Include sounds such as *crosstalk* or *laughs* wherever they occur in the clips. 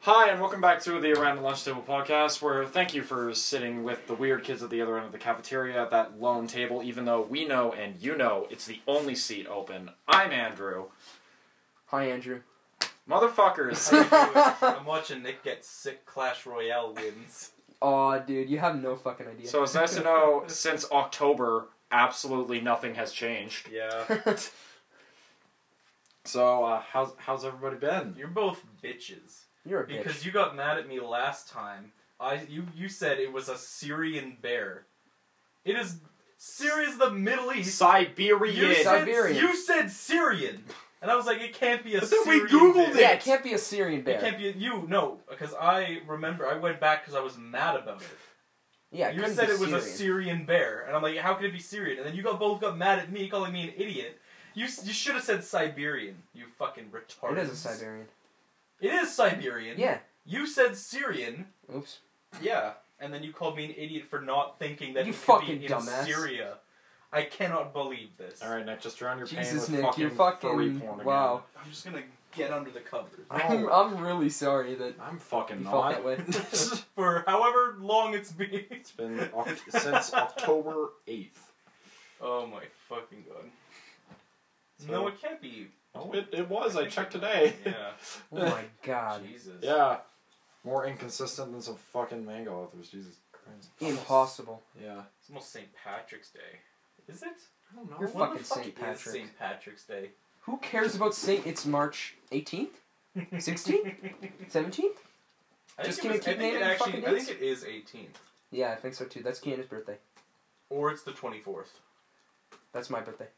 Hi, and welcome back to the Around the Lunch Table podcast, where thank you for sitting with the weird kids at the other end of the cafeteria at that lone table, even though we know and you know it's the only seat open. I'm Andrew. Hi, Andrew. *laughs* Motherfuckers. I'm watching Nick get sick Clash Royale wins. Aw, dude, you have no fucking idea. so it's nice to know since October, absolutely nothing has changed. Yeah. So, uh, how's, how's everybody been? You're both bitches. *laughs* You're a bitch. Because you got mad at me last time. I you you said it was a Syrian bear. It is Syria's the Middle East. You Siberian. You're said, Siberian. you said Syrian. And I was like, it can't *laughs* be a But then we Syrian Googled bear. yeah, it can't be a Syrian bear. It can't be you, no, because I remember I went back because I was mad about it. yeah, it you couldn't said be it was a Syrian. Syrian bear, and I'm like, how could it be Syrian? And then you got both got mad at me, calling me an idiot. You s- you should have said Siberian. You fucking It retard. is a Siberian. It is Siberian. Yeah. You said Syrian. Oops. Yeah. And then you called me an idiot for not thinking that You it could fucking be in dumbass. Syria. I cannot believe this. Alright, Nick, just drown your pain Jesus, with Nick, fucking you're furry fucking porn again. wow. I'm just gonna get under the covers *laughs* *laughs* I'm, No. I'm really sorry that I'm fucking You not. felt that way. *laughs* it's for however long it's been. been oct- *laughs* since October 8th. Oh my fucking god. So- no, it can't be. Oh, it, it was. I checked today. *laughs* Yeah. Oh *laughs* my *laughs* god. Jesus. Yeah. More inconsistent than some fucking mango authors. Jesus Christ. Impossible. Yeah. It's almost St. Patrick's Day. Is it? I don't know. You're When fucking the fuck St. is Patrick. St. Patrick's Day. Who cares about Saint? It's March 18th? *laughs* 16th? 17th? I Just keep- keep think it was, I think naming it actually. fucking I dates. think it is 18th, Yeah, I think so too. That's Kiana's birthday. or it's the 24th. That's my birthday.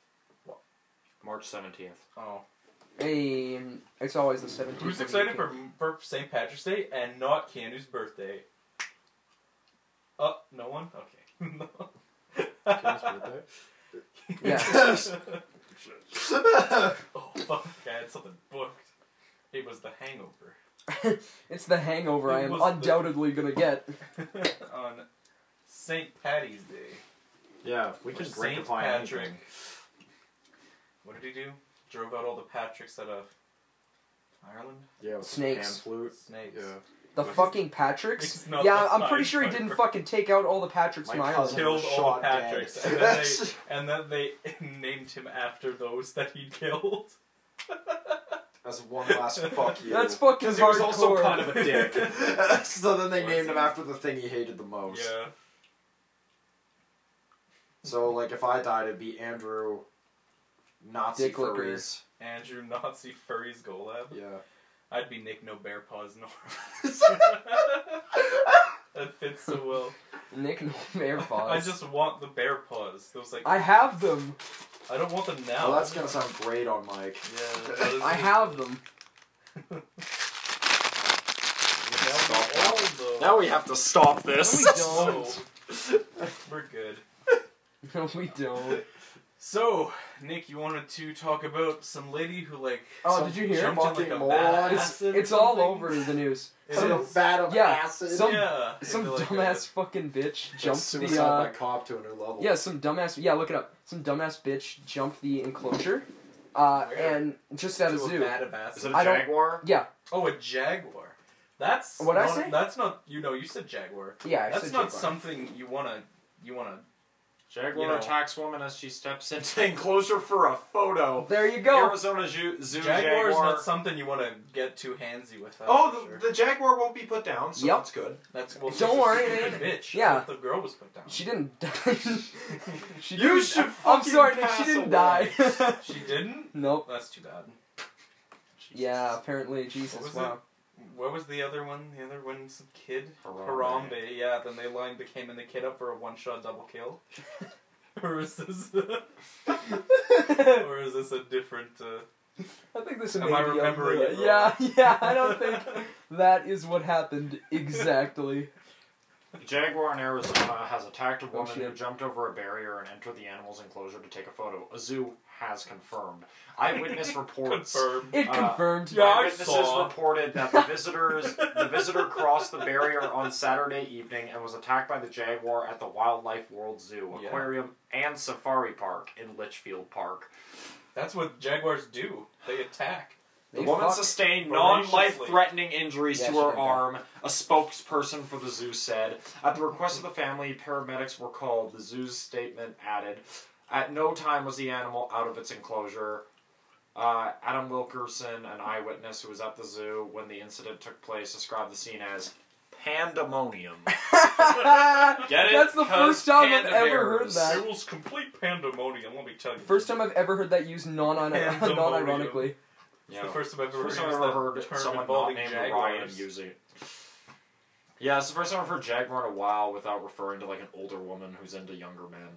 March 17th. *laughs* Oh. Hey, and it's always the 17th. Who's and excited 18th. for for St. Patrick's Day and not Canu's birthday? Uh, no one. Okay. *laughs* Kim's birthday? yeah. Shit. *laughs* oh fuck! I had something booked. It was The Hangover. *laughs* *laughs* It's the hangover I It am was the- undoubtedly gonna get. on St. Patty's Day. yeah, we can Saint rectify Patrick. anything. What did he do? Drove out all the Patricks out of Ireland? Yeah, with Snakes. Hand flute. Snakes. Yeah. The Which is- fucking Patricks? It's not Yeah, the I'm pretty Pied sure he didn't Piper. fucking take out all the Patricks My from Ireland. cousin Killed was all shot the dead. Patricks, and then they- *laughs* And then they *laughs* named him after those that he killed. *laughs* That's one *laughs* last fuck you. That's fucking 'Cause he was also hardcore. kind of a dick. *laughs* so then they Was named him he? after the thing he hated the most. Yeah. So, like, if I died, it'd be Andrew Nazi Dick Licker. furries. Andrew Nazi Furries Golab. Yeah. I'd be Nick No Bear Paws Nor. *laughs* that fits so well. Nick and *laughs* *laughs* Bear Paws. I just want the bear paws. Those like I have them. I don't want them now. Well, Oh, that's gonna sound great on Mike. Yeah. that is- I have them. *laughs* *laughs* Now we all know. Now we have to stop We this. *laughs* don't. *laughs* We're good. No, we don't. So, Nick, you wanted to talk about some lady who like Oh, Some did you hear? jump- jumped on like fucking a moron. bad It's- acid or It's all something? over the news. It Some is. vat of Yeah, acid. some- yeah, Some into, like, uh, a- dumbass fucking bitch Jump jumped suicide the. by Uh, cop to a new level. yeah, some dumbass. Yeah, look it up. Some dumbass bitch jumped the enclosure, uh, Where? and just at a to zoo. vat of acid. Is it a I don't- jaguar? Yeah, Oh, a jaguar. That's What'd I not- say? That's not. You know, you said jaguar. yeah. I That's said not jaguar. something you wanna. You wanna. Jaguar You know. attacks woman as she steps into *laughs* enclosure for a photo. There you go. Arizona Zoo, zoo Jaguar Jaguar. is not something you wanna get too handsy with. that's oh, for the, sure. the jaguar won't be put down, so Yep. that's good. that's well. Don't she's a worry, stupid it bitch. yeah. The girl was put down. She didn't *laughs* die. she You didn't- should I'm fucking sorry, Nick. pass She didn't away. *laughs* die. *laughs* She *laughs* didn't. nope. That's too bad. Yeah, apparently, What Jesus, was wow. What was the other one? The other one's kid? Harambe. Harambe. yeah. Then they lined the came and the kid up for a one shot double *laughs* kill. or is this or is this a different uh, I think this Am may I be on remembering the- it wrong? Yeah, *laughs* yeah. I don't think that is what happened exactly. The jaguar in Arizona has attacked Oh, a woman who shit. jumped over a barrier and entered the animal's enclosure to take a photo. A zoo has confirmed. Eyewitness reports. *laughs* confirmed. It Uh, confirmed. Yeah, I Eyewitnesses saw. reported that the visitors the visitor crossed the barrier on Saturday evening and was attacked by the jaguar at the Wildlife World Zoo, Yeah. Aquarium, and Safari Park in Litchfield Park. That's what jaguars do. They attack. The They woman fucked sustained voraciously. non-life-threatening injuries Yeah, to she her did that. arm. A spokesperson for the zoo said, "At the request of the family, paramedics were called." The zoo's statement added, "At no time was the animal out of its enclosure." Uh, Adam Wilkerson, an eyewitness who was at the zoo when the incident took place, described the scene as pandemonium. Get it? That's the 'Cause first time I've panda ever heard bears. that. It was complete pandemonium, let me tell *laughs* you. First time I've ever heard that used non Pandemonium. ironically. It's Yeah. the first time I've ever, First time I used ever that heard term someone not involving named Ryan jaguars. use it. Yeah, it's the first time I've heard Jaguar in a while without referring to like an older woman who's into younger men.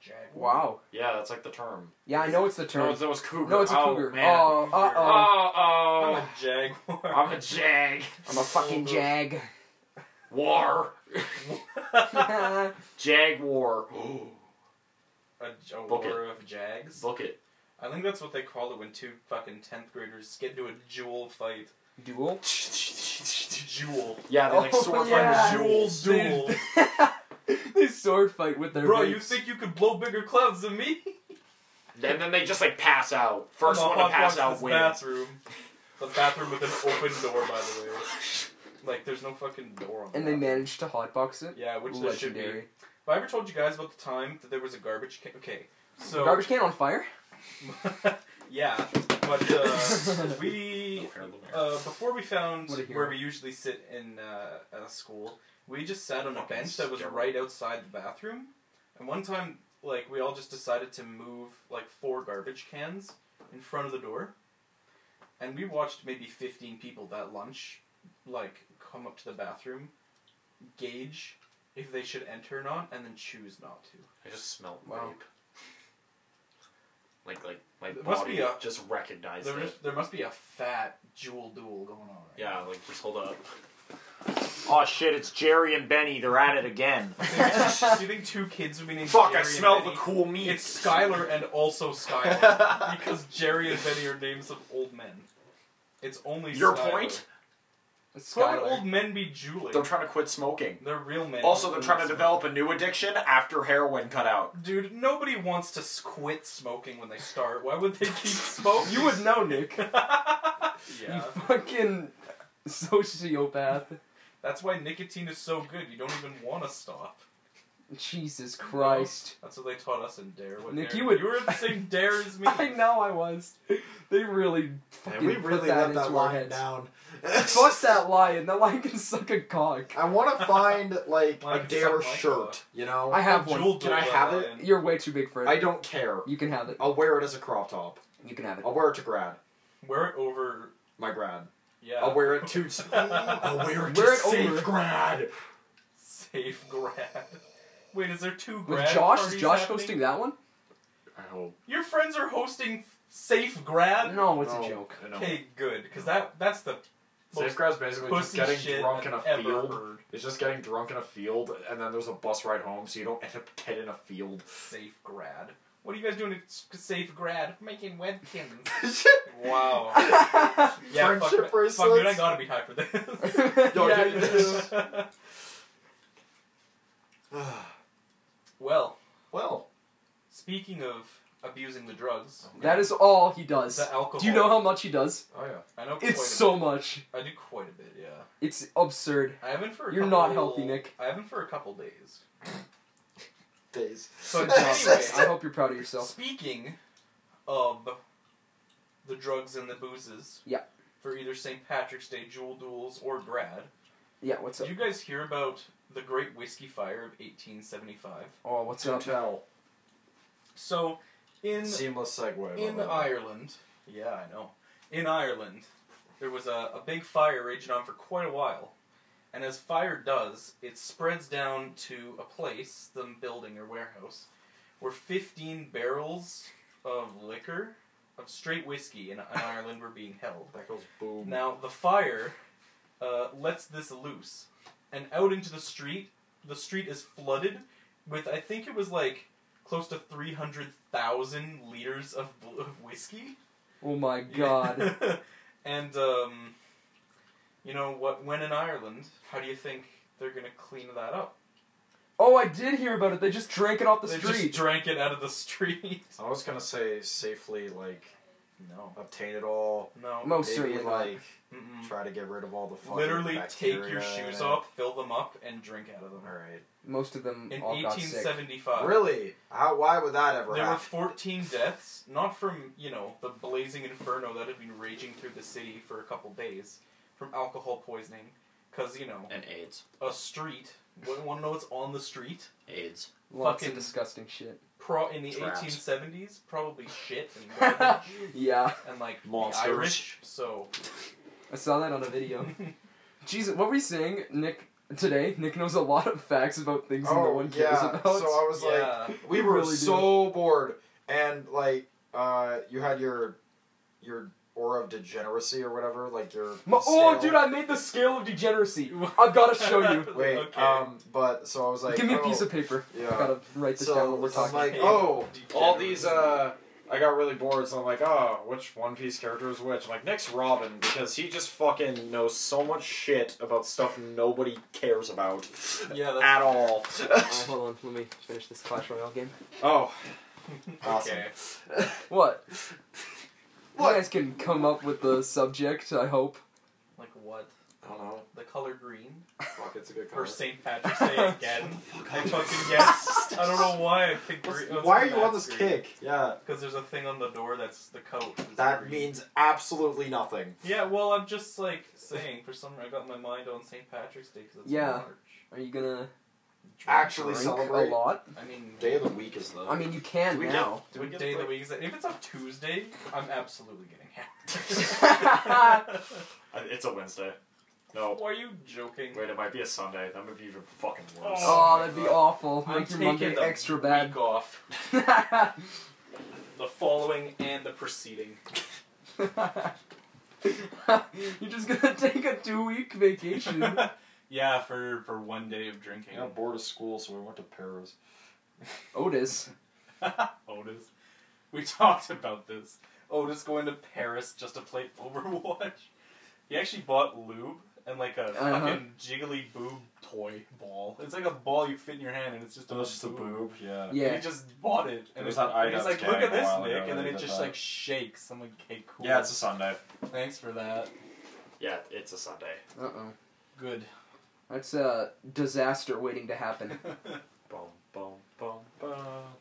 Jaguar. Wow. Yeah, that's like the term. Yeah, I know it's the No, term. that was cougar. No, it's a oh, cougar. Man. Oh, uh oh. oh, I'm oh. *laughs* a *laughs* jaguar. *laughs* I'm a jag. I'm a fucking jag. War. Jag *gasps* war. a, j- a Book it. war of jags. Look *laughs* it. I think that's what they call it when two fucking tenth graders get into a duel fight. *laughs* Duel? Duel. Yeah, they like Oh, sword yeah. fight. Duel, Jewels. duel. *laughs* they sword fight with their Bro, mates. you think you could blow bigger clouds than me? And then they just like pass out. First I'm a one to hot pass box out this wins. bathroom. The bathroom with an open door, by the way. Like, there's no fucking door on And the they bathroom. managed to hotbox it. Yeah, which there should be. Have Legendary. I ever told you guys about the time that there was a garbage can? Okay, so Garbage can on fire? *laughs* yeah, but uh, we No hair, no hair. uh, before we found What a hero. where we usually sit in uh, a school, we just sat on a Fucking bench that was sterile. right outside the bathroom. And one time, like we all just decided to move like four garbage cans in front of the door, and we watched maybe fifteen people that lunch, like come up to the bathroom, gauge if they should enter or not, and then choose not to. I just smelled Wow. rape. Like, like my There body must be a- just recognized There, it. must- there must be a fat jewel duel going on. Right Yeah, like just hold up. Oh shit! It's Jerry and Benny. They're at it again. Now. *laughs* Do you think two kids would be named Fuck! Jerry I and smell the Benny? cool meat. It's Skylar and also *laughs* Skylar because Jerry and Benny are names of old men. It's only Your Skylar. point? It's Why would Skylar. old men be Julie? They're trying to quit smoking. They're real men. Also, they're They're trying to not develop a new addiction after heroin cut out. smart. Dude, nobody wants to s- quit smoking when they start. Why would they keep *laughs* smoking? You would know, Nick. *laughs* yeah. You fucking sociopath. That's why nicotine is so good. You don't even want to stop. Jesus Christ. That's what they taught us in Dare. What Nick, Dare- you would- You were in the same *laughs* Dare as me. I know I was. They really fucking we put really that let into that our lion heads. *laughs* down. Fuck that lion. That lion can suck a cock. I want to find like Like, a it's dare something like shirt. You know, I have one. Jewel Can I duel, have uh, it? and- You're way too big for it. I don't care. You can have it. I'll wear it as a crop top. You can have it. Oh, I'll wear it to grad. Wear it over. My grad. Yeah. I'll wear it to. *laughs* I'll wear it to Wear it safe over. grad. Safe grad. *laughs* Wait, is there two With grad Josh, is parties Josh happening? hosting that one? I hope. Your friends are hosting safe grad. No, it's No. a joke. *laughs* I know. Okay, good, because that that's the uh, Safe most grad's basically just pussy getting shit drunk in I've a ever field. heard. It's just getting drunk in a field, and then there's a bus ride home, so you don't end up dead in a field. Safe grad. What are you guys doing at s- safe grad? Making webkins. *laughs* wow. Yeah, Friendship fuck, Fuck, dude, I bracelets? gotta be high for this. Yo, Yeah, dude, it this- is. *laughs* *sighs* *laughs* well, Well, speaking of abusing the drugs, that is all he does. the alcohol. Do you know how much he does? oh yeah. I know quite It's a so much. bit. I do quite a bit, yeah. It's absurd. I haven't for a You're couple, not healthy, Nick. I haven't for a couple days. days. *laughs* So Good job. anyway, I hope you're proud of yourself. Speaking of the drugs and the boozes. Yeah. For either St. Patrick's Day Jewel Duels or Grad. Yeah, what's up? Did you guys hear about the Great Whiskey Fire of 1875? Oh, what's up? tell. So, in Seamless segue. in Ireland, yeah, I know. In Ireland, there was a, a big fire raging on for quite a while. And as fire does, it spreads down to a place, the building or warehouse, where 15 barrels of liquor, of straight whiskey in, in Ireland were being held. That goes boom. Now, the fire uh, lets this loose. And out into the street, the street is flooded with, I think it was like close to 300,000 liters of, bl- of whiskey. Oh my god. *laughs* and, um, you know, what? when in Ireland, how do you think they're going to clean that up? Oh, I did hear about it. They just drank it off the they street. *laughs* just drank it out of the street. I was gonna say safely, like No. obtain it all. No. Most maybe certainly not. Oh, like Mm-mm. try to get rid of all the fucking Literally take your bacteria shoes in it. off, fill them up, and drink out of them. All right. Most of them In all got sick. Uh, 1875, really? How? Why would that ever there were happen? 14 deaths, not from, you know, the blazing inferno that had been raging through the city for a couple days, from alcohol poisoning, because, you know, And AIDS. a street, want to know what's on the street? AIDS. Lots fucking- of disgusting shit. Pro In the Traps. 1870s, probably shit *laughs* and garbage yeah, and, like, the Monsters. Irish, so... I saw that on a *laughs* video. *laughs* Jesus, what were you saying, Nick? Today, Nick knows a lot of facts about things that no oh one cares yeah. about. So I was like, yeah. *laughs* we were Really do. so bored, and like, uh, you had your, your aura of degeneracy or whatever, like your. My- oh, scale. dude, I made the scale *laughs* of degeneracy. I've got to show you. Wait, Okay. um, but so I was like, Give me a oh, piece of paper. Yeah. I gotta write this So, down when we're I'm talking. *laughs* like, Hey, oh, degenerate. All these, uh, I got really bored, so I'm like, oh, which One Piece character is which? I'm like, next Robin, because he just fucking knows so much shit about stuff nobody cares about Yeah, that's... at all. hold on, let me finish this Clash Royale game. *laughs* oh, awesome. Okay. *laughs* What? What? You guys can come up with the subject, I hope. Like, what? I don't know. The color green? Fuck, it's a good For color. St. Patrick's Day *laughs* *laughs* again. I fucking guessed. I don't know why I picked What's- green. Why are you on this kick? Yeah, Because there's a thing on the door that's the coat. is that green. means absolutely nothing. Yeah, well, I'm just like saying. For some reason, I got my mind on St. Patrick's Day because it's Yeah. March. Are you gonna Actually, drink celebrate. a lot? I mean, Day of the week is the. I mean, you can Do we now. do we what get day of the the- week is that? If it's on Tuesday, I'm absolutely getting hacked. Why I- Uh, it's a Wednesday. No, *laughs* Why are you joking? wait, it might be a Sunday. That would be even fucking worse. Oh, Oh that'd my be God. awful. I'm Make your taking Monday the extra bad. Week off. *laughs* All The following and the preceding. You're just gonna *laughs* take a two week vacation. *laughs* yeah, for for one day of drinking. I got bored of school, so we went to Paris. Oh, Otis. *laughs* Otis. We talked about this. Otis going to Paris just to play Overwatch. He actually bought lube and like a Uh-huh. fucking jiggly boob toy ball. It's like a ball you fit in your hand and it's just a yeah. And Yeah. he just bought it and It was it's- on and he's Ido's like, gang look at a while this, ago Nick, when and then they it did just that. like shakes. I'm like, okay, cool. Yeah, it's a Sunday. thanks for that. Yeah, it's a Sunday. Uh oh. Good. *laughs* That's a disaster waiting to happen. Boom, boom, boom, boom.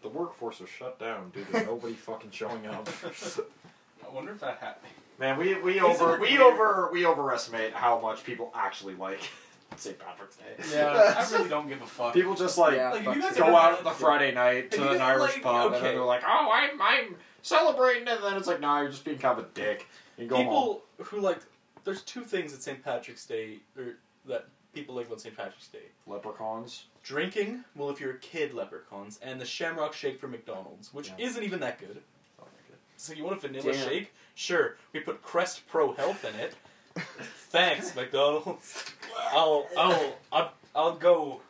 The workforce was shut down due to nobody fucking showing up. *laughs* I wonder if that happened. Man, we we Isn't over it we weird? over we overestimate how much people actually like *laughs* St. Patrick's Day. Yeah, *laughs* I really don't give a fuck. people just like Yeah, Like, if fuck you guys it. go out on the Friday night to Because, an Irish like, pub and okay. then they're like, "Oh, I'm I'm celebrating," and then it's like, "Nah, you're just being kind of a dick." You go people home. who like there's two things at St. Patrick's Day or that people like on St. Patrick's Day. Leprechauns. Drinking, well if you're a kid leprechauns, and the shamrock shake from McDonald's, which Yeah. isn't even that good. Oh, So you want a vanilla Damn. shake? Sure. We put Crest Pro Health in *laughs* it. Thanks, McDonald's. I'll I'll I'll, I'll *laughs* go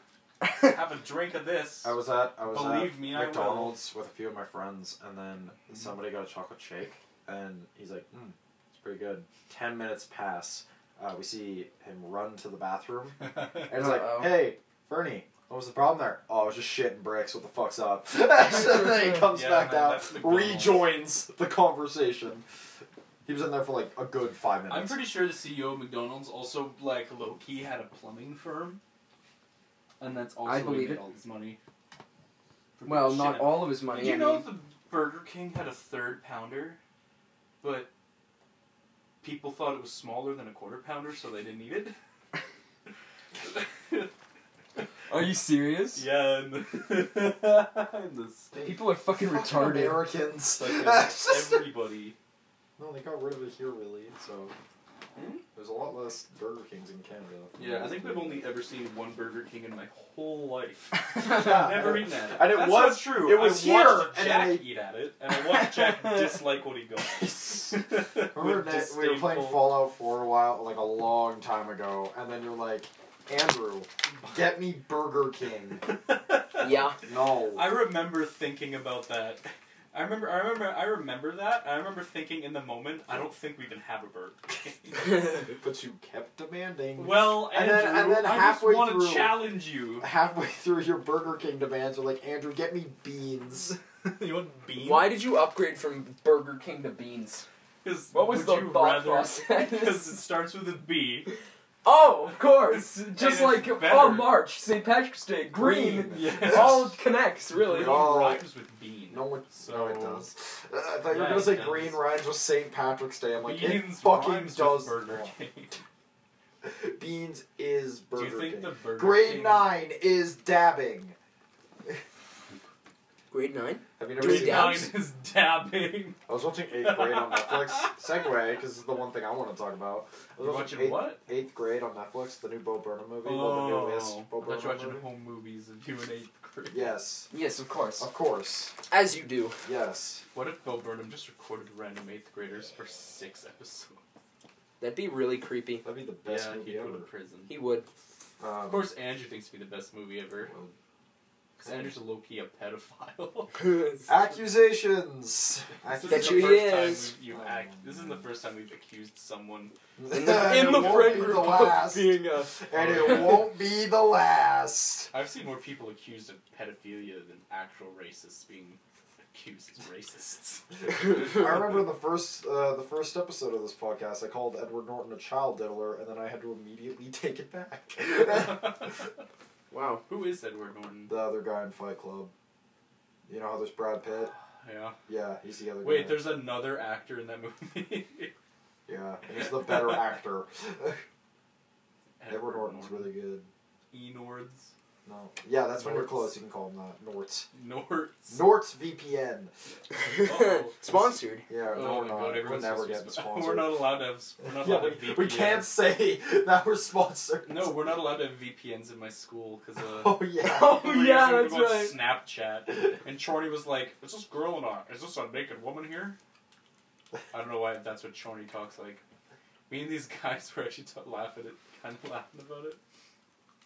have a drink of this. I was at I was Believe at me, I will. McDonald's with a few of my friends, and then Mm-hmm. somebody got a chocolate shake, and he's like, mm, "It's pretty good." Ten minutes pass. Uh, we see him run to the bathroom, *laughs* and it's like, Uh-oh. "Hey, Fernie, what was the problem there?" "Oh, I was just shitting bricks. What the fuck's *laughs* up?" *laughs* so then he comes Yeah, back man, out, that's McDonald's. rejoins the conversation. He was in there for like a good five minutes. I'm pretty sure the CEO of McDonald's also like low key had a plumbing firm, and that's also I where believe he made it. all his money. From Well, that not shit. all of his money. Did you I know mean. the Burger King had a third pounder, but people thought it was smaller than a quarter pounder, so they didn't eat *laughs* it. Are you serious? yeah, *laughs* in the, in the state. People are Fucking fucking retarded. Americans. *laughs* *laughs* Fucking everybody. No, they got rid of it here, really. So Hmm? there's a lot less Burger Kings in Canada. Yeah, I think *laughs* we've only ever seen one Burger King in my *laughs* whole life. *laughs* Yeah. Never eaten at it. And it That's was- not true. it was I here, watched and Jack then eat at it, and I watched *laughs* Jack dislike what he got. Remember With that we were playing *laughs* disdainful- Fallout for a while, like a long time ago, and then you're like, Andrew, get me Burger King. *laughs* yeah. *laughs* No. I remember thinking about that. I remember, I remember, I remember that. I remember thinking in the moment, I don't think we can have a Burger King. *laughs* but you kept demanding. well, And then- Andrew, and then I halfway just want through- to challenge you. *laughs* Halfway through your Burger King demands are like, Andrew, get me beans. you want beans? did you upgrade from Burger King to beans? Because What was would the you thought rather- process? *laughs* 'cause it starts with a B. Oh, of *laughs* course. Just it's like better. oh, March, St. Patrick's Day, green. Yes. All connects really. Green Green all- rhymes with bean. No one. no, So- it does. Uh, I thought you were Yeah, gonna it say does. green rhymes with St. Patrick's Day. I'm like, it Beans fucking rhymes does. with Burger not. King. Beans is *laughs* Do Burger you think King. the Burger Grade King- nine is dabbing. Grade nine. Have you never Do we Grade seen nine dabs? that? is dabbing. I was watching eighth grade on *laughs* Netflix. Segue, because it's the one thing I want to talk about. I was You're watching eighth, what? Eighth grade on Netflix, the new Bo Burnham movie. well, the newest Oh, Bo I Burnham thought you were watching movie. home movies and doing eighth grade. Yes, Yes, of course. of course. As you do. Yes. What if Bo Burnham just recorded random eighth graders for six episodes? That'd be really creepy. That'd be the best yeah, movie he'd go ever. to prison. He would. Um, Of course, Andrew thinks it'd be the best movie ever. well, Because Andrew's a low key a pedophile. Accusations. *laughs* This That isn't you the he first *laughs* time is. we've- you Oh, act- This isn't the man. first time we've accused someone. In the, And in it the won't friend be group the of last. being a. and it won't be the last. I've seen more people accused of pedophilia than actual racists being accused as *laughs* racists. I remember the first uh, the first episode of this podcast. I called Edward Norton a child diddler, and then I had to immediately *laughs* take it back. *laughs* Wow. *laughs* Who is Edward Norton? the other guy in Fight Club. You know how there's Brad Pitt. Yeah. Yeah, he's the other Wait, guy. there's another actor in that movie. Yeah, and he's the better *laughs* actor. *laughs* Edward Norton. Norton's really good. Enords. No, yeah, that's when you're Norts. close. You can call him that. Norts. Norts. Norts VPN. Uh-oh. *laughs* Sponsored. Yeah, no, Oh we're not. my god, we're everyone's never supposed to *laughs* getting be- sponsored. We're not allowed to have. s- We're *laughs* not Yeah, allowed to we, have we VPNs. can't say *laughs* that we're sponsored. *laughs* No, we're not allowed to have VPNs in my school because uh, Oh yeah. Oh yeah, we that's were right. using Snapchat, *laughs* *laughs* and Chorny was like, "Is this girl or not? Is this a naked woman here?" I don't know why that's what Chorny talks like. Me and these *laughs* guys were actually t- laughing at, kind of laughing about it.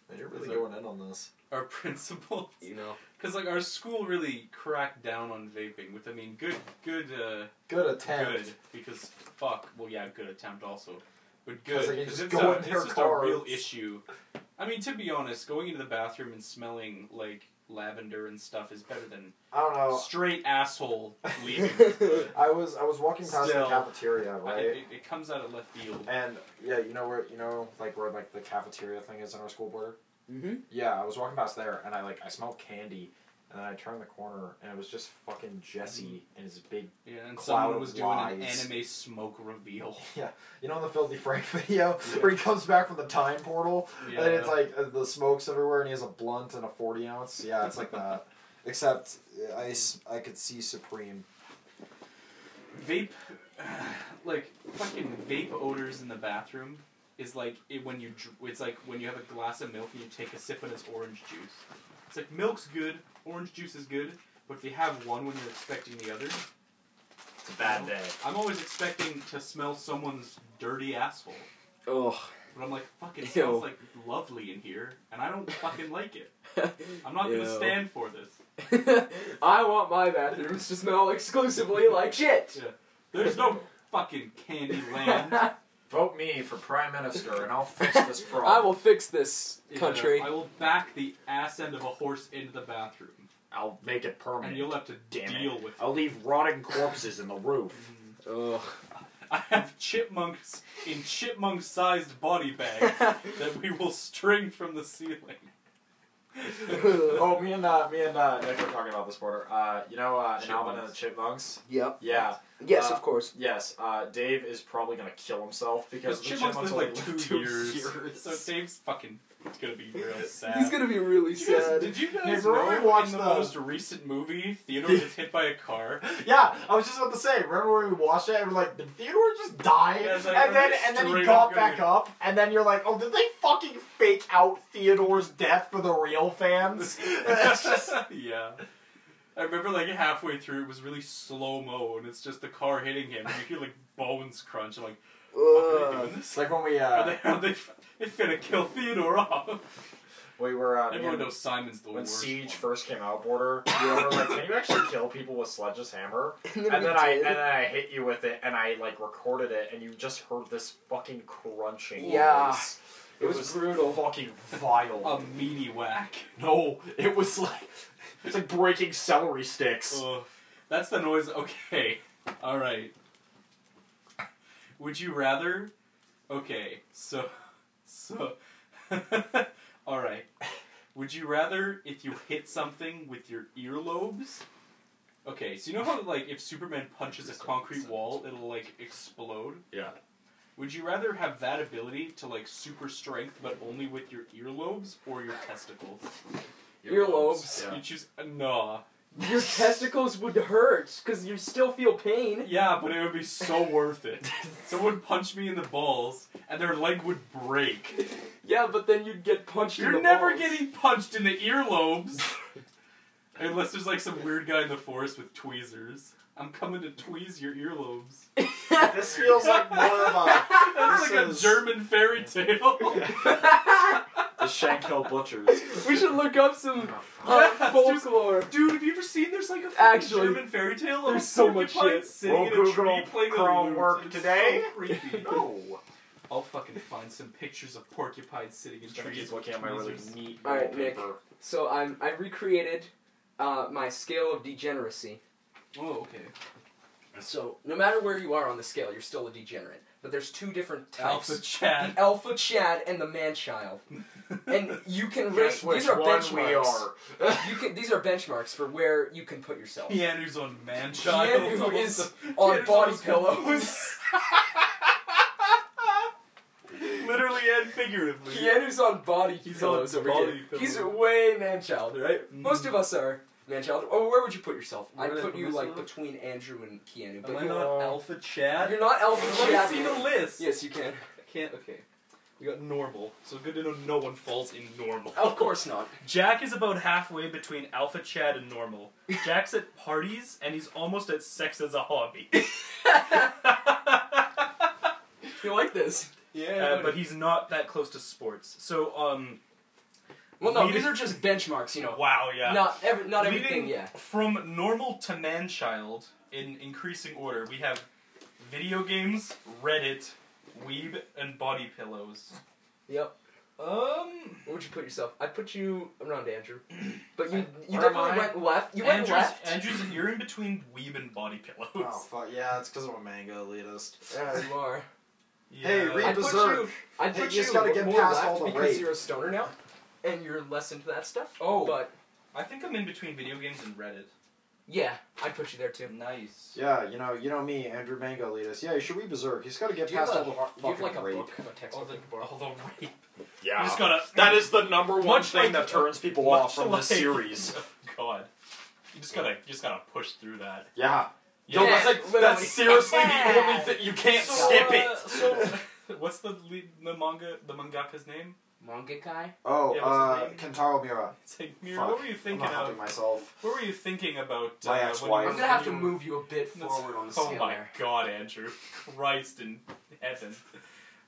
Man, you're Is really that- going in on this. Our *laughs* principal, You know. because like our school really cracked down on vaping, which I mean, good, good, uh, Good attempt. good, because fuck, well yeah, good attempt also, but 'Cause good they can because just it's, go a, in it's their just a real cars. issue. I mean, to be honest, going into the bathroom and smelling like lavender and stuff is better than I don't know. straight *laughs* asshole leaving. I was I was walking past Still. the cafeteria, I- right? it, it comes out of left field. And yeah, you know where you know like where like the cafeteria thing is in our school board. Mm-hmm. Yeah, I was walking past there and I like I smelled candy, and then I turned the corner and it was just fucking Jesse and his big. Yeah, and Cloud someone of was doing an lies. anime smoke reveal. You know in the filthy Frank *laughs* video where he comes back from the time portal *laughs* Yeah. and it's like uh, the smokes everywhere and he has a blunt and a forty ounce. Yeah, it's like that. Except uh, I s- I could see Supreme. vape, *sighs* like fucking vape odors in the bathroom is like it, when you dr- it's like when you have a glass of milk and you take a sip and it's orange juice. It's like milk's good, orange juice is good, but if you have one when you're expecting the other, It's a bad day. I'm always expecting to smell someone's dirty asshole. Oh. But I'm like, fuck, it Ew. smells like lovely in here, and I don't fucking like it. I'm not gonna Ew. stand for this. *laughs* I want my bathrooms to smell exclusively like shit. There's no fucking candy land. Vote me for prime minister, and I'll *laughs* fix this problem. *laughs* I will fix this Yeah, country. I will back the ass end of a horse into the bathroom, I'll make it and permanent. you'll have to Damn it. deal with it. Oh. I'll leave rotting corpses in the roof. *laughs* Ugh. I have chipmunks in chipmunk-sized body *laughs* bags that we will string from the ceiling. *laughs* oh, me and uh, me and uh, Nick were talking about this border. Uh, you know, uh, in Alvin and the Chipmunks. Chipmunks. yep. Yeah. Yes, Uh, of course. Yes. Uh, Dave is probably gonna kill himself because Because the chipmunks live only like two, years. so Dave's fucking it's gonna be real sad. He's gonna be really Did you guys, sad. did you guys Nick, know remember we watched in the, the- most recent movie, Theodore gets hit by a car? *laughs* yeah, I was just about to say. Remember when we watched it and we're like, did Theodore just die? Yeah, it's like, and then we're and then he straight got up gonna back get- up, and then you're like, oh, did they fucking fake out Theodore's death for the real *laughs* fans? That's just yeah. I remember like halfway through it was really slow mo and it's just the car hitting him and you hear like bones crunch. I'm like, are they Ugh. doing this? like when we uh, Are they, are they, it's gonna kill Theodore off. we were uh, me Everyone and- knows Simon's the when worst. Siege one. first came out, Border, you were like, "Can you actually kill people with Sledge's hammer?" And And we then I and did. then I hit you with it, and I like recorded it, and you just heard this fucking crunching. Yeah. noise. It it was Um, was, brutal, fucking a vile. meaty whack. no, it was like it's like breaking Uh, celery sticks. Ugh. that's the noise. Okay, all right. Would you rather? Okay, so, so, *laughs* all right. Would you rather if you hit something with your earlobes? Okay, so you know how like if Superman punches a concrete wall, it'll like explode. Yeah. Would you rather have that ability to like super strength, but only with your earlobes or your testicles? Earlobes. Yeah. You choose uh, nah. Your testicles would hurt because you still feel pain. Yeah, but it would be so worth it. Someone punched me in the balls, and their leg would break. Yeah, but then you'd get punched. in You're the never balls. *laughs* getting punched in the earlobes. Unless there's like some weird guy in the forest with tweezers. I'm coming to tweeze your earlobes. This feels *laughs* like more of a That's This like is- a German fairy tale. The Shankill Butchers. *laughs* we should look up some uh, Yeah, there's- folklore. Dude, have you ever seen there's like a fucking Actually, German fairy tale? of there's a so much porcupine shit. Sitting Will in a Google tree playing the Chrome lute. work It's today? So *laughs* creepy. No. I'll fucking find some pictures of porcupines sitting in Just gonna trees. keep looking at my with really tweezers. neat All right, Nick. wallpaper. So I'm I recreated uh, my scale of degeneracy. Oh, okay. So no matter where you are on the scale, you're still a degenerate. But there's two different types: Alpha Chad. the alpha Chad and the man child. *laughs* And you *laughs* can rate Guess which these are one we benchmarks. are. *laughs* You can these are benchmarks for where you can put *laughs* yourself. Keanu's on man child. *laughs* Keanu is on body pillows. *laughs* Literally and figuratively. Keanu's on body He's pillows on over body here. pillows. He's way man child, right? Mm-hmm. Mhm. Most of us are man child. Or where would you put yourself? Where I'd would I put put you like myself? between Andrew and Keanu, but Am I you're, not Uh, Alpha Chad? you're not alpha Let me see the Chad. list. Yes, you can. I can't. Okay. We got normal, so good to know no one falls in normal. Of course not. Jack is about halfway between Alpha Chad and normal. Jack's at parties and he's almost at sex as a *laughs* hobby. You like this? Yeah, Uh, but he's not that close to sports. So, um, Well, no, Leading- these are just benchmarks, you know. wow, yeah. Not every, not Leading- everything, yeah. From normal to man child in increasing order. We have video games, Reddit, Weeb, and body pillows. Yep. Um, Where would you put yourself? I'd put you around Andrew. But you, you Where definitely am I? went left. You went Andrew's, left. Andrew's, you're in between Weeb and body pillows. *laughs* Oh fuck yeah! It's because I'm a manga elitist. *laughs* Yeah, you are. Yeah. Hey, read I'd put Berserk. you. I'd Hey, put you just you gotta get more past left all the because rape. you're a stoner now, and you're less into that stuff. Oh. but I think I'm in between video games and Reddit. yeah, I'd put you there too. Nice. Yeah, you know, you know me, Andrew Manga elitist. Yeah, you should read Berserk. He's got to get Do you have, past a, all do the you fu- have, fucking like a rape. book, a All textbook? the, all the rape. Yeah. You just gotta. that is the number one Much thing like- that *laughs* turns people much off from like- this *laughs* series. God. You just gotta, you just gotta push through that. Yeah, Yeah. Yo, that's, like, literally. that's *laughs* seriously the Yeah. only thing. You can't So, skip uh, it. *laughs* so, *laughs* what's the lead, the manga the mangaka's name? Manga guy. Oh, Yeah, uh, what's his Kentaro Miura. It's like, Mir, Fuck, what were you thinking I'm not of? helping myself. What were you thinking about? My uh, ex-wife. when I'm you- gonna have to when you- move you a bit That's- forward on the Oh scale my *laughs* there. god, Andrew! Christ in heaven,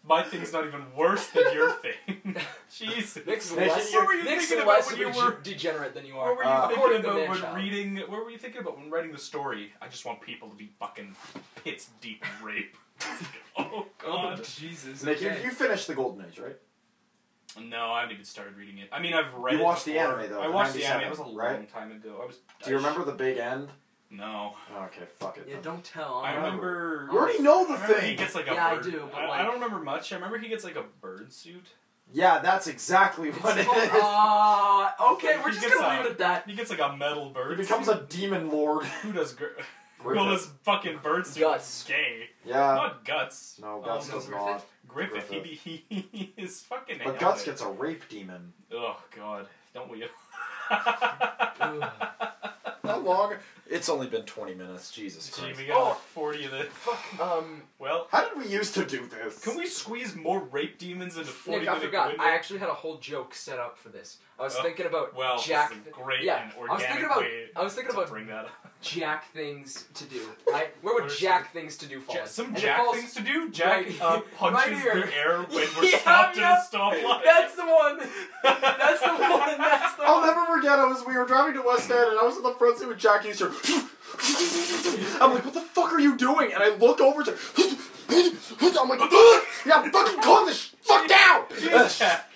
my thing's not even worse than *laughs* your thing. *laughs* Jesus. Nick's Nick, less, what were you Nick's thinking about less when you of a were- g- degenerate than you What are. were you Uh, according to thinking about when Manchild. reading? What were you thinking about when writing the story? I just want people to be fucking pits deep in rape. *laughs* oh Oh, god. Jesus. Nick, you, okay. you finished the Golden Age, right? No, I haven't even started reading it. I mean, I've read. You it watched the before. anime, though, I watched the 97, anime. It was a long right? time ago. I was. Do you I sh- remember the Big End? *sighs* No, Okay, fuck it. *laughs* Yeah, then. don't tell. I I'm- remember. You already know I the remember He thing. gets like a Yeah, I bird. do, but I, like- I don't remember much. I remember he gets like a bird suit. Yeah, that's exactly what it is. *laughs* Uh, okay, we're He just gets gonna a- leave it at that. He gets like a metal He bird. becomes suit. a demon *laughs* lord. *laughs* Who *laughs* does? Gr- well, this fucking bird suit Guts. is gay. Yeah. Not guts. Uh, No, Um, Guts no, does not. Griffith. He, be- he, he is fucking. But Guts helmet. gets a rape demon. Oh god, don't we? *laughs* Ugh. How long? It's only been 20 minutes. Jesus Gee, Christ. we got Oh. like forty of this. um, Well, How did we used to do this? can we squeeze more rape demons into forty Nick, I minute forgot. window? I actually had a whole joke set up for this. I was Oh, thinking about well, Jack. this is a great yeah, and I was organic thinking about. way I was thinking to about bring that up. Jack things to do. Right? Where would Where's Jack things to do fall? Ja- in? some And it Jack falls- things to do. Jack right- uh, punches right here. the air when *laughs* we're Yeah, stopped yeah. at a stoplight. That's the one. That's the one. That's the I'll one. never forget. I was we were driving to West End, and I was in the front seat with Jackie. And he's I'm like, what the fuck are you doing? And I look over to. I'm like, yeah, fucking calm this sh- fuck down. Jeez, *laughs* Jack.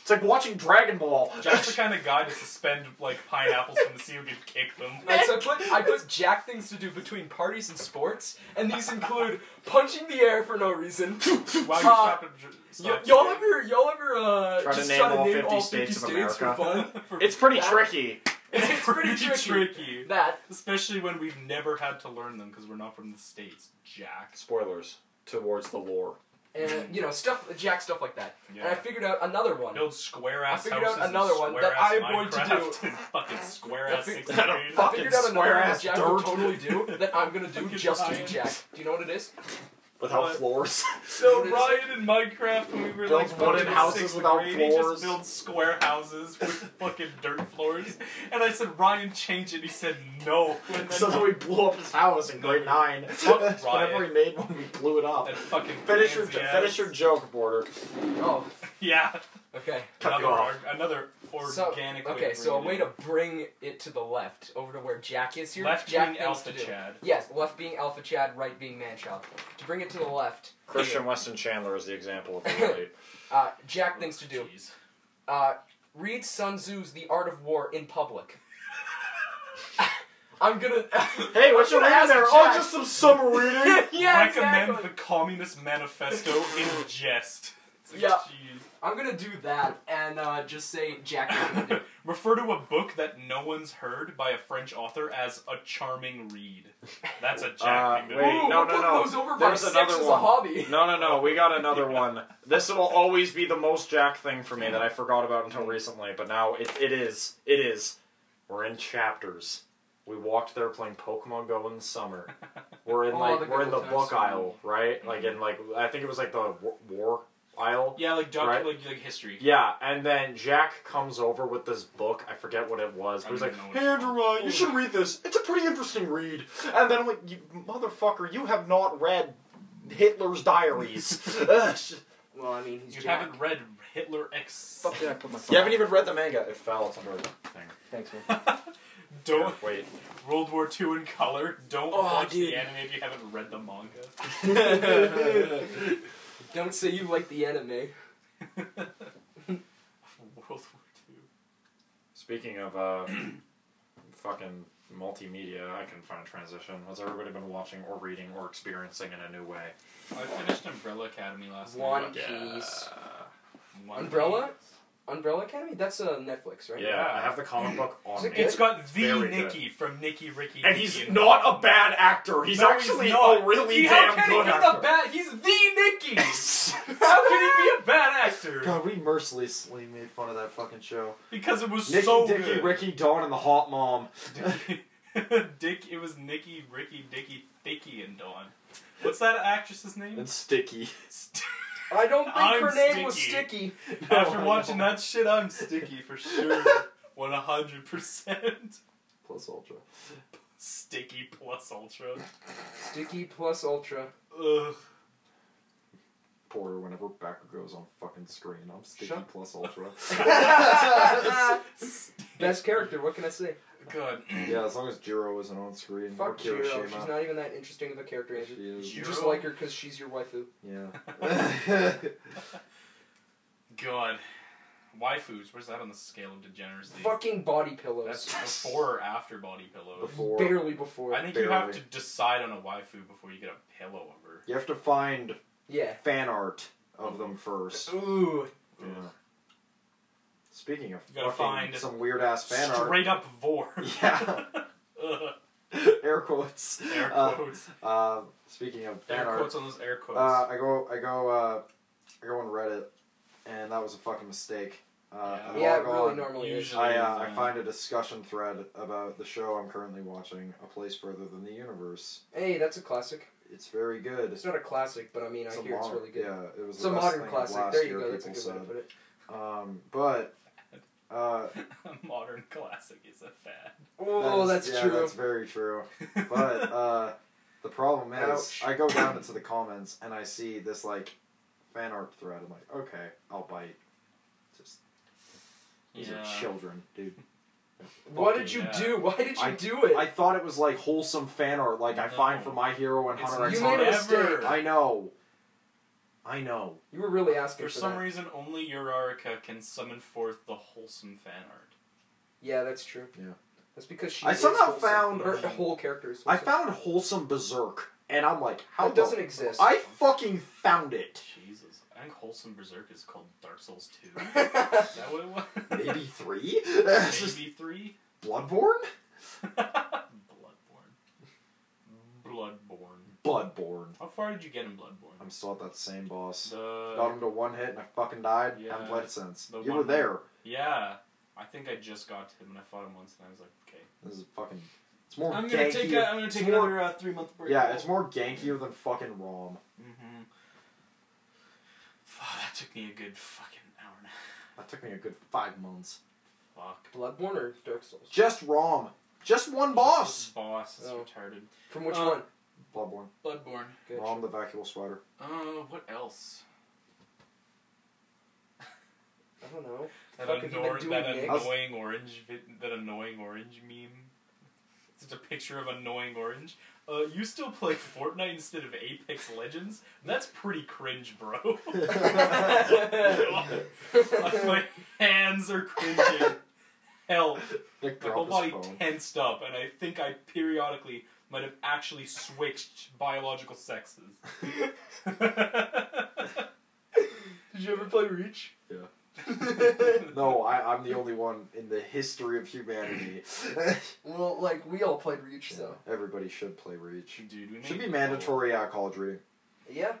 It's like watching Dragon Ball. Jack's the kind of guy to suspend like pineapples from the sea who can kick them. *laughs* I, so I put I put Jack things to do between parties and sports, and these include punching the air for no *laughs* reason. Wow, you Uh, stopped at J- Y- stopped y'all at- ever y'all ever uh, Try to just name try to all name 50 all fifty states states, of for fun? America. *laughs* For- It's pretty tricky. It's, *laughs* pretty tricky. That Especially when we've never had to learn them because we're not from the States, Jack. Spoilers towards the lore. and you know stuff Jack stuff like that. And I Yeah. figured out another one. Build square ass I figured out houses. and another one that square-ass I am going to Minecraft do. and fucking *laughs* square I ass fi- sixth I grade. I fuck- figured Fucking out another one that square-ass Jack would dirt. totally do that I'm *laughs* gonna do Fucking just to lion. Jack. Do you know what it is? Without What? floors. So Build- Ryan in Minecraft when we were Build like wooden fucking in houses sixth without grade, He floors. just built square houses *laughs* with fucking dirt floors. And I said, Ryan, change it. He said no. And then so *laughs* then we blew up his house in grade *laughs* nine. Fuck Whenever Riot. he made one, we blew it up. that fucking Finish your pansy ass. finish your joke, Border. Oh, *laughs* Yeah. okay. Cut another you off. org- another So, organic way okay, of so a reading way it. to bring it to the left, over to where Jack is here. left Jack wing things alpha to do. Chad. Yes, left being Alpha Chad, right being Manchild. To bring it to the left, Christian Weston Chandler is the example of *laughs* the uh, Jack things to do. *laughs* *laughs* Jeez. Uh, read Sun Tzu's The Art of War in public. *laughs* I'm gonna. Hey, what's your name I'm gonna ask there? Oh, Jack. just some summer reading. yeah, Recommend exactly. the Communist Manifesto in *laughs* jest. It's like, Yeah. jeez. I'm gonna do that and uh, just say Jack. is gonna do it. *laughs* Refer to a book that no one's heard by a French author as a charming read. That's a Jack Uh, thing to wait, me. Ooh, no, we're no, putting no. Those over by There's six another as a one. hobby. *laughs* No, no, no. We got another one. This will always be the most Jack thing for me that I forgot about until recently, but now it, it is. It is. We're in chapters. We walked there playing Pokemon Go in the summer. We're in Oh, the like we're in good the old book times. aisle, right? Like in like I think it was like the wa- war aisle. Yeah, like doc, Right. like, like history. Yeah, and then Jack comes over with this book. I forget what it was, but I he's don't like, even know what "Hey, it's Andrew, uh, you should read this. It's a pretty interesting read." And then I'm like, you, "Motherfucker, you have not read Hitler's *laughs* diaries. *laughs* Ugh, sh- Well, I mean, he's You Jack. haven't read Hitler X. Fuck yeah, I put my you haven't even read the manga. It fell under the thing. Thanks, man. *laughs* Don't Yeah, wait. World War II in color. Don't Oh, watch dude. the anime if you haven't read the manga. *laughs* *laughs* Don't say you like the anime. World War II. Speaking of uh, fucking multimedia, I couldn't find a transition. What's everybody been watching or reading or experiencing in a new way? I finished Umbrella Academy last One night. Piece. One Umbrella? Piece. Umbrella Academy? That's uh, Netflix, right? *laughs* Yeah, I have the comic book on Is it me. It's got the Very good. Nicky from Nicky Ricky. And Nicky he's not a bad actor. He's No, he's actually not. a really He- damn how can he good be the actor. bad. He's the Nicky. *laughs* How can he be a bad actor? God, we mercilessly made fun of that fucking show. Because it was Nicky, so Dicky, good. Ricky, Dawn, and the Hot Mom. *laughs* Dick, it was Nicky, Ricky, Dicky, Thicky, and Dawn. What's that actress's name? And sticky. St- I don't think I'm her name was Sticky. Sticky. After watching that shit, I'm sticky for sure. 100%. Plus Ultra. Sticky plus ultra. Sticky *laughs* plus Ultra. *laughs* Ugh. Porter, whenever Becker goes on fucking screen, I'm sticky Shut- plus *laughs* Ultra. Best character. What can I say? God. yeah, as long as Jiro isn't on screen. Fuck or Jiro. Kirishima. She's not even that interesting of a character. *laughs* She Andrew. is. You Jiro? just like her because she's your waifu. *laughs* Yeah. God. Waifus, where's that on the scale of degeneracy? Fucking body That's pillows. before or after body pillows. Before. Barely before. I think you have to Barely. decide on a waifu before you get a pillow of her. You have to find yeah. fan art of them first. Ooh. Yeah. Speaking of You gotta fucking find some weird ass fan art. Straight up vor. *laughs* Yeah. *laughs* Ugh. *laughs* Air quotes. Air Uh, quotes. Uh, speaking of fan air art, quotes on those air quotes. Uh, I go, I go, uh, I go on Reddit, and that was a fucking mistake. Uh, Yeah. and Yeah, log it really on. normally is. Usually. I, uh, Yeah. I find a discussion thread about the show I'm currently watching, A Place Further Than the Universe. Hey, that's a classic. It's very good. It's not a classic, but I mean, I a hear it's mod- really good. Yeah, it was It's the a best modern thing classic. Last There year, you go. That's a people good way to put it. said. Um, but uh, a *laughs* modern classic is a fad. Oh, that is- that's yeah, true. That's very true. But *laughs* uh, the problem is, *laughs* Ouch. I go down into the comments and I see this like fan art thread. I'm like, okay, I'll bite. Just these are children, dude. What did you Fucking, yeah. do? Why did you I- do it? I thought it was like wholesome fan art, like I No. find for My Hero and It's Hunter X you made Hunter. a mistake. never- I know. I know. You were really asking For for, some that. reason, only Urarika can summon forth the wholesome fan art. Yeah, that's true. Yeah. That's because she. I is somehow wholesome. found- her the whole character. Is I wholesome. found wholesome berserk, and I'm like, how That doesn't the- exist. I fucking found it. Jesus, I think wholesome berserk is called Dark Souls *laughs* Two. is that what it was? *laughs* Maybe three? Maybe three. *laughs* Bloodborne? Bloodborne. Bloodborne. Bloodborne. How far did you get in Bloodborne? I'm still at that same boss. Got The him to one hit and I fucking died. Oh, Yeah. Haven't played it since. The you one were there. yeah, I think I just got to him and I fought him once and I was like, okay. This is fucking. It's more. I'm gonna take gankier- a, I'm gonna it's take more- another uh, three month break. Yeah, it's more gankier than fucking ROM. Mm-hmm. Fuck, that took me a good fucking hour and That took me a good five months. a half. Fuck. *laughs* Bloodborne or Dark Souls. Just ROM. Just one boss. Boss is Oh. retarded. From which Uh, one? Bloodborne. Bloodborne. Good. ROM the vacuole sweater. Uh, what else? I don't know. That, Fuck have you been annoying, doing, that Nick? annoying orange vid- that annoying orange meme. It's just a picture of annoying orange. Uh, you still play Fortnite instead of Apex Legends? That's pretty cringe, bro. *laughs* My hands are cringing. Hell, Nick my dropped his whole oh, body phone. tensed up, and I think I periodically might have actually switched biological sexes. *laughs* Did you ever play Reach? *laughs* No, I, I'm the only one in the history of *laughs* humanity. Well, like we all played Reach, Yeah, so everybody should play Reach. Dude, we Should need be to- mandatory alcohol drink. yeah.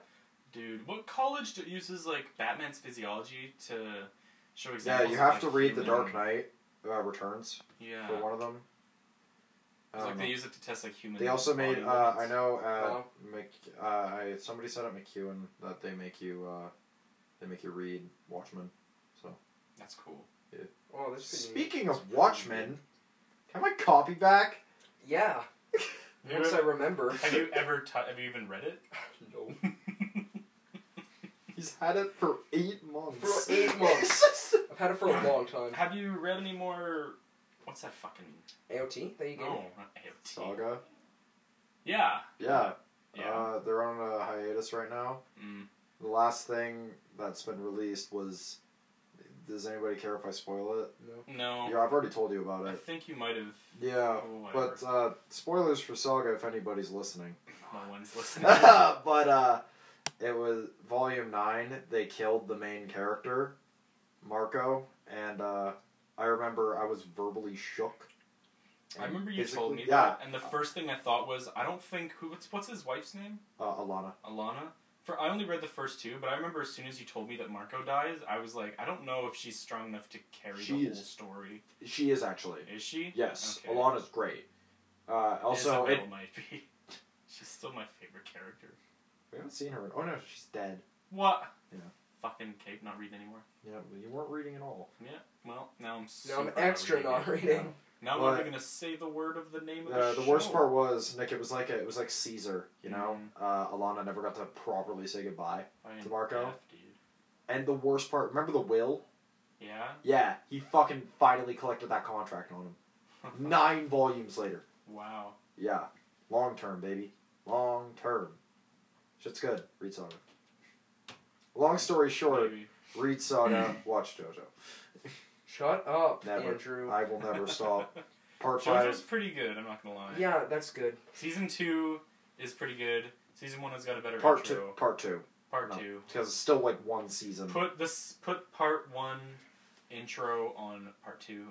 Dude, what college d- uses like Batman's physiology to show Yeah, examples? you of, have like, to read The human- Dark Knight uh, Returns Yeah, for one of them. Um, I It's don't like know. they use it to test like human. They also made. body Uh, I limits. know. Uh, Wow. Mc, uh, I, somebody said at McEwen that they make you. Uh, they make you read Watchmen. That's cool. Oh, that's pretty. neat. Speaking of Watchmen, can I copy back? *laughs* Yeah. Once I remember. *laughs* Have you ever t- have you even read it? no. He's had it for eight months. *laughs* For eight months. It's just- I've had it for a long time. *laughs* Have you read any more? What's that fucking? AOT that you gave. me? No, not AOT. Saga. Uh, Yeah. Yeah. Yeah. Uh, they're on a hiatus right now. Mm. The last thing that's been released was. Does anybody care if I spoil it? No. Yeah, I've already told you about I it. think you might have. Yeah, Oh, whatever. but uh, spoilers for Saga if anybody's listening. No *laughs* one's listening. but uh, it was volume nine. They killed the main character, Marco, and uh, I remember I was verbally shook. I remember you Physically- told me yeah, that, and the first thing I thought was, I don't think who. What's, what's his wife's name? uh, Alana. Alana. For I only read the first two, but I remember as soon as you told me that Marco dies, I was like, I don't know if she's strong enough to carry She the whole is. story. She is actually. Is she? Yes, Okay. Alana's great. Uh, also, it, Isabel might be. *laughs* She's still my favorite character. we haven't seen her. Oh no, she's dead. What? Yeah. Fucking Cape, not reading anymore. Yeah, well, you weren't reading at all. Well, now I'm. No, I'm super extra reading. not reading. Now I'm not But- even gonna say the word of the name of Uh, the the worst show. Mm-hmm. part was Nick. It was like a, it was like Caesar. You know, uh, Alana never got to properly say goodbye. Fucking to Marco. death, dude. And the worst part, remember the will? Yeah. Yeah, he fucking finally collected that contract on *laughs* him. Nine volumes later. Wow. Yeah. Long term, baby. Long term. Shit's good. Read Saga. Long story short, Maybe. read *laughs* Saga, watch JoJo. Shut up, Never. Andrew. I will *laughs* never stop. Part JoJo's 5. pretty good. I'm not gonna lie. Yeah, that's good. Season two is pretty good. Season one has got a better Part intro. 2. Part 2. Part No. two. Because it's still like one season. Put this. Put part one intro on part two.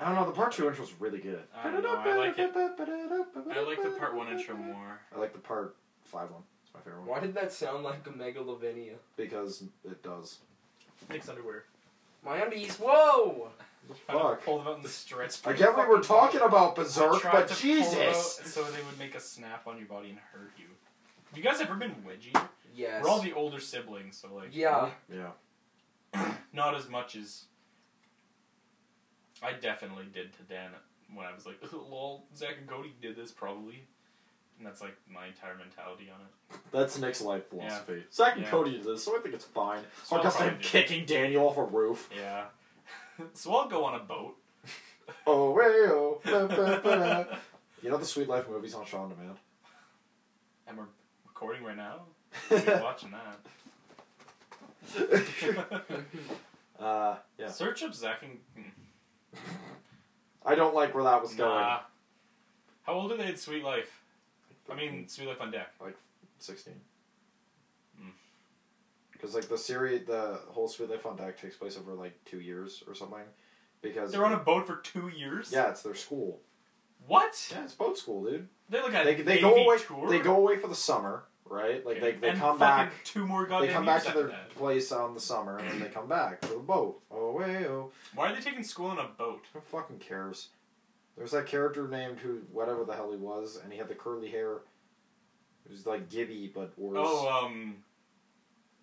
I don't know, the part 2 intro's really good. I don't know, I like it. I like the part one intro more. I like the part 5 one. It's my favorite one. Why did that sound like a megalovania? Because it does. Nick's underwear. My undies. Whoa! I know, Fuck. pulled them out in the stretch. I get we were talking about I Berserk, tried but to pull out Jesus! So they would make a snap on your body and hurt you. Have you guys ever been wedgie? Yes. We're all the older siblings, so like yeah. Yeah. not as much as I definitely did to Dan when I was like, lol, Zach and Cody did this probably. And that's like my entire mentality on it. That's Nick's life philosophy. Zach and Yeah. Cody did this, so I think it's fine. So I'll because probably I'm do it. kicking Daniel off a roof. *laughs* Yeah. so I'll go on a boat. Oh, hey, oh. *laughs* ba, ba, ba, da. You know the Sweet Life movie's on Shaun Demand? *laughs* and we're recording right now. We're watching that. *laughs* *laughs* uh, yeah. Search up Zach and. hmm, I don't like where that was going. Nah. How old are they in Sweet Life? I mean, Sweet Life on Deck. sixteen. Mm. Because like the series, the whole Sweet Life on Deck takes place over like two years or something. Because They're on a boat for two years. yeah, it's their school. What? Yeah, it's boat school, dude. They're like a They, they go Navy away. tour. They go away for the summer, right? Like they, they and come fucking back. Two more They goddamn come back years to after their that. place on the summer, and then they come back to the boat. Oh, way oh. Why are they taking school on a boat? Who fucking cares? There's that character named who, whatever the hell he was, and he had the curly hair. It was like Gibby, but worse. Oh, uh, um,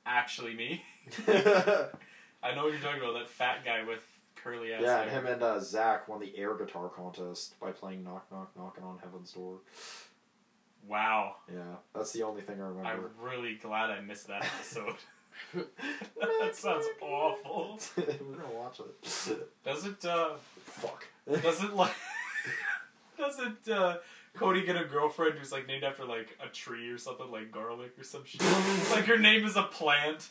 actually, me. *laughs* I know what you're talking about. That fat guy with curly ass. *laughs* yeah, hair. and him and uh, Zach won the air guitar contest by playing "Knock Knock Knocking on Heaven's Door." Wow, Yeah, that's the only thing I I'm remember. really glad I missed that episode. that sounds awful. *laughs* We're gonna watch it. *laughs* *laughs* Does it? uh... Fuck. Does it like? *laughs* Does it? uh... Cody get a girlfriend who's like named after like a tree or something like garlic or some *laughs* shit. like her name is a plant.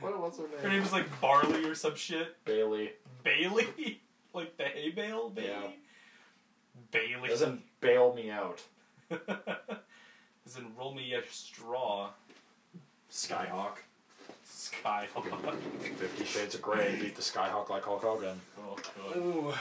What was her Her name is like barley or some shit. Bailey. Bailey? *laughs* like the hay bale Bailey? Yeah. Bailey. *laughs* Doesn't bail me out. As in roll me a straw, Skyhawk. Sky. *laughs* oh, Fifty Shades of Grey beat the Skyhawk like Hulk Hogan. God. Ooh.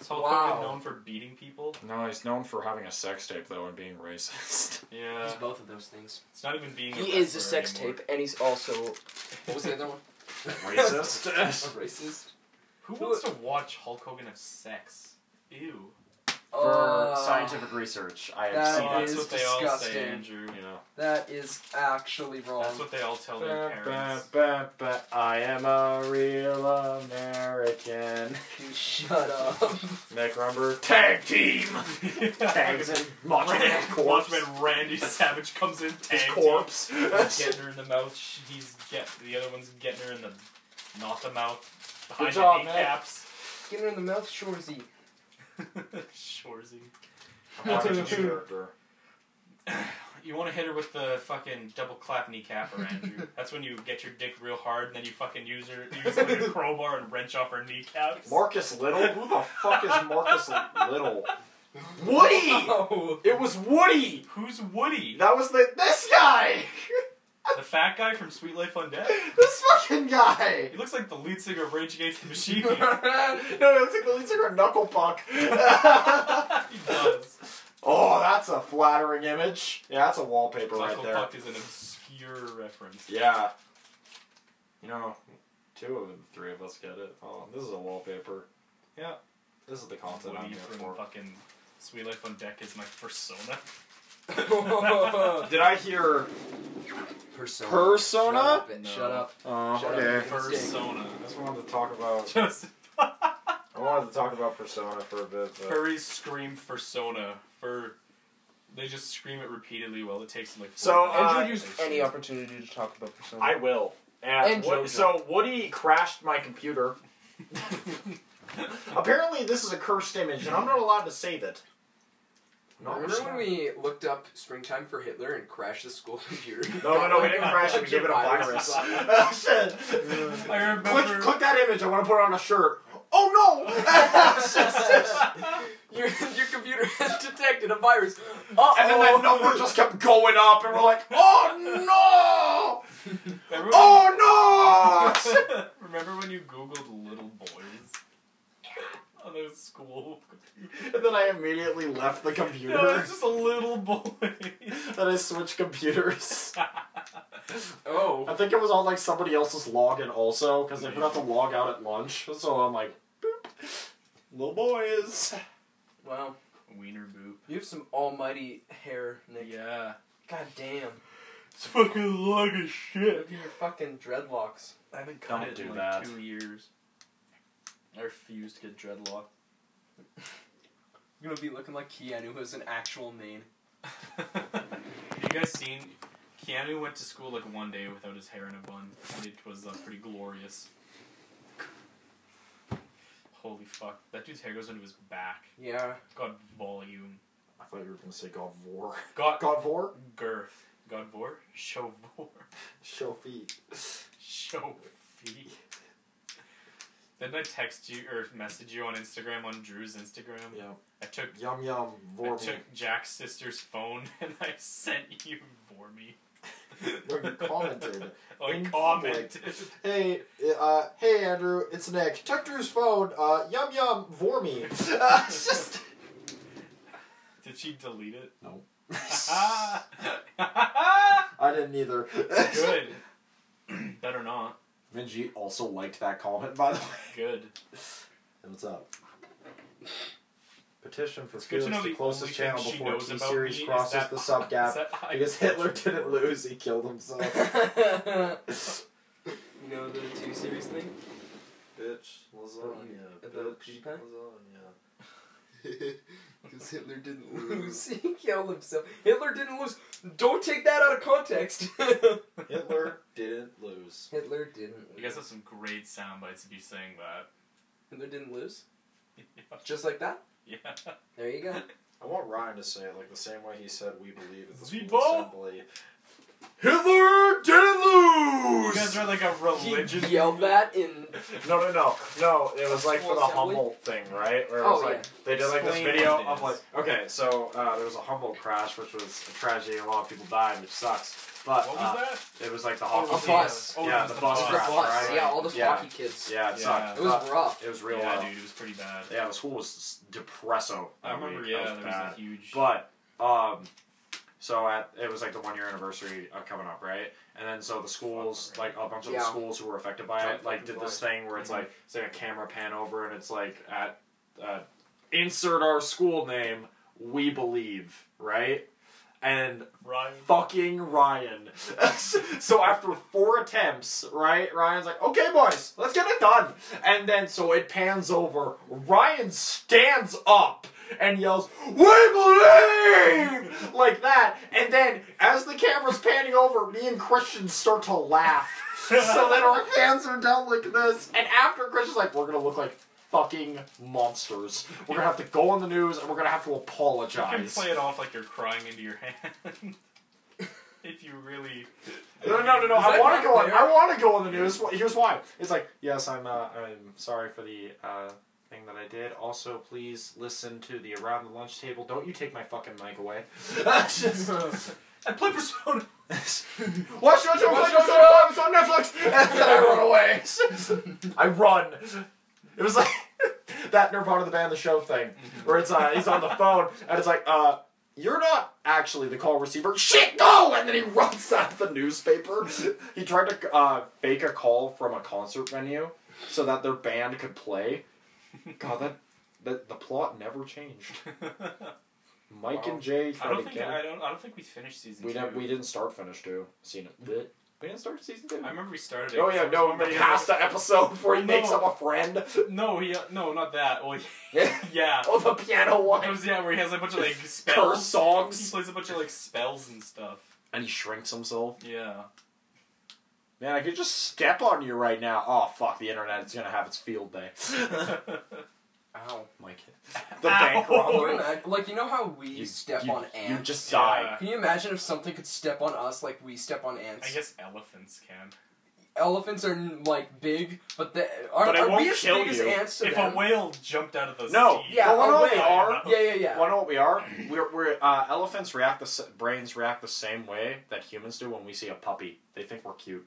Is Hulk Wow. Hogan known for beating people? No, he's known for having a sex tape though and being *laughs* racist. Yeah. He's both of those things. It's not even being He is a wrestler sex anymore. *laughs* tape, and he's also what was the other one? *laughs* *laughs* racist. racist. Who wants to watch Hulk Hogan have sex? Ew. For Uh, scientific research, I have That seen oh, that's is what they all disgusting. say, Andrew. You know. That is actually wrong. That's what they all tell their parents. I am a real American. You *laughs* shut up. Nick Rumber. Tag team! *laughs* Tags Watchmen in Macho Man's corpse. Randy Savage comes in, His tags him. corpse. *laughs* He's getting her in the mouth. sh- He's get the other one's getting her in the not the mouth behind job, the man. kneecaps. *laughs* Get her in the mouth, Shorzy. Shorzy. Watching character. You want to hit her with the fucking double clap kneecap, or Andrew? That's when you get your dick real hard, and then you fucking use her, use like a crowbar and wrench off her kneecaps. Marcus Little? Who the fuck is Marcus Little? *laughs* Woody! Oh. *laughs* It was Woody! Who's Woody? That was the this guy! *laughs* The fat guy from Sweet Life on Death? this fucking guy! He looks like the lead singer of Rage Against *laughs* the Machine. no, No, that's like the lead singer of Knuckle Puck. he does. *laughs* oh, that's a flattering image. Yeah, that's a wallpaper right Michael there. Puck is an obscure reference. Yeah. You know, two of the three of us get it. Oh, this is a wallpaper. Yeah. This is the content I'm Woody here from for. fucking Sweet Life on Deck is my *laughs* persona. *laughs* Did I hear? Persona. Persona? Shut up. and- No. Shut up. Oh, Shut up. okay. Persona. I just wanted to talk *laughs* about. Just I wanted to talk about Persona for a bit, but furries scream persona for. They just scream it repeatedly while it takes them like. So, four minutes. uh, Andrew used any opportunity to talk about Persona. I will. And, And Wo- JoJo. so Woody crashed my computer. Apparently, this is a cursed image, and I'm not allowed to save it. No, Remember when we looked up springtime for Hitler and crashed the school *laughs* computer? No, no, no, we *laughs* didn't crash it. We gave it a virus. *laughs* oh, shit. *laughs* I remember. Click, *laughs* click that image. I want to put it on a shirt. Oh no! your, your computer *laughs* has detected a virus. Uh-oh. *laughs* and then that *laughs* number just kept going up, and we're like, oh no! Remember when, Oh *laughs* no! remember when you googled little boys on the school? and then I immediately left the No, computer. it's *laughs* just a little boy. then I switched computers. I Oh. think it was on like somebody else's login also, because I forgot to log out at lunch. So I'm like, boop, little boys. Wow. Wiener boop. You have some almighty hair, Nick. Yeah. God damn. It's fucking long as shit. Look at your fucking dreadlocks. I haven't cut Don't it do in like that. two years. I refuse to get dreadlock. You're gonna be looking like Keanu, who has an actual mane. *laughs* you guys seen? Keanu went to school like one day without his hair in a bun, and it was uh, pretty glorious. Holy fuck! That dude's hair goes into his back. Yeah. *laughs* God volume. I thought you were gonna say God Vor. God God Vor? *laughs* girth. God vor. Show vor. Show feet. show feet. Didn't I text you or message you on Instagram on Drew's Instagram? Yeah. I took Yum yum I Vormir. took Jack's sister's phone *laughs* and I sent you for me. Or you commented. I In commented. Hey, uh, hey Andrew, it's Nick. Check Drew's phone. Uh, yum yum Vormir. *laughs* Uh, it's just. *laughs* Did she *laughs* delete it? *laughs* No. Ah. Good. I didn't either. Better not. Minji also liked that comment, by the way. Good. And what's up? Petition for It's good to Felix, know the the closest only channel thing she before knows T about series me is crosses that- *laughs* the sub Is gap. that I- Because Hitler didn't *laughs* lose, he killed himself. you know the two series thing? *laughs* Bitch, lasagna, About bitch, PewDiePie? Because Hitler didn't lose. *laughs* he killed himself. Hitler didn't lose. Don't take that out of context. *laughs* Hitler *laughs* didn't lose. Hitler didn't. You guys have some great sound bites of you saying that. Hitler didn't lose. Just like that. Yeah. There you go. I want Ryan to say it like the same way he said we believe at the Zebo? school assembly. Hitler didn't You guys lose! are like a religion. He yelled that in. No, no, no, no. It was like for the School assembly? Humboldt thing, right? Where it was Oh, like yeah. they did like this Explain video what it of is. like, okay, so uh, there was a Humboldt crash, which was a tragedy. A lot of people died, which sucks. But What was uh, that? it was like the Oh, Humboldt. A bus. Oh, Yeah, it was the bus Just crash, for us. right? Yeah, all those Yeah. hockey kids. Yeah, it Yeah. sucked. It was Uh, rough. It was real yeah, rough. dude, it was pretty bad. Yeah, the school was s- depresso. I that remember. week. That Yeah, was there bad. was a huge. But um, so at it was like the one year anniversary uh, coming up, right? And then so the schools, Fuck, like a bunch of Yeah. Mm-hmm. the schools who were affected by Don't it, like did fucking this thing where it's Mhm. *laughs* like it's like a camera pan over and it's like at uh, insert our school name, we believe, right? And Ryan. *laughs* fucking Ryan. *laughs* so after four attempts, right, Ryan's like, okay, boys, let's get it done. And then so it pans over. Ryan stands up and yells, We believe! Like that. And then as the camera's panning over, me and Christian start to laugh. so then our hands are down like this. And after Christian's like, we're gonna look like fucking monsters. *laughs* We're gonna have to go on the news and we're gonna have to You can apologize. play it off like you're crying into your *laughs* hand. if you really. No, no, no, no! Is I that want to not go. On, fair? I want to go on the news. Wh- Here's why. It's like, yes, I'm. Uh, I'm sorry for the uh, thing that I did. Also, please listen to the around the lunch table. Don't you take my fucking mic away? *laughs* I play Persona. Watch your show. Watch your show. It's on Netflix. *laughs* And then I run away. *laughs* I run. It was like *laughs* that Nirvana the band the show thing, where it's uh, he's on *laughs* the phone and it's like, uh, you're not actually the call receiver. Shit, go! And then he runs out of the newspaper. he tried to uh, fake a call from a concert venue so that their band could play. God, that, that the plot never changed. Mike Wow. and Jay I tried don't to think get. I it. don't. I don't think we finished season we two. didn't. We didn't start finish two. Seen it. We didn't start season two. I remember we started. It Oh 'cause yeah, there was no, one where the he was pasta episode where he No. makes up a friend. like- No, he. uh, No, not that. Well, *laughs* yeah. oh, the piano It one. was yeah, where he has a *laughs* bunch of like Curse spells. He *laughs* songs. plays a bunch of like spells and stuff. And he shrinks himself. Yeah. Man, I could just step on you right now. Oh fuck, the internet is gonna have its field day. Ow. *laughs* Mike, the Ow. bank Can you robber. imagine, like you know how we You step you- on ants. You just die. Yeah. Can you imagine if something could step on us like we step on ants? I guess elephants can. Elephants are like big, but the are, But it are won't we as kill big as you. ants to if them? a whale jumped out of the No, sea, yeah, Well, a no, we whale. are. yeah, yeah, yeah. Wanna know what we are? We're, we're uh, elephants react the s- brains react the same way that humans do when we see a puppy. They think we're cute.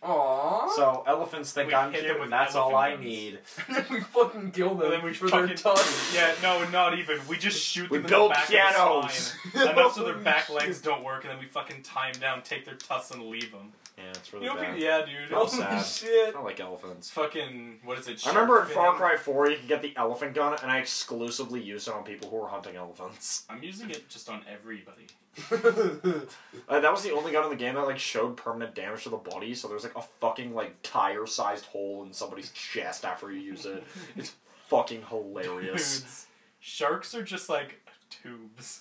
*laughs* Aww. So elephants think We I'm hit them cute, with and that's all I elephant guns. need. then we fucking kill them And then we for fucking their tongues. yeah, no, not even. We just shoot We them build in the back of the pianos. *laughs* spine enough so their back legs don't work, and then we fucking tie them down, take their tusks, and leave them. Yeah, it's You really know, bad. people, *laughs* yeah, dude. Oh, Oh, sad. I shit. *laughs* don't like elephants. *laughs* it's fucking what is it? I remember in shark Far finning? Cry 4, you can get the elephant gun, and I exclusively use it on people who are hunting elephants. *laughs* I'm using it just on everybody. Uh, that was the only gun in the game that like showed permanent damage to the body, so there's like a fucking like tire-sized hole in somebody's chest after you use it. It's fucking *laughs* hilarious. Dudes, sharks are just like tubes.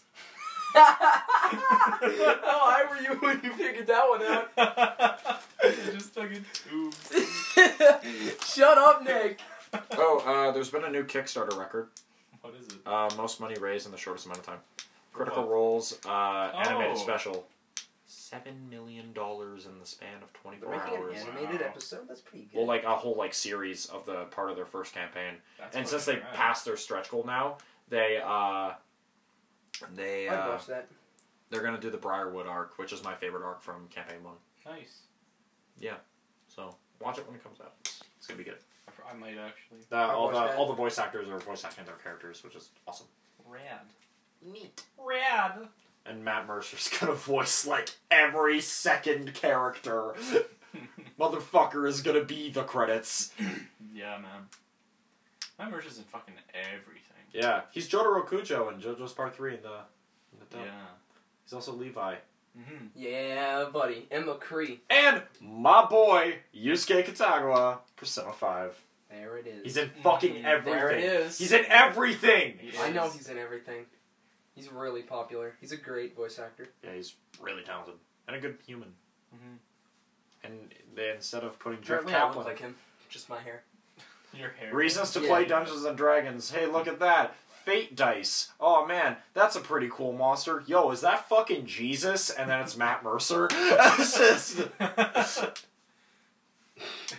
How high were you when you figured that one out? *laughs* They're just fucking tubes. Shut up, Nick. oh, *laughs* uh, there's been a new Kickstarter record. What is it? Uh, most money raised in the shortest amount of time. Critical What? Role's uh, animated Oh. special. seven million dollars in the span of twenty They're four making an hours. animated Wow. episode. That's pretty good. Well, like a whole like series of the part of their first campaign, That's and fucking since they rad. passed their stretch goal now, they uh, they I'd uh, watch that. they're gonna do the Briarwood arc, which is my favorite arc from campaign one. nice. So watch it when it comes out. It's gonna be good. I pr- I might actually. The, Our all voice the band. all the voice actors are voice acting their characters, which is awesome. Rad. Neat. Rad. And Matt Mercer's *laughs* gonna voice like every second character. Motherfucker is gonna be the credits. *laughs* Yeah, man. My merch is in fucking everything. Yeah, he's Jotaro Kujo in JoJo's Part Three in the. In the dub. Yeah. He's also Levi. Mm-hmm. Yeah, buddy. Emma Cree. And my boy Yusuke Katagawa, Persona Five. There it is. He's in fucking Mm, everything. There it is. He's in everything. He I know is. he's in everything. He's really popular. He's a great voice actor. Yeah, he's really talented and a good human. Mhm. And they instead of putting Jeff Mm-hmm. Apparently, I Kaplan, look like him. Just my hair. Your hair. Reasons to Yeah. play Dungeons and Dragons. Hey, look at that. Fate dice. Oh man, that's a pretty cool monster. Yo, is that fucking Jesus? And then it's Matt Mercer. *laughs* It's just- *laughs*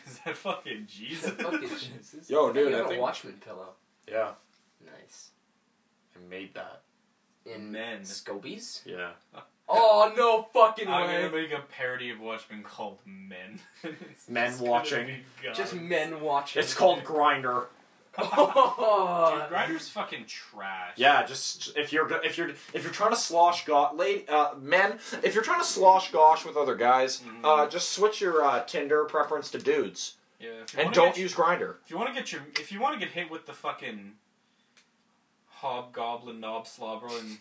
Is that fucking Jesus? *laughs* Fucking Jesus. Yo, dude, You I have a think- Watchmen pillow. yeah, Nice. I made that. In Men. Scobies? Yeah. Oh no fucking I'm way! gonna make a parody of Watchmen called Men. *laughs* It's Men just gonna watching. be God. Just men watching. It's called Grinder. Dude, *laughs* Oh, Grinder's fucking trash. Yeah, just if you're if you're if you're trying to slosh gosh, lady, uh, men, if you're trying to slosh gosh with other guys, Mm-hmm. Mhm. uh, just switch your uh, Tinder preference to dudes Yeah. If you and wanna don't get- use Grinder. If you want to get your, if you want to get hit with the fucking hobgoblin knob slobber and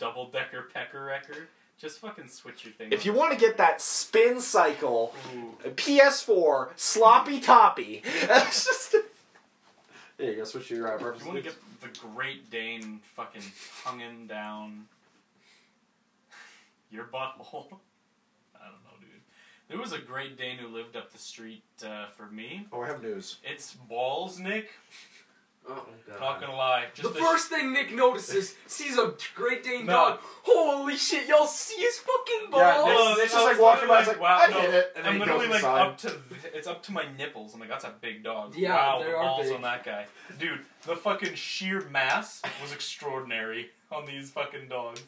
double decker pecker wrecker, just fucking switch your thing. If you want to get that spin cycle, Ooh. PS4 sloppy *laughs* toppy. That's just. Yeah, you gotta switch your uh, If you want to get the Great Dane fucking hunging down your butthole. *laughs* I don't know, dude. There was a Great Dane who lived up the street uh, for me. Oh, I have news. It's balls, Nick. oh god. Not gonna lie. The Just a- first thing Nick notices, sees a Great Dane No. dog. Holy shit, y'all see his fucking Yeah, balls? Nick's- Oh, Nick's I just, was like, walking by, literally it's like, wow, "I no, did it," and then I'm he literally goes like inside. up to th- it's up to my nipples. I'm like, that's a big dog. Yeah, wow, they the are balls big. on that guy, dude. The fucking sheer mass was extraordinary on these fucking dogs.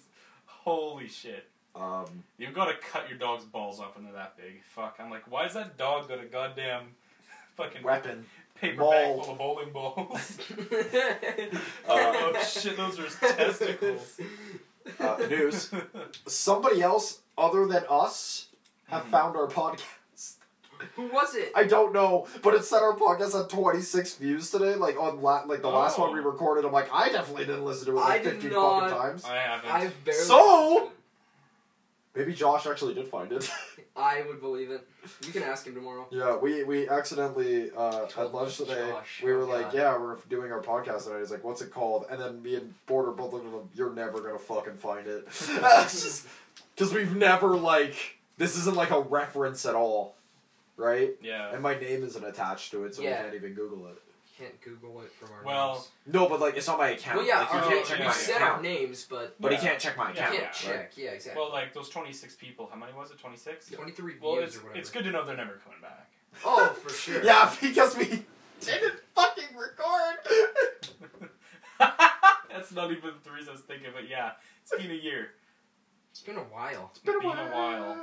Holy shit! Um, You've got to cut your dog's balls off when they're that big. Fuck. I'm like, why is that dog got a goddamn fucking weapon. paper bag Mauled. full of bowling *laughs* *laughs* balls? Uh, oh shit, those are his testicles. *laughs* Uh, *laughs* news. Somebody else other than us have Mhm. found our podcast. Who was it? *laughs* I don't know, but it said our podcast had 26 views today. Like on la- like the last Oh. one we recorded, I'm like, I definitely didn't listen to it I like did 15 not. fucking times. I haven't. I've barely. So- Maybe Josh actually did find it. *laughs* I would believe it. You can ask him tomorrow. yeah, we we accidentally uh, at Told lunch today. Josh. We were Oh, like, God. yeah, we're doing our podcast today. He's like, what's it called? And then me and Border both looked at him. You're never gonna fucking find it. *laughs* because we've never like this isn't like a reference at all, right? yeah. And my name isn't attached to it, so Yeah. we can't even Google it. Can't Google it from our Well, names. No, but like it's not my account. Well, yeah, like, you uh, our, can't name- check we my said account. our names, but But Yeah. he can't check my Yeah. account. can't right. check. Yeah, exactly. Well, like those 26 people, how many was it? 26? 23 Well, views it's, or whatever. it's good to know they're never coming back. *laughs* Oh, for sure. *laughs* Yeah, because we didn't fucking *laughs* *laughs* record. That's not even the reason I was thinking, but yeah, it's been a year. It's been a while. It's been, a while.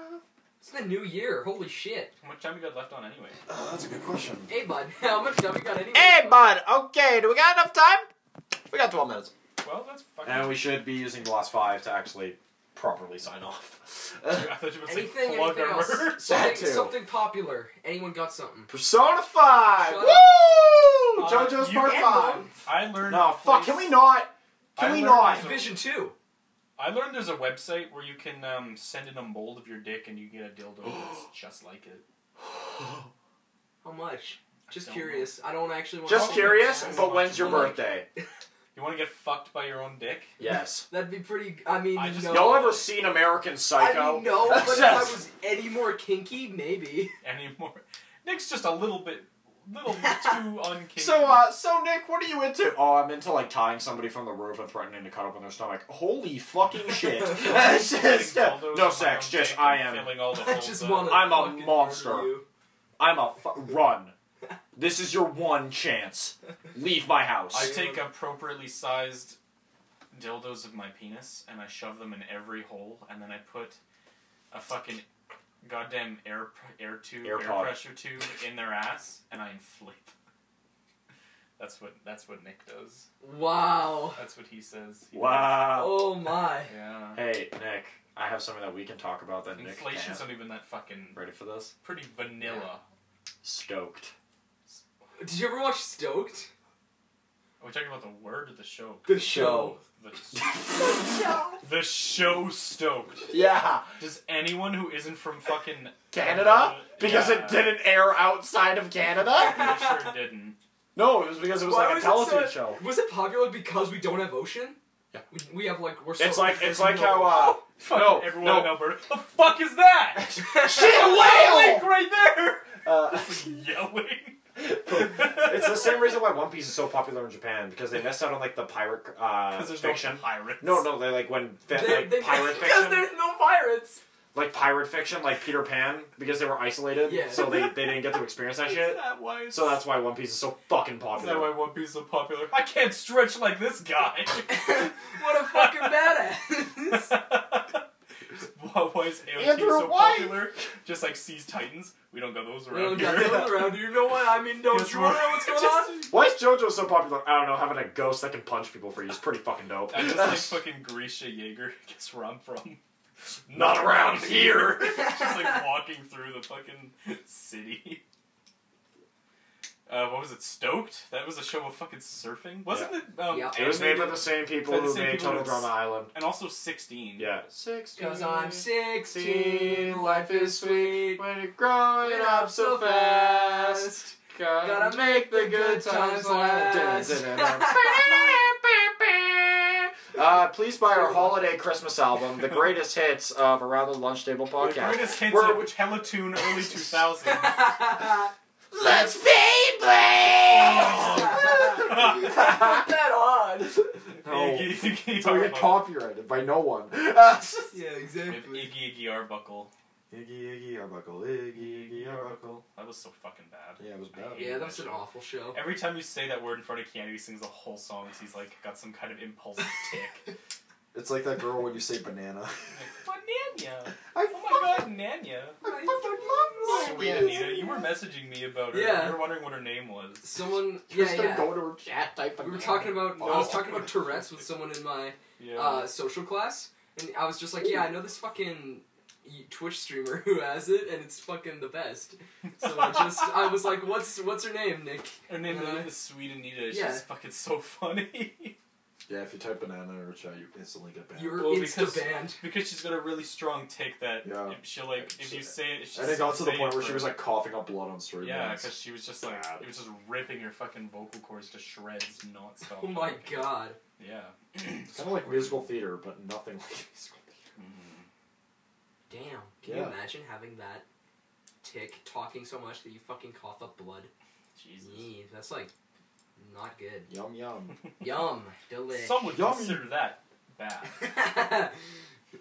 It's the new year. Holy shit. How much time we got left on anyway? Uh, that's a good question. Hey, bud. *laughs* How much time we got anyway? Hey, bud. Okay, do we got enough time? We got 12 minutes. Well, that's fucking. And we should be using the last five to actually properly sign off. *laughs* I thought you were going to say Anything, plug anything our else? *laughs* merch. Something, too. something popular. Anyone got something? *laughs* Persona Five. Shut up. Woo! Uh, JoJo's you Part can Five. I learned. No, a fuck. place- Can we not? Can I we learned not? there's a- Division 2. I learned there's a website where you can um, send in a mold of your dick and you get *gasps* a dildo that's just like it. How much? I Just don't curious. I don't actually want Just Oh, to. curious. that's But much when's your money. birthday? know. You want to get fucked by your own dick? *laughs* Yes. That'd be pretty. I mean, I just- no. Y'all ever seen American Psycho? I mean, no, *laughs* *laughs* but if I Yes. was any more kinky, maybe. Anymore. Nick's just a little bit. *laughs* little too unkingly. So, uh, *laughs* so Nick, what are you into? Oh, I'm into like tying somebody from the roof and threatening to cut open their stomach. Holy fucking shit! *laughs* It's just- uh, no sex, just *laughs* I am. Filling all *laughs* the I holes just up. want to. I'm a monster. I'm a fu- run. This is your one chance. Leave my I house. *laughs* take appropriately sized dildos of my penis and I shove them in every hole, and then I put a fucking goddamn air air tube, Air air, pod. pressure tube in their ass, and I inflate. *laughs* That's what that's what Nick does. Wow. That's what he says. He Wow. Oh my. does. Yeah. Hey, Nick, I have something that we can talk about that Nick can't. Inflation's not even that fucking Ready for this? pretty vanilla, Stoked. Did you ever watch Stoked? Are we talking about the word or the show? The The, the show stoked. yeah. Does anyone who isn't from fucking Canada? Because Yeah. it didn't air outside of Canada? It sure didn't. no, it was because it was Why like a was it television so- show. Was it popular because we don't have ocean? Yeah. We, we have like we're. So It's like it's like no. how uh Fuck No, everyone no. in Alberta. The fuck is that? *laughs* shit Link whale. right there. Uh, Yelling. it's the same reason why One Piece is so popular in Japan because they messed out on like the pirate uh, there's fiction. no pirates. No, no, they like when fa- They- like they- *laughs* pirate Because fiction, there's no pirates. like pirate fiction, like Peter Pan, because they were isolated, Yeah. so they, they didn't get to experience that Is shit. that why? *laughs* it's- So that's why One Piece is so fucking Is that why popular. One Piece is so popular? I can't stretch like *laughs* this guy. *laughs* What a fucking *laughs* badass. why, why is AOT Andrew so White. popular? Just like Seas Titans, we don't got those we don't around got here. *laughs* no around. You know what I mean? Don't Guess you wanna what? know *laughs* what's going Just- on? Why is JoJo so popular? I don't know. Having a ghost that can punch people for you is pretty fucking dope. I *laughs* just like fucking Grisha Yeager. Guess where I'm from? Not around here. She's *laughs* like walking through the fucking city. Uh, what was it? Stoked? That was a show of fucking surfing, wasn't it? Um, Yeah. It was made by animated? the same people By the who same made people Total who- Drama Island. and also sixteen. Yeah. Sixteen. Cause I'm 16, life is sweet. When you're growing Growing up so fast. Gotta make the good times last. *laughs* Uh, please buy our holiday Christmas album, the greatest hits of Around the Lunch Table The podcast. greatest hits We're- of Teletoon early 2000. Let's be *laughs* blazed! *laughs* Put that on. *laughs* no. Iggy, Iggy, So we get Arbuckle. Oh, copyrighted by no one. *laughs* Yeah, With exactly. Iggy, Iggy Arbuckle. Iggy, Iggy, Arbuckle, Iggy, Iggy, Arbuckle. That was so fucking bad. Yeah, it was bad. Yeah, that was an awful show. Every time you say that word in front of Keanu, he sings the whole song 'cause he's like got some kind of impulsive *laughs* tick. It's like that girl when you say banana. but Nanya! I Oh my god, Nanya! I fucking love Sweet Anita, you were messaging me about her. Yeah. You were wondering what her name was. Someone, You yeah, still yeah. go to her chat type We were talking about. I was Oh. talking about Tourette's with someone in my Yeah. uh, social class, and I was just like, yeah, I know this fucking Twitch streamer who has it, and it's fucking the best. So I just, I was like, what's what's her name, Nick? her name uh, is Sweet Anita. yeah. She's fucking so funny. *laughs* Yeah, if you type banana in her chat, you instantly get banned. You were Well, because- insta banned. Because she's got a really strong tick that Yeah. if she'll like if you say it. If she and it got to the say point it where she for- was like coughing up blood on stream. Yeah, once. because she was just like Bad. it was just ripping her fucking vocal cords to shreds nonstop. Oh my god. *clears throat* Yeah. Mm-hmm. it's kind of like musical theater, but nothing like *laughs* musical theater. Damn. Can you Yeah. imagine having that tick talking so much that you fucking cough up blood? Jesus. *laughs* Yee, that's like not good. Yum yum. Yum. Delish. Some would Yummy. consider that bad. *laughs* *laughs*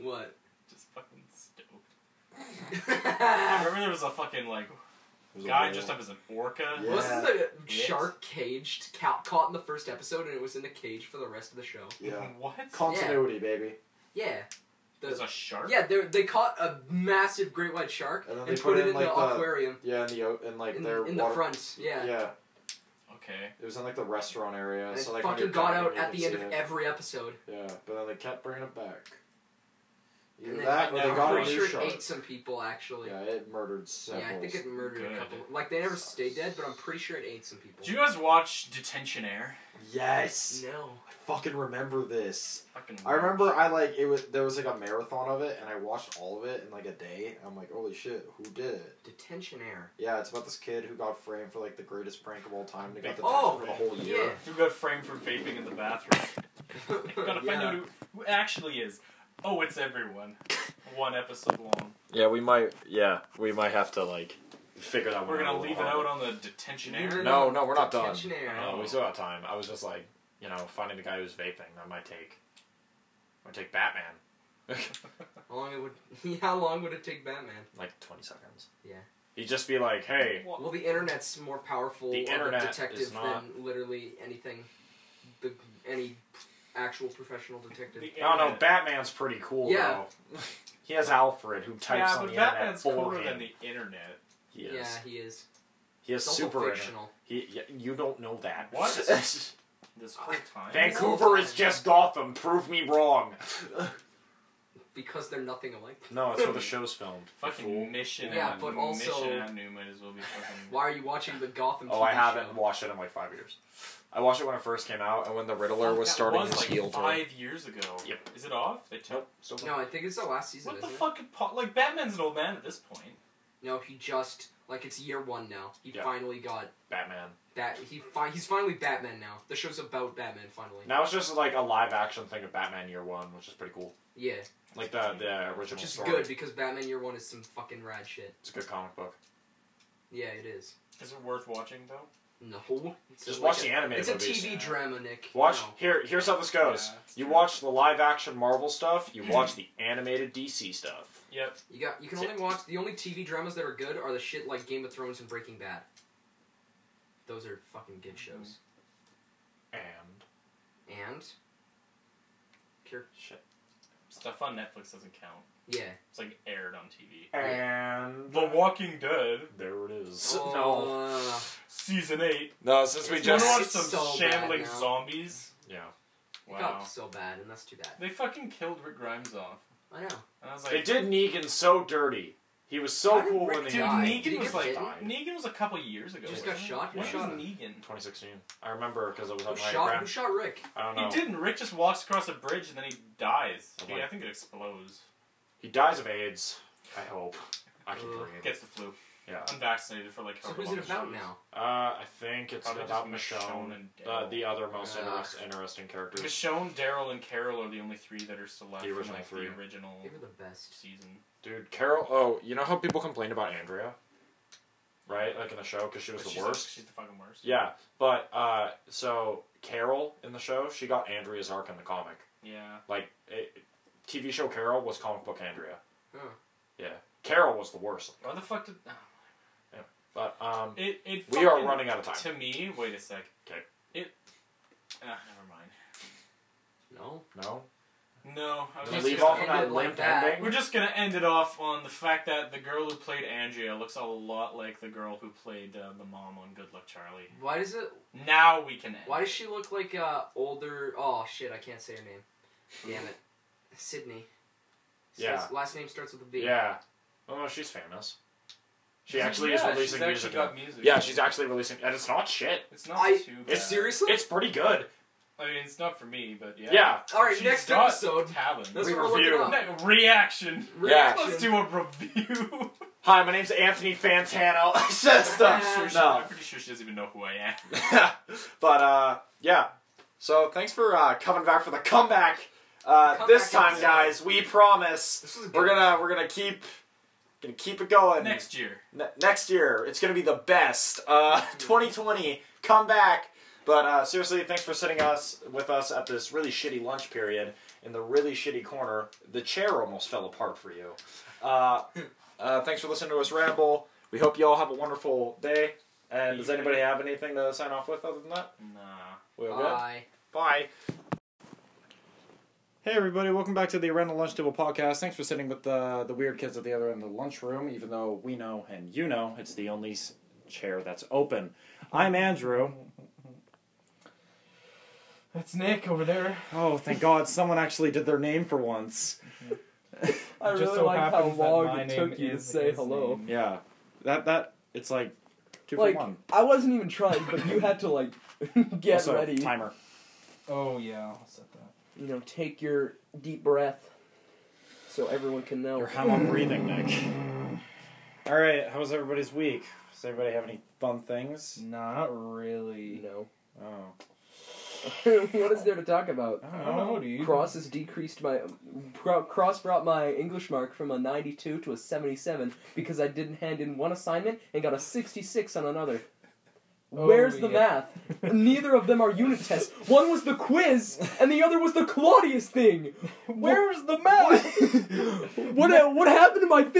what? just fucking stoked. I Wasn't remember there was a fucking like It was a guy whale. dressed up as an orca. Yeah. the shark caged ca- caught in the first episode and it was in the cage for the rest of the show? Yeah. *laughs* What? Continuity, baby. Yeah. There's The, a shark. yeah, they they caught a massive great white shark And and, then they put, it in the like, the- aquarium Yeah, in the o- in like in, their in the water. front. Yeah. Okay. it was in like the restaurant area. And it so like when fucking you're got driving, out you at could the end see of it. every episode. Yeah, but then they kept bringing it back. Either And they- that, or Yeah, they I'm got a pretty new sure shark. it ate some people actually. Yeah, it murdered Yeah, several. I think it murdered Good. a couple. Like they never stayed Sucks. dead, but I'm pretty sure it ate some people. Did you guys watch Detention Air? yes, no. I fucking remember this. Fucking. I remember I like it was there was like a marathon of it, and I watched all of it in like a day. I'm like, holy shit, who did it? Detention air. *laughs* Yeah, it's about this kid who got framed for like the greatest prank of all time. And he got detention Oh, for the whole year. Yeah. Who got framed for vaping in the bathroom? *laughs* Gotta find Yeah. out who, who actually is. Oh, it's everyone. One episode long. Yeah, we might. Yeah, we might have to like figure that one. We're out a gonna little leave it harder. out on the Oh. detention Leave it area. in No, no, we're not done. Detention area. No, *laughs* Oh, we still have time. I was just like, you know, finding the guy who's vaping. That might take. Might take Batman How long it would? *laughs* How long would it take Batman? like twenty seconds. Yeah. He'd just be like, hey, Well, the internet's more powerful The of internet a is detective not- than literally anything. The any actual professional detective. The I don't know, internet. Batman's pretty cool Yeah. though. He has Alfred who types yeah, on but the internet Batman's for cooler him. than the internet. he is. yeah, he is. He is It's also super. internet. fictional. He, yeah, you don't know that. *laughs* What? This whole Ah, time. Vancouver is just Gotham. Prove me wrong. Because they're nothing alike. *laughs* No, it's where the show's filmed. Fucking mission. Yeah, Avenue- but also- Mission Avenue might as well *laughs* be fucking. Why are you watching the Gotham? Oh, TV I haven't show? watched it in like five years. I watched it when it first came out and when the Riddler Fuck, was that starting was his like heel turn. five years ago. Yep. Is it off? They took. Nope, still No, I think it's the last season. What the isn't it? fuck? could po- Like Batman's an old man at this point. No, he just like it's year one now. He Yeah. finally got Batman. that. He fi- he's finally Batman now. The show's about Batman finally. Now it's just like a live action thing of Batman Year One, which is pretty cool. Yeah, Like the the original which is story. good because Batman Year One is some fucking rad shit. It's a good comic book. Yeah, it is. Is it worth watching though? No, it's Just like watch a- the animated It's a movies. TV drama, Nick. Watch No. here. Here's how this goes. Yeah, that's you true. watch the live action Marvel stuff. You watch the animated DC stuff. Yep. You got. You can Sit. only watch the only TV dramas that are good are the shit like Game of Thrones and Breaking Bad. Those are fucking good shows. And And shit. Stuff on Netflix doesn't count. yeah, It's like aired on TV. And The Walking Dead there it is. No. Oh, season eight. No, since we It's You just want *laughs* not- some so bad shambling now. zombies? yeah. it Wow. got so bad, and that's too bad. They fucking killed Rick Grimes off, I know. and I was They like, did Negan so dirty. He was so How did cool Rick when they dude, died. die. Negan Did he was get like, bitten? Negan was a couple years ago. Just got wasn't he? shot? Who When was shot him? Negan? 2016. I remember because it was Who on my shot? Who grand. shot Rick? I don't know. He didn't. Rick just walks across a bridge and then he dies. I'm He- like- I think it explodes. He dies of AIDS. I hope. I can Ugh. breathe. Gets the flu. Yeah. Unvaccinated for like. So however who's long it about shows. now? Uh, I think it's Probably about just Michonne, Michonne and uh, Daryl. the other most Ugh. interest, interesting characters. Michonne, Daryl, and Carol are the only three that are still left The from original like three. the original They were the best. season. Dude, Carol. Oh, you know how people complain about Andrea, right? Like in the show, because she was But the she's worst. The, she's the fucking worst. Yeah, but uh, so Carol in the show, she got Andrea's arc in the comic. Yeah. Like, it, TV show Carol was comic book Andrea. Huh. Oh. Yeah, Carol was the worst. Why the fuck did? *sighs* But um, It it. we are fucking- running out of time. To me, wait a sec. 'Kay. It. Ah, never mind. No. No, No, I was Then just leave gonna off on end that it like limp that. ending. We're just gonna end it off on the fact that the girl who played Andrea looks a lot like the girl who played uh, the mom on Good Luck Charlie. Why does it? Now we can end. Why does it. she look like uh older? Oh shit! I can't say her name. Damn it, Sydney. Yeah. Starts- last name starts with a B. Yeah. Oh no, she's famous. She actually yeah, is releasing she's actually music. Got now. music. Yeah, she's actually releasing, and it's not shit. It's not I- too bad. It's Seriously? It's pretty good. I mean, it's not for me, but yeah. Yeah. All right, She's next got episode. Talent. That's We what we're review. looking up. Ne- *laughs* reaction. Yeah. Reaction. Let's do a review. *laughs* Hi, my name's Anthony Fantano. *laughs* I'm, Says stuff. pretty sure she, No. I'm pretty sure she doesn't even know who I am. *laughs* but uh, yeah. So thanks for uh, coming back for the comeback. Uh, Comeback this time, episode. guys, we promise This was good. we're gonna we're gonna keep gonna keep it going. Next year. Ne- next year, it's gonna be the best. Uh, *laughs* 2020, come back. But uh, seriously, thanks for sitting us with us at this really shitty lunch period in the really shitty corner. The chair almost fell apart for you. Uh, uh, thanks for listening to us ramble. We hope you all have a wonderful day. And does anybody have anything to sign off with other than that? Nah. We're good. Bye. Bye. Hey everybody, welcome back to the Around the Lunch Table podcast. Thanks for sitting with uh, the the weird kids at the other end of the lunchroom, even though we know and you know it's the only s- chair that's open. I'm Andrew. That's Nick over there. Oh, thank God, someone actually did their name for once. I really like how long it took you to say hello. Yeah, that that it's like two Like, for one. I wasn't even trying, but you had to like *laughs* get Also, ready. timer. Oh yeah, I'll set that. You know, take your deep breath, so everyone can know. Your hum on breathing, Nick. All right, how was everybody's week? Does everybody have any fun things? *laughs* Not really. No. Oh. what is there to talk about? I don't know, dude. Cross has decreased my. Cro- Cross brought my English mark from a 92 to a 77 because I didn't hand in one assignment and got a 66 on another. Oh, Where's the yeah. math? Neither of them are unit tests. One was the quiz, and the other was the Claudius *laughs* thing. Where's the math? What what happened to my 15%?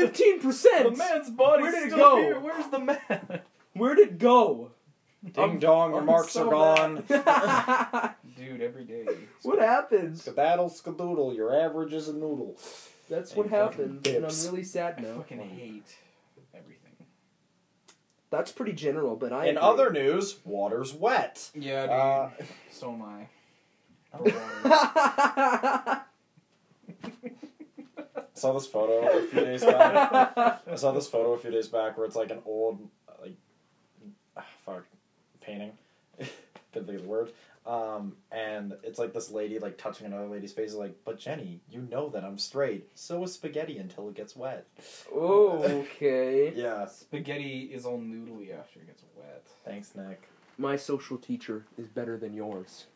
the man's body. Where did it still go? Here. Where's the math? Where'd it go? *laughs* Ding I'm- dong, your I'm marks so are gone. *laughs* mad. Dude, every day. *laughs* what happens? Skedaddle, skadoodle, your average is a noodle. That's what And fucking happened, and dips. I'm really sad now. fucking hate everything. That's pretty general, but I. In agree. other news, water's wet. Yeah, dude. Uh, so am I. saw this photo a few days back. I saw this photo a few days back where it's like an old, like, ah, fuck, painting. *laughs* Couldn't think of the word. Um, and it's like this lady like touching another lady's face, like, but Jenny, you know that I'm straight. So is spaghetti until it gets wet. okay. Yeah. Spaghetti is all noodly after it gets *laughs* wet. Thanks, Nick. My social teacher is better than yours.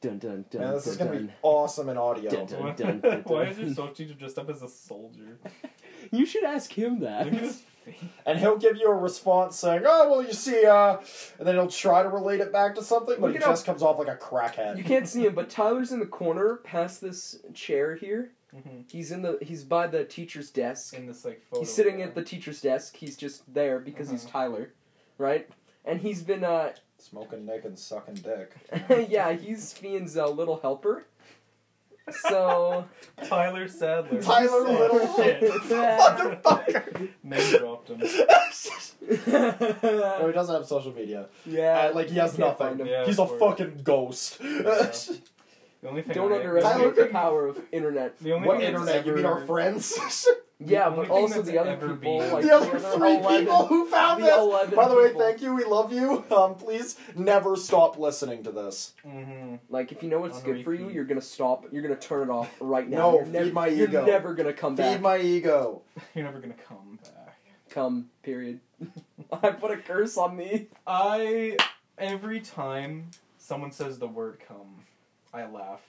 Dun dun dun. Man, this is dun, gonna be dun. awesome in audio. Dun, dun. Why, dun, dun, why dun. is your soul teacher dressed up as a *laughs* soldier? You should ask him that. Look at his face. And he'll give you a response saying, "Oh, well, you see," uh, and then he'll try to relate it back to something, but Look he it up. just comes off like a crackhead. You can't see him, but Tyler's in the corner past this chair here. Mm-hmm. Mhm. He's in the. He's by the teacher's desk. In this like photo. He's sitting at the teacher's desk. He's just there because he's Mm-hmm. Tyler, right? And he's been, uh, *laughs* Smoking Nick and sucking dick. yeah, he's Fiend's uh, little helper. So, Tyler Sadler. Tyler Little *laughs* Shit. Motherfucker. Name dropped him. no, yeah, he doesn't have social media. Uh, like he you has can't find nothing. him. Yeah, He's a of course. fucking ghost. *laughs* Yeah. The only thing Don't I underestimate Tyler- the power of internet. The only what thing that's internet? You mean our ever- friends? *laughs* Yeah, The only but thing also that's the other ever people, been- like the other other three 11 people who found the this. 11 By the way, people. thank you. We love you. Um, please never stop listening to this. Mm-hmm. Like, if you know what's On good for you, repeat. you're gonna stop. You're gonna turn it off right now. No, you're feed never, my you're ego. never gonna come Feed back. my ego. You're never gonna come back. come, period. *laughs* I put a curse on me. I every time someone says the word "come," I laugh.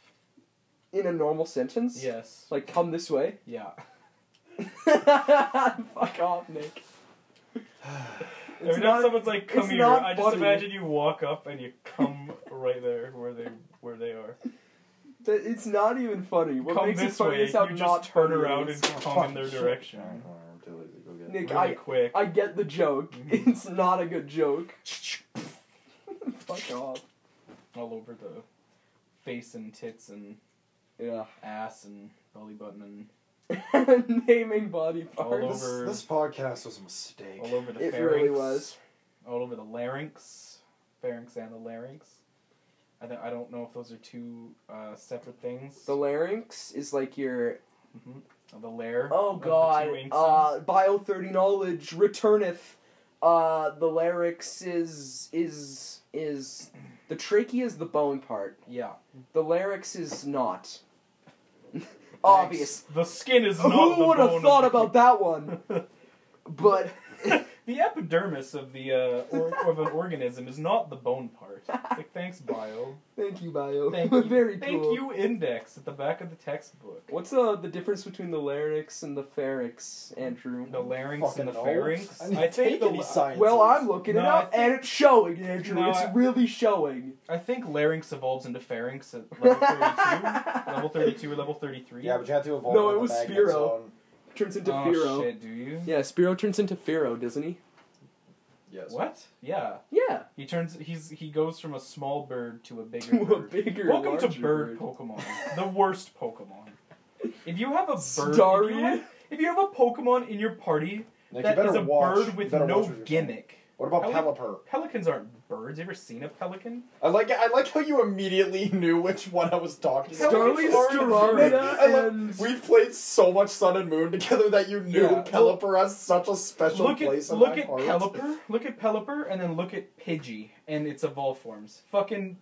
In a normal sentence? Yes. Like, come this way? Yeah. *laughs* Fuck off, Nick. It's Every time not, someone's like, "Come it's here," not I just funny. imagine you walk up and you come right there where they where they are. th- it's not even funny. What come makes it this funny way, is how you not just turn funny it around is. and come in their direction. I'm too lazy to go get it. Nick, Really I, quick. I get the joke. Mm-hmm. *laughs* It's not a good joke. *laughs* Fuck off. All over the face and tits and Yeah. *laughs* ass and belly button and Naming body All parts. over- This podcast was a mistake. all over the It pharynx. really was. All over the larynx, pharynx and the larynx. I th- I don't know if those are two uh, separate things. The larynx is like your. the lair. Oh of the two god. Uh, inxes. bio 30 knowledge returneth. Uh, the larynx is. is. is. The trachea is the bone part. yeah. The larynx is not. *laughs* Obvious. The skin is not the Who would have bone thought of the- about that one? *laughs* But *laughs* The epidermis of the uh, or, of an organism is not the bone part. It's like thanks, *laughs* bio. thank you, Bio. *laughs* Thank you. Very Thank cool. you, index at the back of the textbook. What's uh, the difference between the larynx and the pharynx, Andrew? The larynx Fucking and the old. pharynx. I, didn't I think take any the sciences. Well, I'm looking it No, up, I think- and it's showing, Andrew. No, it's I- really showing. I think larynx evolves into pharynx at level *laughs* thirty-two, *laughs* level thirty-two or level thirty-three. Yeah, but you have to evolve. No, with it the was magnet Spiro. zone. Turns into oh Pharaoh. shit, do you? Yeah, Spiro turns into Pharaoh, doesn't he? Yes. What? Yeah. Yeah. He turns. He's he goes from a small bird to a bigger To a bird. bigger, Welcome to larger bird, Pokemon, the worst Pokemon. If you have a bird, if, you Starry. have, if you have a Pokemon in your party Nick, you that better is a watch. bird You with better no watch what you're saying. gimmick, What about I like- Pelipper? pelicans aren't birds. You ever seen a pelican? I like I like how you immediately *laughs* knew which one I was talking about. Starly, Hard bird. I Starmina, love- and... We've played so much Sun and Moon together that you knew Yeah. Pelipper has such a special look place at in look my at heart. Pelipper, look at Pelipper, and then look at Pidgey and its evolved forms. Fucking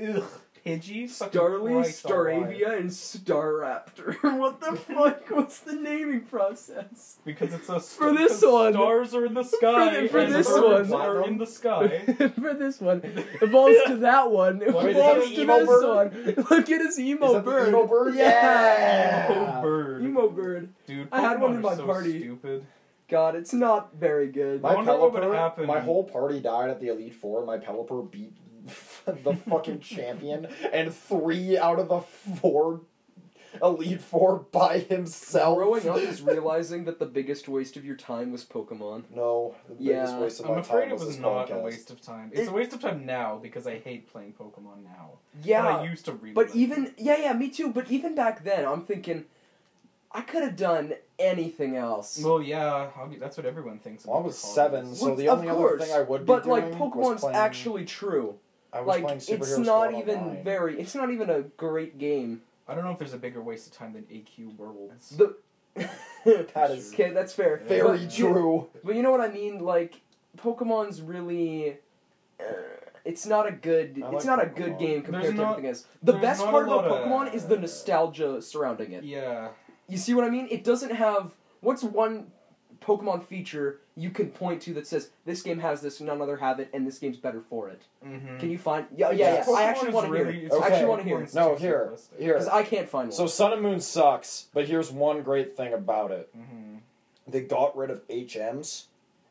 ugh, Pidgey. Pidgey, fucking Starly, Christ alive. Staravia, and Staraptor. *laughs* what the fuck? What's the naming process? Because it's *laughs* a st- For this because one. Stars are in the sky. *laughs* for and this birds one. are in the *laughs* sky. *laughs* For this one, evolves to that one, Why is evolves that to an this emo one. *laughs* Look at his emo Is that the bird. emo *laughs* bird? Oh, Yeah. bird. Emo bird. Dude, I had Pokemon one in are my so party. Stupid. God, it's not very good. I My wonder what would Pelipper, happen- my whole party died at the Elite Four. My Pelipper beat *laughs* the fucking champion and three out of the four Elite Four by himself. Growing up is realizing that the biggest waste of your time was Pokemon. No, the biggest Yeah. waste of I'm my afraid time it was, was this not podcast. a waste of time. It's a waste of time now because I hate playing Pokemon now. But I Yeah, used to really. but like even yeah, yeah, me too. But even back then, I'm thinking I could have done anything else. it. Well, yeah, I'll be- that's what everyone thinks. Well, I about was their seven, hobbies. so Well, the of only course, other thing I would be but like doing was Pokemon's playing- actually true. I was Like playing Superhero it's not Squad even online. very. It's not even a great *laughs* game. I don't know if there's a bigger waste of time than AQ Worlds. The that is okay. That's fair. very But you- true. But you know what I mean? Like, Pokemon's really. Uh, it's not a good. I like it's not a Pokemon. good game compared There's to not- everything else. The there's best not a part about lot of- Pokemon is the nostalgia surrounding it. yeah, You see what I mean? It doesn't have. What's one Pokemon feature you can point to that says this game has this, none other have it, and this gameme's better for it? mm-hmm. Mm. Can you find? Yeah, yeah, yeah. Yes. I actually want to hear it. I actually want to hear it No, here, here. because I can't find one. So Sun and Moon sucks, but here's one great thing about it. hmm They got rid of HMs,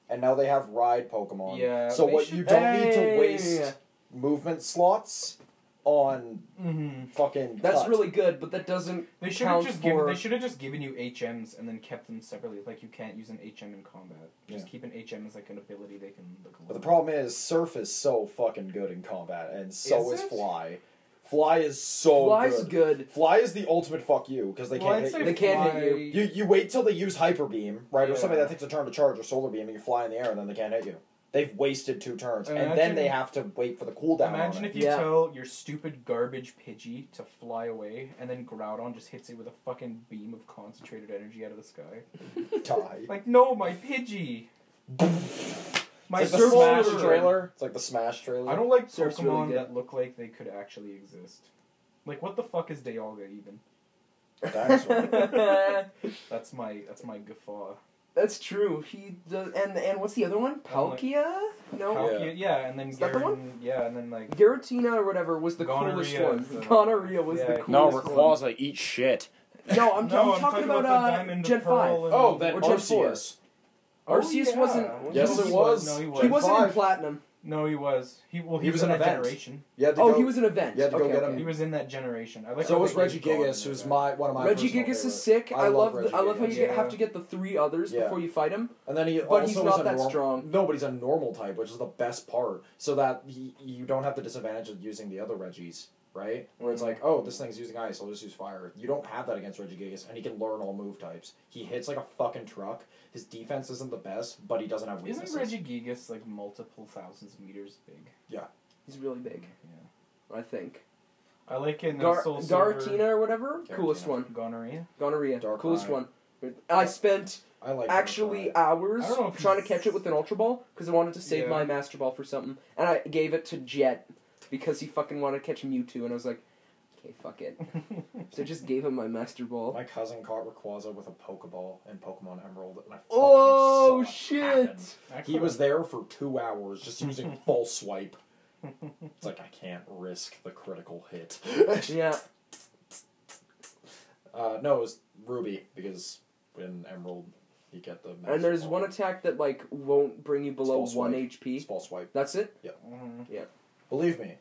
and now they have ride Pokemon. Yeah, So they what should- you don't need to Hey. waste movement slots on hmm fucking. That's cut. really good, but that doesn't. They should have Count just for- given. They should have just given you HMs and then kept them separately. Like you can't use an HM in combat. Just keep an HM as like an ability they can look. But the alone. problem is, Surf is so fucking good in combat, and so Is is, it? Fly. Fly is so Fly's good. good. Fly is the ultimate fuck you because they Well, I'd can't say hit you. They can't hit fly- You you wait till they use hyper beam, right, or something Yeah. that takes a turn to charge or solar beam, and you fly in the air, and then they can't hit you. They've wasted two turns, and Imagine- then they have to wait for the cooldown. Imagine on it. if you Yeah. tell your stupid garbage Pidgey to fly away, and then Groudon just hits it with a fucking beam of concentrated energy out of the sky. die. Like, no, my Pidgey! *laughs* my it's like the Surf Smash Lord. trailer. It's like the Smash trailer. I don't like Surf's really Pokemon good. that look like they could actually exist. Like, what the fuck is Dialga even? Dinosaur. That's my that's my guffaw. *laughs* That's true. He does, and and what's the other one? Oh my- Palkia? No, Palkia- yeah. and then Is that the Garen- one? yeah, and then like Giratina or whatever was the Gonorrhea coolest is one. the- *laughs* Gonorrhea was Yeah, the coolest No, No, we're one. Rayquaza, eat shit. No, I'm, No, I'm talking about, the uh, Diamond, the Gen Pearl, Five. and- oh, then Or Gen Arceus. Oh, Arceus yeah. wasn't- Yes, no, it he was. No, he He was. He wasn't in Five. platinum. No, he was. He well, he, He was, was in an that event. generation. You had to Oh, go- he was an event. You had to go okay, get okay. him. He was in that generation. I like. So how was they Reggie gave Groudon Gigas, an who's event. my one of my Reggie personal Gigas is favorites. sick. I I, love love. the- Reggie I love how you Gigas. get, have Yeah. to get the three others Yeah. before you fight him. And then he But also he's is not a that norm- strong. No, but he's a normal type, which is the best part. So that he, you don't have the disadvantage of using the other Reggies, right? Where Mm-hmm. it's like, oh, this thing's using ice, I'll just use fire. You don't have that against Regigigas, and he can learn all move types. He hits like a fucking truck. His defense isn't the best, but he doesn't have weaknesses. Isn't Reggie Gigas like multiple thousands of meters big? He's really big. I think. I like in Gar- uh, Soul Garatina or whatever. Coolest Garatina. one. Silver, gonorrhea. *laughs* Gonorrhea. Dark coolest Eye. one. I spent I like actually Darkrai. hours I don't know if trying to he's- catch it with an ultra ball because I wanted to save Yeah. my master ball for something, and I gave it to Jet because he fucking wanted to catch Mewtwo, and I was like, okay, fuck it. so I just gave him my master *laughs* ball. My cousin caught Rayquaza with a Pokeball in Pokemon Emerald, and I fucking saw Oh it happen. shit! He was there for two hours just using full swipe. It's like I can't risk the critical hit. Yeah, Uh, no, it was Ruby because in Emerald you get the. and there's maximum- one attack that like won't bring you below False one wipe. It's HP. full swipe. That's it. *laughs* Mhm. Believe me,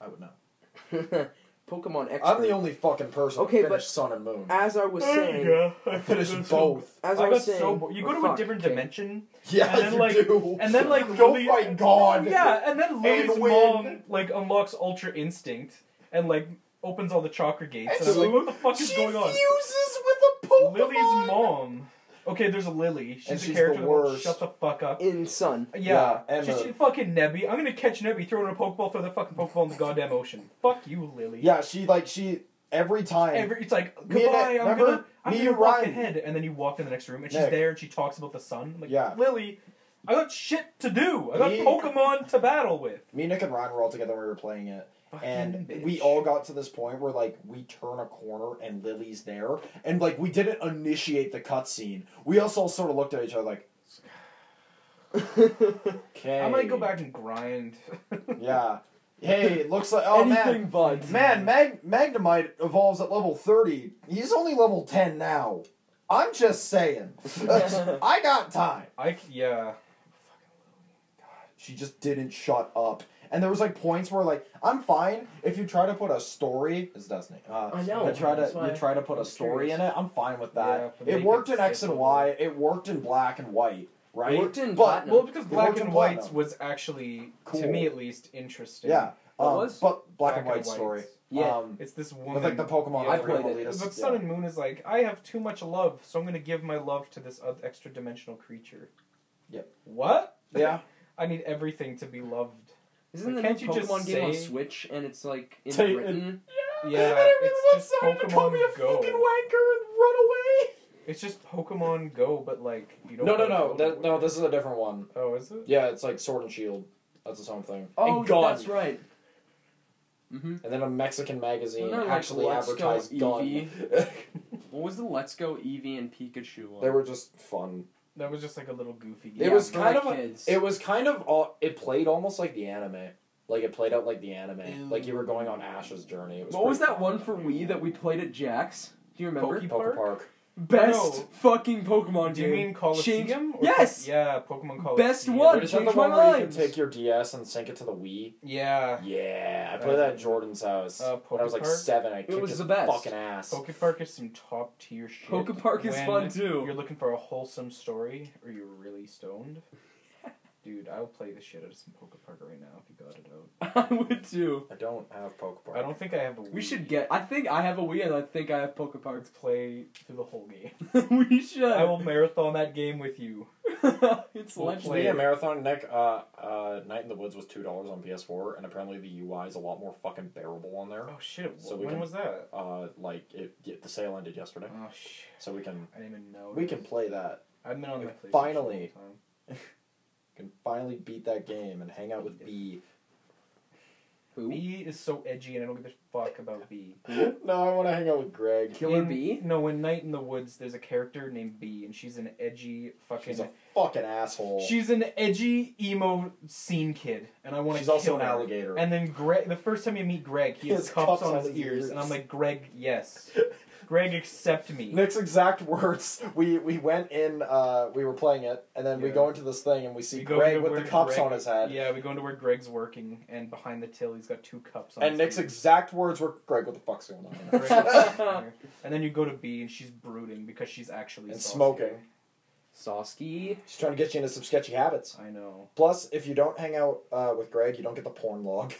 I would know. Pokemon X. I'm the only fucking person Okay, who but- finished Sun and Moon. As I was There you saying, go. *laughs* I finished both. *laughs* as I, I was got saying, so bored. You go Oh, to a fuck, different okay. dimension, Yeah, and then you like, do. and then like, go Lily- fight God. Yeah, and then Lily's And win. mom like unlocks Ultra Instinct and like opens all the chakra gates. And, And I'm she- like, what the fuck is She going on? fuses with a Pokemon. Lily's mom. Okay, there's a Lily. She's And a she's character the that will worst. shut the fuck up. in Sun. Yeah, Yeah, and she's the- fucking Nebby. I'm gonna catch Nebby throwing a Pokeball, throw the fucking Pokeball in the goddamn ocean. Fuck you, Lily. Yeah, she like she every time. Every, it's like Me and goodbye. I- I'm remember? gonna, I'm Me gonna and walk Ryan. ahead, and then you walk in the next room, and she's Nick. there, and she talks about the sun. I'm like, Yeah. Lily, I got shit to do. I got Me- Pokemon to battle with. Me, Nick, and Ryan were all together when we were playing it, and Fucking we bitch. all got to this point where like we turn a corner and Lily's there, and like we didn't initiate the cutscene. We also sort of looked at each other like, *laughs* "Okay, I might go back and grind. *laughs* Yeah. Hey, it looks like oh Anything but. man, man, Mag- Magnemite evolves at level thirty. He's only level ten now. I'm just saying, I got time. I c- yeah. She just didn't shut up. And there was like points where like I'm fine if you try to put a story. Is Destiny? Uh, I know, You try that's to why you try to put I'm a story curious. in it. I'm fine with Yeah, that. but it make worked it in X and sickable. Y. It worked in black and white. Right. Worked in but, platinum. Well, because It black worked in and whites platinum. was actually to Cool. me at least interesting. Yeah. What um, was? But black, Black and white and Whites. story. Yeah. Um, It's this woman. with like the Pokemon. Yeah, I Freedom played it. Elitist, But yeah. Sun and Moon is like, I have too much love, so I'm going to give my love to this oth- extra dimensional creature. Yep. What? Yeah. *laughs* I need everything to be loved. Isn't the new Can't you just Pokemon game on say- Switch and it's like in Say it. Britain? Yeah, And everyone it's loves just someone to call Pokemon me a Go. fucking wanker and run away. It's just Pokemon Go, but like you don't. No, no, wanna no. go That, no, nowhere. this is a different one. Oh, is it? Yeah, it's like Sword and Shield. That's its own thing. Oh, and gun. that's right. Mm-hmm. And then a Mexican magazine No, like, actually Let's Go advertised gun. *laughs* What was the Let's Go Eevee and Pikachu one? they were just fun. That was just like a little goofy. It game. was for, kind like, of a- kids. It was kind of all. It played almost like the anime. Like it played out like the anime. Like you were going on Ash's journey. It was what was pretty that fun. one for Wii that we played at Jack's? Do you remember? Poke- Poker Park? Park. Best No. fucking Pokemon Do game. you mean Coliseum? Change- Or- Yes. Yeah, Pokemon Coliseum. Best one! Is that the Changed one my where you mind. could take your DS and sync it to the Wii? Yeah. Yeah, I That played is- that at Jordan's house Uh, when I was like Poker Park? seven. I kicked was his the best. fucking ass. Poke Park is some top tier shit. Poke Park is When fun too. You're looking for a wholesome story, or you're really *laughs* stoned. Dude, I'll play the shit out of some Poke Park right now if you got it out. *laughs* I would too. I don't have Poke Park. I don't think I have a Wii. We should get. I think I have a Wii and I think I have Poke Park. Let's play through the whole *laughs* game. *laughs* we should. I will marathon that game with you. *laughs* it's We'll legendary. play Yeah, it. marathon Nick. Uh, uh, Night in the Woods was two dollars on PS4, and apparently the UI is a lot more fucking bearable on there. Oh shit! So we when can- was that? Uh, like it, it- the sale ended yesterday, Oh shit! so we can I didn't even know. we can play that. I've been on my like, PlayStation finally. all the time. We can finally beat that game and hang out with B. *laughs* Who? B is so edgy, and I don't give a fuck about B. no, I want to hang out with Greg. Killer In- Bee? No, in Night in the Woods, there's a character named B, and she's an edgy fucking. She's a fucking asshole. She's an edgy emo scene kid, and I want to She's kill also an her. alligator. And then Greg, the first time you meet Greg, he, has, cups, on his, ears, and I'm like, Greg, *laughs* yes, Greg, accept me. Nick's exact words. We we went in. Uh, we were playing it, and then we Yeah. go into this thing, and we see We go Greg into with the where cups Greg- on his head. Yeah, we go into where Greg's working, and behind the till, he's got two cups on. And his Nick's ears. exact words were, "Greg, what the fuck's going on?" Greg looks in there. and then you go to B, and she's brooding because she's actually *laughs* and saucy. smoking. Sawski? She's trying to get you into some sketchy habits. I know. Plus, if you don't hang out uh, with Greg, you don't get the porn log.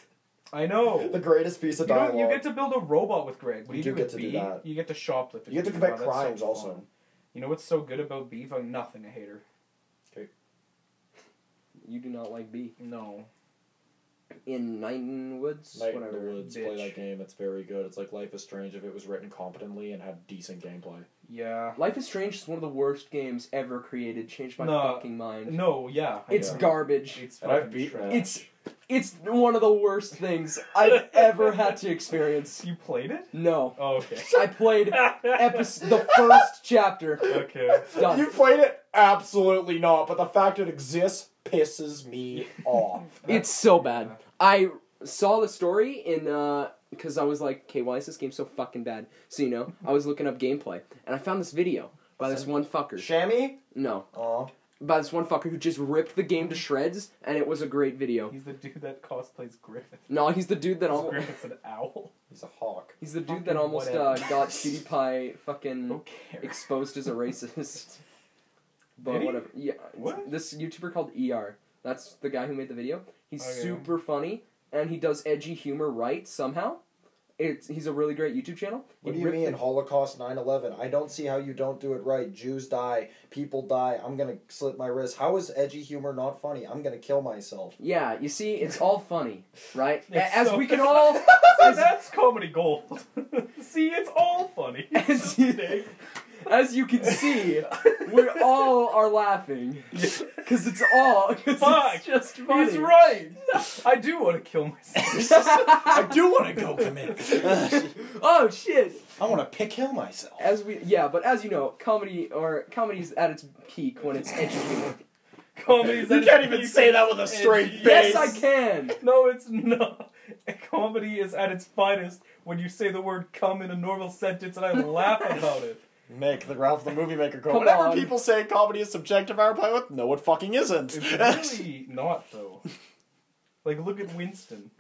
I know. *laughs* the greatest Oh. piece You, of don't, dialogue. you get to build a robot with Greg. What You do do you do, with get to do B? that. You get to shoplift. You get to with commit Wow, that's so crimes also. fun. You know what's so good about B? Fucking nothing. I hate her. You do not like B. No. In Nightingale Woods? Night in the Whatever. Woods. Play bitch. that game. It's very good. It's like Life is Strange if it was written competently and had decent gameplay. Yeah. Life is Strange is one of the worst games ever created. Changed my No. fucking mind. No. Yeah. I It's know. garbage. It's And I've fucking beaten trash. it. It's it's one of the worst things I've *laughs* ever had to experience. You played it? No. Oh, *laughs* okay. I played episode, the first chapter. okay. Done. You played it? Absolutely not. But the fact it exists pisses me *laughs* *laughs* off. It's so bad. I saw the story in because I was like, okay, why is this game so fucking bad? So you know, I was looking up gameplay and I found this video by this one fucker. Shammy? No, Oh. by this one fucker who just ripped the game to shreds, and it was a great video. He's the dude that cosplays Griffith. No, he's the dude that almost Griffith's an *laughs* owl. He's a hawk. he's the dude Fucking that almost uh, whatever. got PewDiePie fucking Okay. exposed as *laughs* a racist. Did But he? whatever. Yeah, What? this YouTuber called ER. That's the guy who made the video. He's Okay. super funny and he does edgy humor right somehow. It's he's a really great YouTube channel. What He do you ripped mean the- Holocaust 9/11? I don't see how you don't do it right. Jews die, people die. I'm gonna slit my wrist. How is edgy humor not funny? I'm gonna kill myself. Yeah, you see, it's all funny, right? *laughs* A- It's as so- we can *laughs* all, See, *laughs* *laughs* as, that's comedy gold. See, it's all funny. as you- as you can see, we all are laughing *laughs* because it's all 'cause Fuck. it's just funny. He's right. I do want to kill *laughs* myself. I do want to go commit. *laughs* oh shit! I want to pick hill myself. As we yeah, but as you know, comedy or comedy's at its peak when it's educated. Comedy's You at can't its even peak say that with a and- straight yes, face. I can. No, it's not. Comedy is at its finest when you say the word "come" in a normal sentence, and I laugh about it. Make the Ralph the Movie Maker quote. Come Whenever on. people say comedy is subjective, I reply with, no, it fucking isn't. *laughs* It's really not though. Like, look at Winston.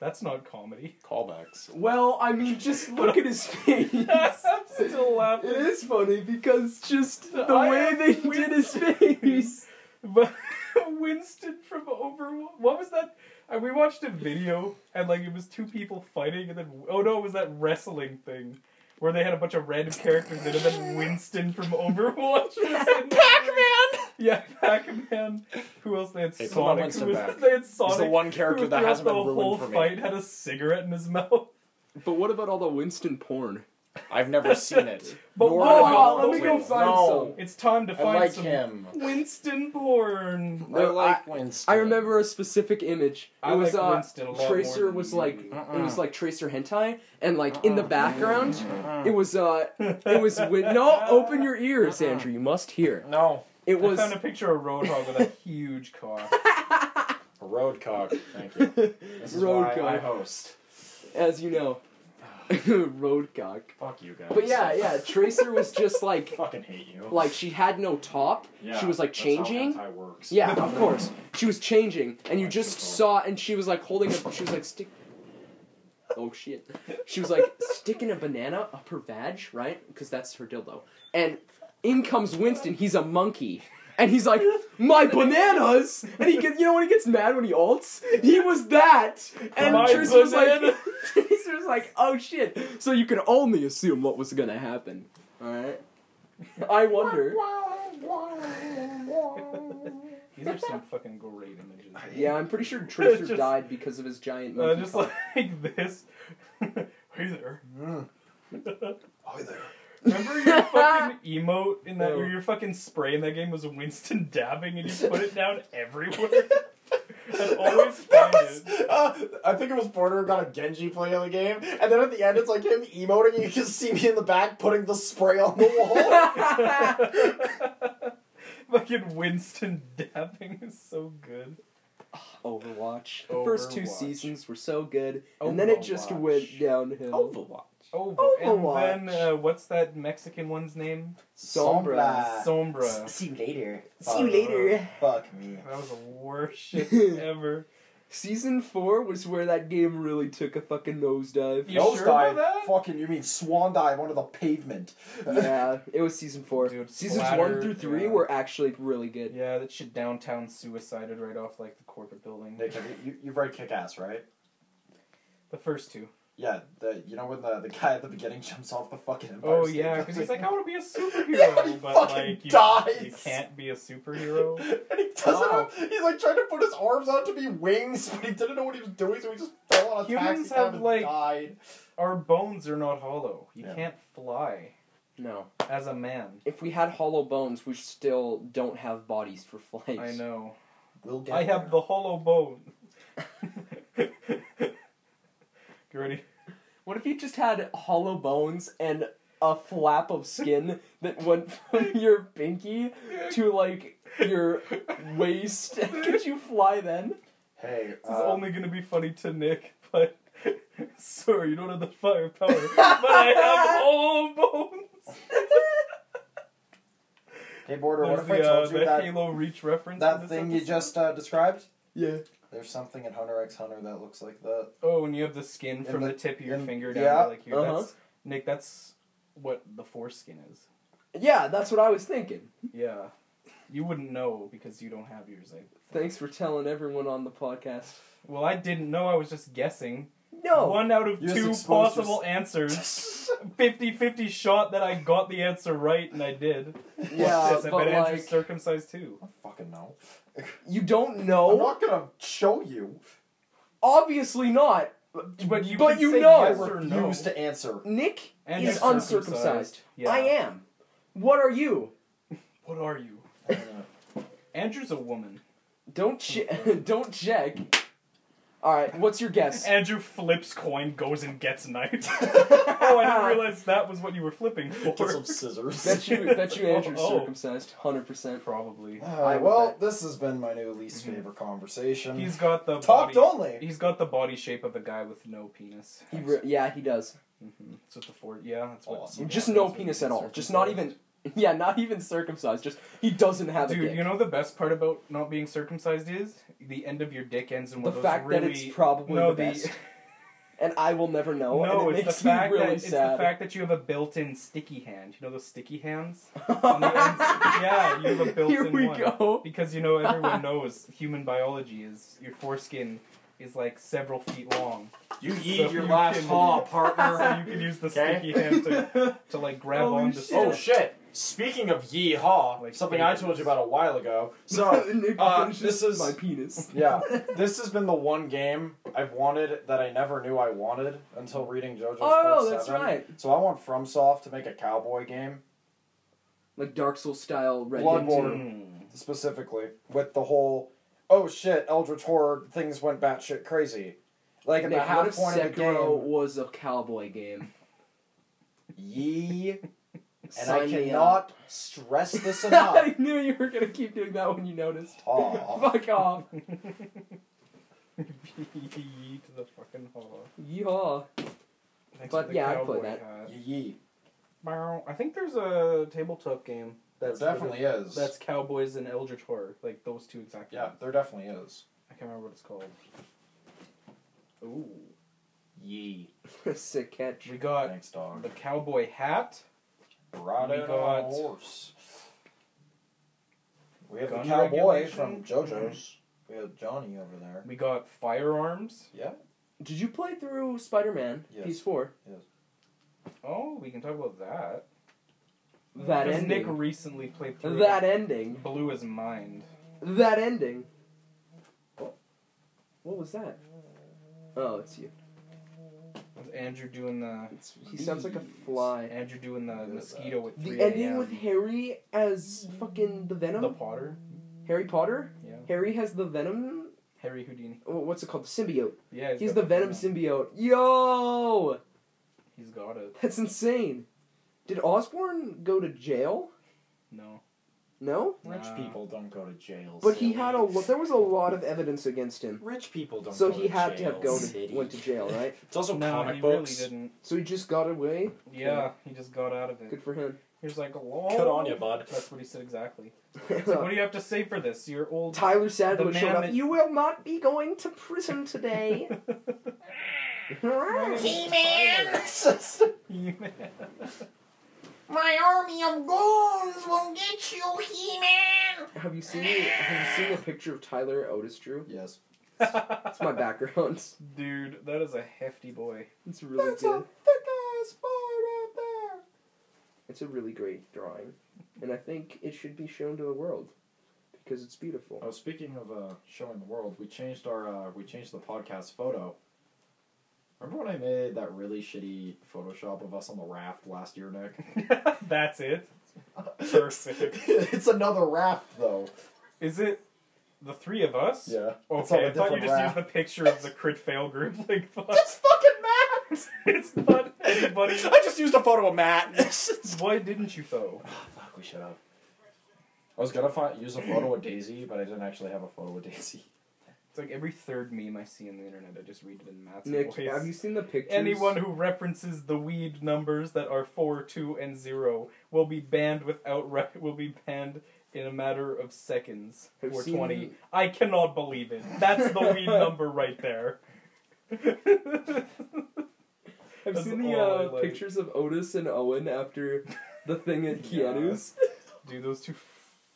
That's not comedy. *laughs* Callbacks. Well, I mean, just look at his face. I'm still laughing. It is funny because just the I way am they weird. did his *laughs* face. But *laughs* Winston from Overwatch. What was that? Uh, We watched a video and like it was two people fighting, and then oh no, it was that wrestling thing where they had a bunch of random characters in, and then Winston from Overwatch was in Pac Man. Yeah, Pac Man. Who else? They had Hey, put my Sonic. Winston who was, back. They had He's Sonic. the one who character that throughout hasn't the been whole ruined for me. fight had a cigarette in *laughs* his mouth. But what about all the Winston porn? I've never seen *laughs* it. But Nor what do I about- want let me to. go find no. It's time to I find like some him. Winston porn. I No, like Winston. I remember a specific image. It I was like uh, Winston a lot more Tracer than was you. like it was Mm-mm. like Tracer hentai, and like in the background, Mm-mm. it was uh, it was *laughs* win- no. Open your ears, Mm-mm. Andrew. You must hear. No. It was I found a picture of Roadhog with a *laughs* huge cock. Roadcock. Thank you. *laughs* This is why I roadcock, host. as you know, *laughs* roadcock. Fuck you guys. But yeah, yeah. Tracer was just like fucking hate you. like she had no top. Yeah, she was like that's how changing. hentai works. Yeah, *laughs* of course. She was changing, and you Like just before. saw, and she was like holding a. She was like stick. Oh shit! She was like sticking a banana up her vag, right? Because that's her dildo. And in comes Winston. He's a monkey, and he's like, "My bananas!" And he gets, you know, when he gets mad when he ults, he was that. And My Trace was like, *laughs* banana. Trace was like, "Oh shit!" So you can only assume what was gonna happen. All right. I wonder. These are some fucking great images. Yeah, I'm pretty sure *laughs* Tracer Just- died because of his giant Uh, monkey. just paw. *laughs* like this. hey there. Oh, there. Remember your *laughs* fucking emote in that, No. or your fucking spray in that game was Winston dabbing and *laughs* you put it down *laughs* everywhere? I'd always find it. Uh, I think it was Porter got a Genji play on the game, and then at the end it's like him emoting, and you can see me in the back putting the spray on the wall. *laughs* fucking Winston dabbing is so good. Overwatch. The first two Overwatch. seasons were so good, and then it just Overwatch. went downhill. Oh, Overwatch. and then uh, what's that Mexican one's name? Uh, *laughs* Sombra. Sombra. you later. See you later. Uh, Fuck me. That was the *laughs* worst shit ever. Season four was where that game really took a fucking nosedive. You Nose sure dive. about that? Fucking, you mean swan dive onto the pavement. yeah, it was season four. Dude, Seasons Splatter, one through three yeah. were actually really good. Yeah, that shit downtown suicided right off like the corporate *laughs* building. Nick, have you, you, you've read Kick Ass, right? The first two. Yeah, the, you know when the, the guy at the beginning jumps off the fucking Empire Oh State yeah, because he's like, Building? I want to be a *laughs* superhero, Yeah, he but fucking like you, dies. you can't be a Oh. superhero. *laughs* And he doesn't Wow. have. He's like trying to put his arms out to be wings, *laughs* but he didn't know what he was doing, so he just fell on a Humans taxi cab have, and like- died. Our bones are not hollow. You Yeah. can't fly No. as a man. If we had hollow bones, we still don't have bodies for flight. I know. We'll get I have there. the *laughs* hollow bone. you ready? What if you just had hollow bones and a flap of skin that went *laughs* from your pinky to like *laughs* your waist? *laughs* Could you fly then? Hey, This is uh, only gonna be funny to Nick, but *laughs* sorry, you don't have the firepower. but *laughs* I have hollow bones. *laughs* hey, Border, what There's if I the, uh, told you the that, Halo Reach reference. in that this thing you episode. just uh, described? Yeah. There's something in Hunter x Hunter that looks like that. *laughs* Oh, and you have the skin from the- the, tip of your and- finger down yeah, to like here. uh-huh. That's, Nick, that's what the foreskin is. Yeah, that's what I was thinking. Yeah. You wouldn't know because you don't have yours. Like, Thanks for telling everyone on the podcast. well, I didn't know. I was just guessing. No. One out of You just two exposed possible answers. 50-50 shot that I got the answer right, and *laughs* I did. Yeah, Yes, I but bet Andrew's like circumcised too. Fucking no. you don't Oh. I'm know. not gonna show you. Obviously not. But you, But can you say know. I yes or no. refuse to answer. Nick And is you're uncircumcised. circumcised. Yeah. I am. What are you? What are *laughs* you? I don't know. Andrew's a woman. *laughs* Don't che- *laughs* don't check. All right, what's your *laughs* guess? Andrew flips coin, goes and gets *laughs* knife. oh, I didn't realize that was what you were flipping for. Get some scissors. Bet you, bet you Andrew's Oh. circumcised, hundred percent. Probably. Alright, well, this has been my new least favorite conversation. Mm-hmm. He's got the Talked body. only. He's got the body shape of a guy with no penis. He re- yeah, he does. Mhm. That's what the four. Yeah, that's what. Awesome. Just no penis at all. Just not even. *laughs* Yeah, not even circumcised. Just he doesn't have a Dude, dick. you know the best part about not being circumcised is the end of your dick ends in one The of those fact that really. it's probably no, the best, *laughs* *laughs* and I will never know. no, and it it's makes the fact me really that it's the sad. *laughs* fact that you have a built-in sticky hand. You know those sticky hands. On the *laughs* ends? yeah, you have a built-in Here we one. go. Because you know everyone *laughs* knows human biology is your foreskin is like several feet *laughs* long. *laughs* *laughs* You So eat your you last can- haul, So partner. *laughs* you can use the Okay. sticky hand *laughs* to, to like grab Holy on to shit. oh shit! Speaking of yee haw, Like something I bacon. told you about a while ago. *laughs* So *laughs* Nick uh, finishes this is- my penis. yeah, this has been the one game I've wanted that I never knew I wanted until reading JoJo's. Oh, Part that's 7. right. So I want FromSoft to make a cowboy game Like Dark Souls style red. Blood Dead Bowl. two. Mm. specifically with the whole oh shit Eldritch horror things went batshit crazy. Like at Nick, the what half if point of the Sekiro *laughs* game, was a *laughs* cowboy game? yee. And I Sign me cannot stress *laughs* this enough. I knew you were gonna keep doing that when you noticed. Aw. *laughs* Fuck Oh, off. *laughs* Yeet to the fucking hole. Yeehaw. Thanks But for the yeah, I'd play cowboy that. hat. Yee. Bow. I think there's a tabletop game There that's definitely is. that's cowboys and eldritch horror, like those two exactly. yeah, there definitely is. I can't remember what it's called. Ooh, Yee. *laughs* Sick catch. we got Thanks, dog. the cowboy hat. Brought we in on got- a horse. We have Gun the cowboy regulation? from JoJo's. We have Johnny over there. We got firearms. Did you play through Spider Man Yes. Piece 4? Oh, we can talk about that. That Because Nick ending. recently played *laughs* through That it. ending. blew his mind. That ending. What was that? Oh, it's you. Was Andrew doing the It's, he sounds like a fly. Andrew doing the mosquito with The 3 ending a.m. with Harry as fucking the Venom? the Potter? Harry Potter? Yeah, Harry has the Venom. Harry Houdini. oh, What's it called? The symbiote. Yeah, He's got the Venom symbiote. Yo! He's got it. That's insane. Did Osborn go to jail? No. No? Rich Nah. people don't go to jail. But silly. he had a lo- there was a lot of evidence against him. Rich people don't. So go he to had to jail, have gone to, city. went to jail, right? It's also No, comic he books. really didn't. So he just got away. Yeah, he just got out of it. Good for him. He was like, "Lol." Good on you, bud. That's what he said *laughs* exactly. It's like, what do you have to say for this? You're old. *laughs* Tyler The Sadler man showed up. that- You will not be going to *laughs* prison today. He Man! man. My army of goons will get you, He-Man! have you seen? Have you seen a picture of Tyler Otis Drew? *laughs* Yes. It's my background. *laughs* *laughs* Dude, that is a hefty boy. It's really good. thick ass boy right there. It's a really great drawing, and I think it should be shown to the world because it's beautiful. Oh, speaking of uh, showing the world, we changed our uh, we changed the podcast photo. Remember when I made that really shitty Photoshop of us on the raft last year, *laughs* Nick? That's it. Perfect. it's another raft though. Is it the three of us? Yeah. It's on Okay, a I thought you just different used raft. the picture of the crit fail group. *laughs* Like, fuck. It's fucking Matt. it's not anybody. I just used a photo of Matt. *laughs* Why didn't you though? Fuck, we should have. I was gonna find, use a photo of Daisy, but I didn't actually have a photo of *laughs* Daisy. It's like every third meme I see on the internet, I just read it in Matt's Nick, voice. have you seen the pictures? Anyone who references the weed numbers that are four, two, and zero will be banned without re- will be banned in a matter of seconds. Have Four seen- twenty. I cannot believe it. That's the *laughs* weed number right there. *laughs* Have you That's seen the all I uh, like. pictures of Otis and Owen after the thing *laughs* at Yeah. Keanu's? Dude, those two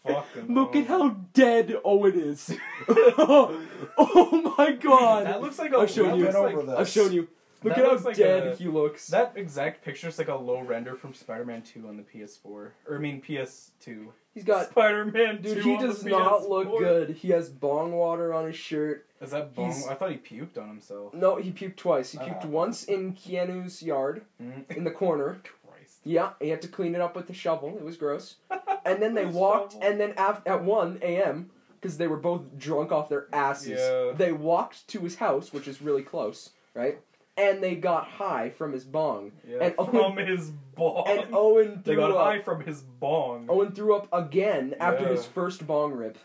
fucking. *laughs* Look at oh. how dead Owen is. *laughs* oh my god. That looks like a. I've shown that you. looks Been over like- this. I've shown you. Look That at how looks like dead a- he looks. That exact picture is like a low render from Spider-Man Two on the PS4, or I mean PS2. He's got. Spider-Man 2 Dude, he on the does not PS4. look good. He has bong water on his shirt. Is that bong? He's- I thought he puked on himself. No, he puked twice. He puked Uh-huh. once in Keanu's yard Mm. *laughs* in the corner, Christ. Yeah, he had to clean it up with a shovel. It was gross. *laughs* And then they walked, and then af- at 1 a.m., because they were both drunk off their asses, Yeah. they walked to his house, which is really close, right? And they got high from his bong. Yeah, And from Owen- his bong. And Owen they threw got high up. from his bong. Owen threw up again after Yeah. his first bong rip.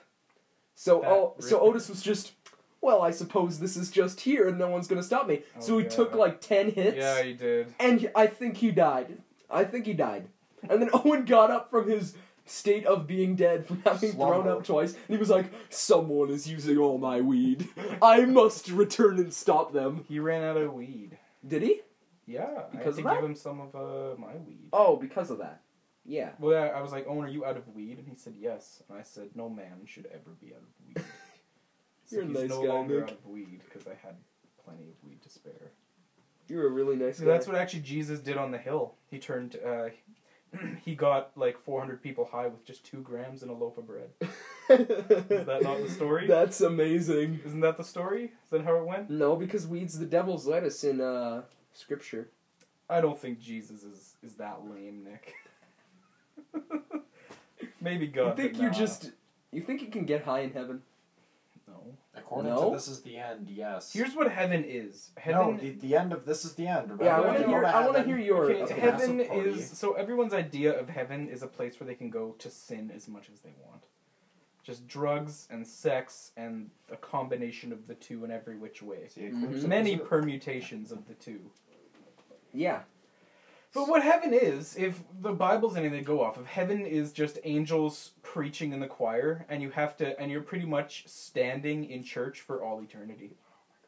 So That oh, so rip. Otis was just, well, I suppose this is just here, and no one's gonna stop me. so Oh, he God. took like ten hits. yeah, he did. And I think he died. I think he died. And then *laughs* Owen got up from his state of being dead from having thrown Slumber. up twice, and he was like, Someone is using all my weed. I must return and stop them. He ran out of weed. Did he? Yeah, I had Because to of give that? him some of uh, my weed. Oh, because of that. Yeah. Well, I, I was like, Owen, are you out of weed? And he said, yes. And I said, no man should ever be out of *laughs* weed. So You're a he's nice no guy, longer Nick. out of weed because I had plenty of weed to spare. You're a really nice So guy. that's what actually Jesus did on the hill. He turned, uh, *clears throat* he got like 400 people high with just two grams and a loaf of bread. *laughs* Is that not the story? That's amazing. Isn't that the story? Is that how it went? No, because weed's the devil's lettuce in uh, scripture. I don't think Jesus is, is that lame, Nick. *laughs* Maybe God. you think but you nah. just. You think you can get high in heaven? No. According No? to this is the end, yes. Here's what heaven is. no, Heaven the, the end of this is the end. Remember? Yeah, I want wanna to You go hear. I want to heaven. hear your. Okay, Okay. heaven Massive party. is so everyone's idea of heaven is a place where they can go to sin as much as they want. Just drugs and sex and a combination of the two in every which way. See, Eclipse Mhm. of Many Zero. permutations of the two. Yeah. But what heaven is, if the Bible's anything to go off of, heaven is just angels preaching in the choir, and you have to, and you're pretty much standing in church for all eternity.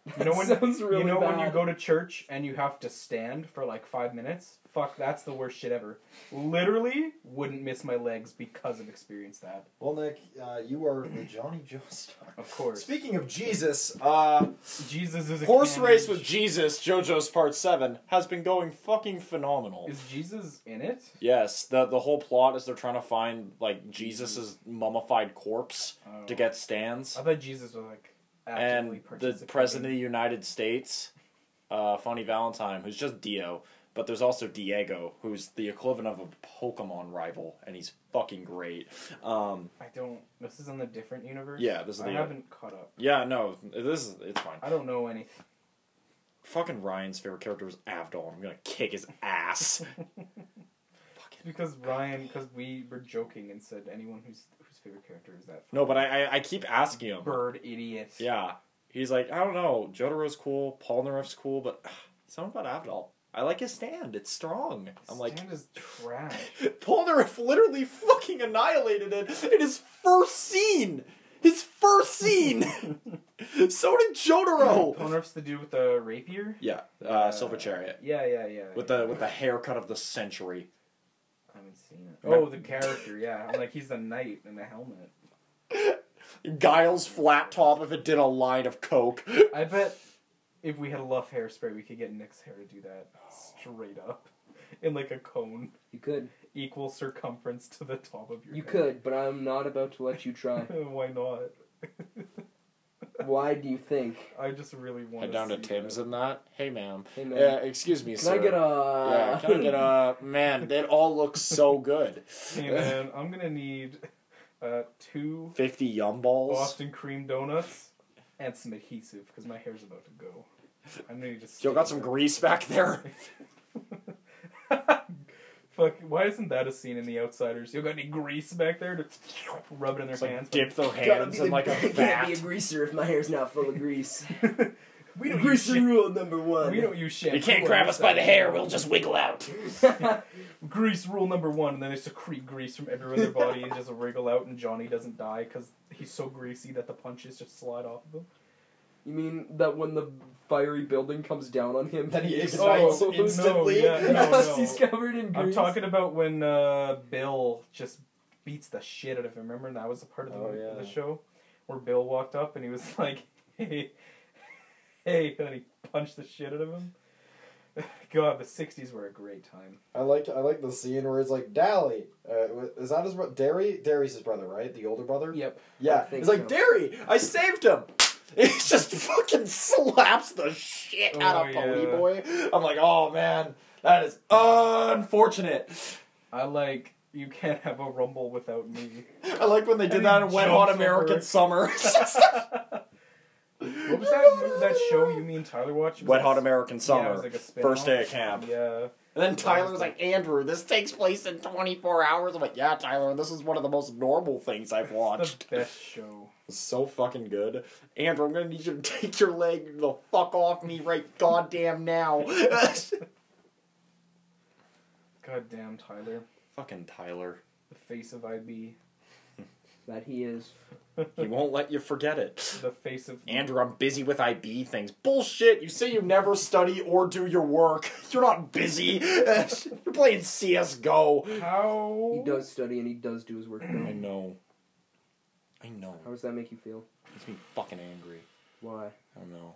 *laughs* You know That when sounds really you know when you bad. go to church and you have to stand for like five minutes. Fuck, that's the worst shit ever. Literally, wouldn't miss my legs because I've experienced that. Well, Nick, uh, you are the Johnny *laughs* Joestar. Of course, Speaking of Jesus, uh, Jesus is a Horse can- Race with Jesus, JoJo's Part 7, has been going fucking phenomenal. Is Jesus in it? Yes, the the whole plot is they're trying to find like Jesus's mummified corpse Oh. to get stands, I thought Jesus was like actively and the participating. president of the United States, uh, Funny Valentine, who's just Dio, but there's also Diego, who's the equivalent of a Pokemon rival, and he's fucking great. Um, I don't. This is in a different universe. Yeah, this is I the- haven't caught up. yeah, no, this is it's fine. I don't know anything. Fucking Ryan's favorite character was Avdol. I'm gonna kick his ass. *laughs* Because Ryan, because we were joking and said anyone whose whose favorite character is that no, but I, I I keep asking him. bird idiot. Yeah. He's like, I don't know. Jotaro's cool. Paul Naref's cool, but ugh, something about Avdol. I like his stand. It's strong. I'm like, Stan is trash. *laughs* Paul Naref literally fucking annihilated it in his first scene. His first scene. so did Jotaro. Ponarf's the dude with the rapier. Yeah, uh, Silver Chariot Yeah, yeah, yeah. with yeah. the with the haircut of the century. I haven't seen it. Oh, the character. Yeah, I'm like he's a knight in a helmet. Giles flat top if it did a line of coke. I bet if we had a luff hairspray, we could get Nick's hair to do that straight up in like a cone, You could. equal circumference to the top of your. You head. could, but I'm not about to let you *laughs* try. Why not? Why do you think? I just really want Head down to see Tim's that. and that. Hey, ma'am. Hey, man. Uh, excuse me, can sir. I get a. uh, Yeah, can I *laughs* get a man? That all looks so good. Hey man, I'm gonna need uh, two *laughs* Fifty yum balls. Boston cream donuts and some adhesive because my hair's about to go. I need to. Yo, got some grease back *laughs* there. *laughs* Fuck! Why isn't that a scene in The Outsiders? You got any grease back there to rub it in their Just, like hands? dip their Gotta hands be in like I a *laughs* can't be a vat. greaser if my hair's not full of grease. *laughs* we don't use greaser shampoo. rule number one. We *laughs* don't use shampoo. You can't on grab this us by the side. hair. We'll just wiggle out. Grease rule number one, and then they secrete grease from everywhere in their body and just wriggle out, and Johnny doesn't die because he's so greasy that the punches just slide off of him. You mean that when the fiery building comes down on him, Then he ignites explodes? Oh, no, instantly. yeah, no, *laughs* Yes, no. he's covered in grease. I'm talking about when uh, Bill just beats the shit out of him. Remember that was a part of the, Oh, of the yeah. show where Bill walked up and he was *laughs* like, "Hey, hey," and he punched the shit out of him. *laughs* God, the '60s were a great time. I like I like the scene where it's like Dally. Uh, is that his brother? Derry? Derry's his brother, right? The older brother. Yep. Yeah. I think He's like so. Derry. I saved *laughs* him. It just fucking slaps the shit out of Oh, yeah. Ponyboy. Boy, I'm like, oh man, That is unfortunate. I like you can't have a rumble without *laughs* me. I like when they did And that he in Wet Hot jumps American over. *laughs* Summer. *laughs* What was that that show you mean Tyler watched? It was Wet like Hot a- American yeah, it Summer. was like a spin-off. First day of camp. Yeah. And then Tyler was like, Andrew, this takes place in 24 hours. I'm like, yeah, Tyler, this is one of the most normal *laughs* things I've The watched. best show. It's so fucking good. Andrew, I'm gonna need you to *laughs* take your leg the fuck off me right *laughs* goddamn now. *laughs* Goddamn Tyler. fucking Tyler. The face of *laughs* IB. That he is. He won't let you forget it. The face of Andrew, I'm busy with IB things. Bullshit! You say you never study or do your work. *laughs* You're not busy. *laughs* You're playing CSGO. how He does study and he does do his work. I How know. I know. does that make you feel? Makes me fucking angry. Why? I don't know.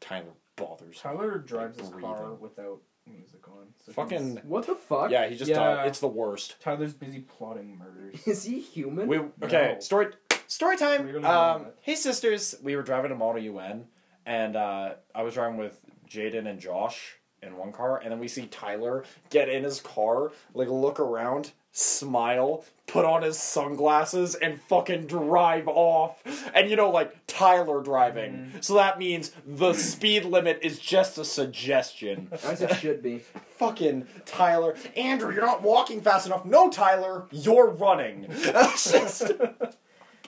Tyler bothers. me. Tyler drives his Breathing. car without music on. So Fucking he's- What the fuck? yeah, he just Yeah. died. It's the worst. Tyler's busy plotting *laughs* murders. *laughs* Is he human? We okay No. story story time. We really um, know that. hey sisters, we were driving to Model UN, and uh, I was driving with Jaden and Josh in one car, and then we see Tyler get in his car, like look around, smile, put on his sunglasses, and fucking drive off. And you know, like Tyler driving, Mm-hmm. so that means the speed limit is just *laughs* a suggestion. As it should be. fucking Tyler. Andrew, you're not walking fast enough. No, Tyler, you're running. *laughs* That's just-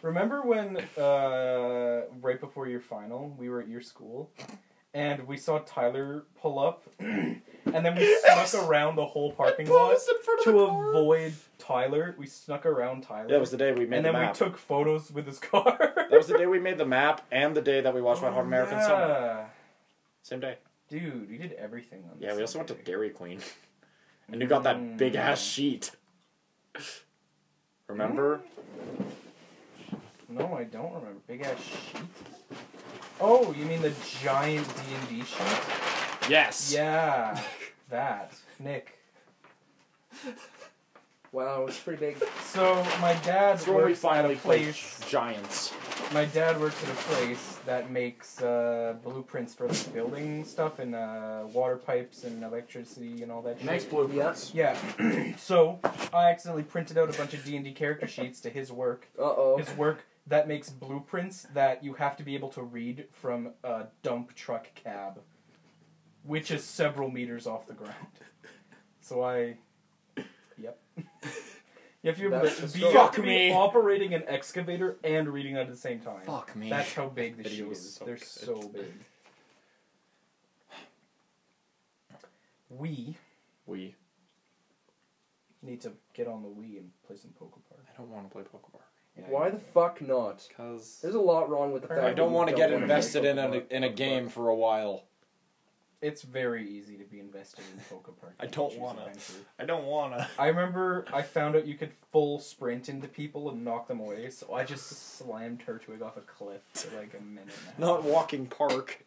Remember when uh, right before your final, we were at your school, and we saw Tyler pull up, *clears throat* and then we *laughs* snuck around the whole parking lot Paused in front of to the car. avoid Tyler. We snuck around Tyler. That was the day we made and the then we map. took photos with his car. that was the day we made the map and the day that we watched Wet Hot *laughs* American Summer. Oh, Yeah. Same day. Dude, you did everything on. Yeah, this we also went to Sunday. Dairy Queen. *laughs* And you got that Mm. big ass sheet. Remember? Mm. No, I don't remember. Big ass sheet. Oh, you mean the giant D and D sheet? Yes. *laughs* Yeah, that Nick. Wow, it's pretty big. So my dad That's where we works at a finally played place. Giants. My dad works at a place that makes uh, blueprints for like, building stuff and uh, water pipes and electricity and all that shit. Next blueprints. Yeah. *clears throat* so I accidentally printed out a bunch of D and D character sheets to his work. Uh oh. His work that makes blueprints that you have to be able to read from a dump truck cab, which is several meters off the ground. So I. Yep. *laughs* You have to be, able That's to just be, so- you have Fuck to be me. operating an excavator and reading at the same time. Fuck me. That's how big the Video sheet was is. so They're good. so big. We We. need to get on the Wii and play some Poker Park. I don't want to play Pokemon. Why the fuck not? Because. There's a lot wrong with the fact I that don't you want to get wanna invested play in a, Pokemon. in a game for a while. It's very easy to be invested in Poker Park. I don't Choose wanna. adventure. I don't want to. I remember I found out you could full sprint into people and knock them away, so I just slammed her twig off a cliff for like a minute. And a half. *laughs* Not walking park.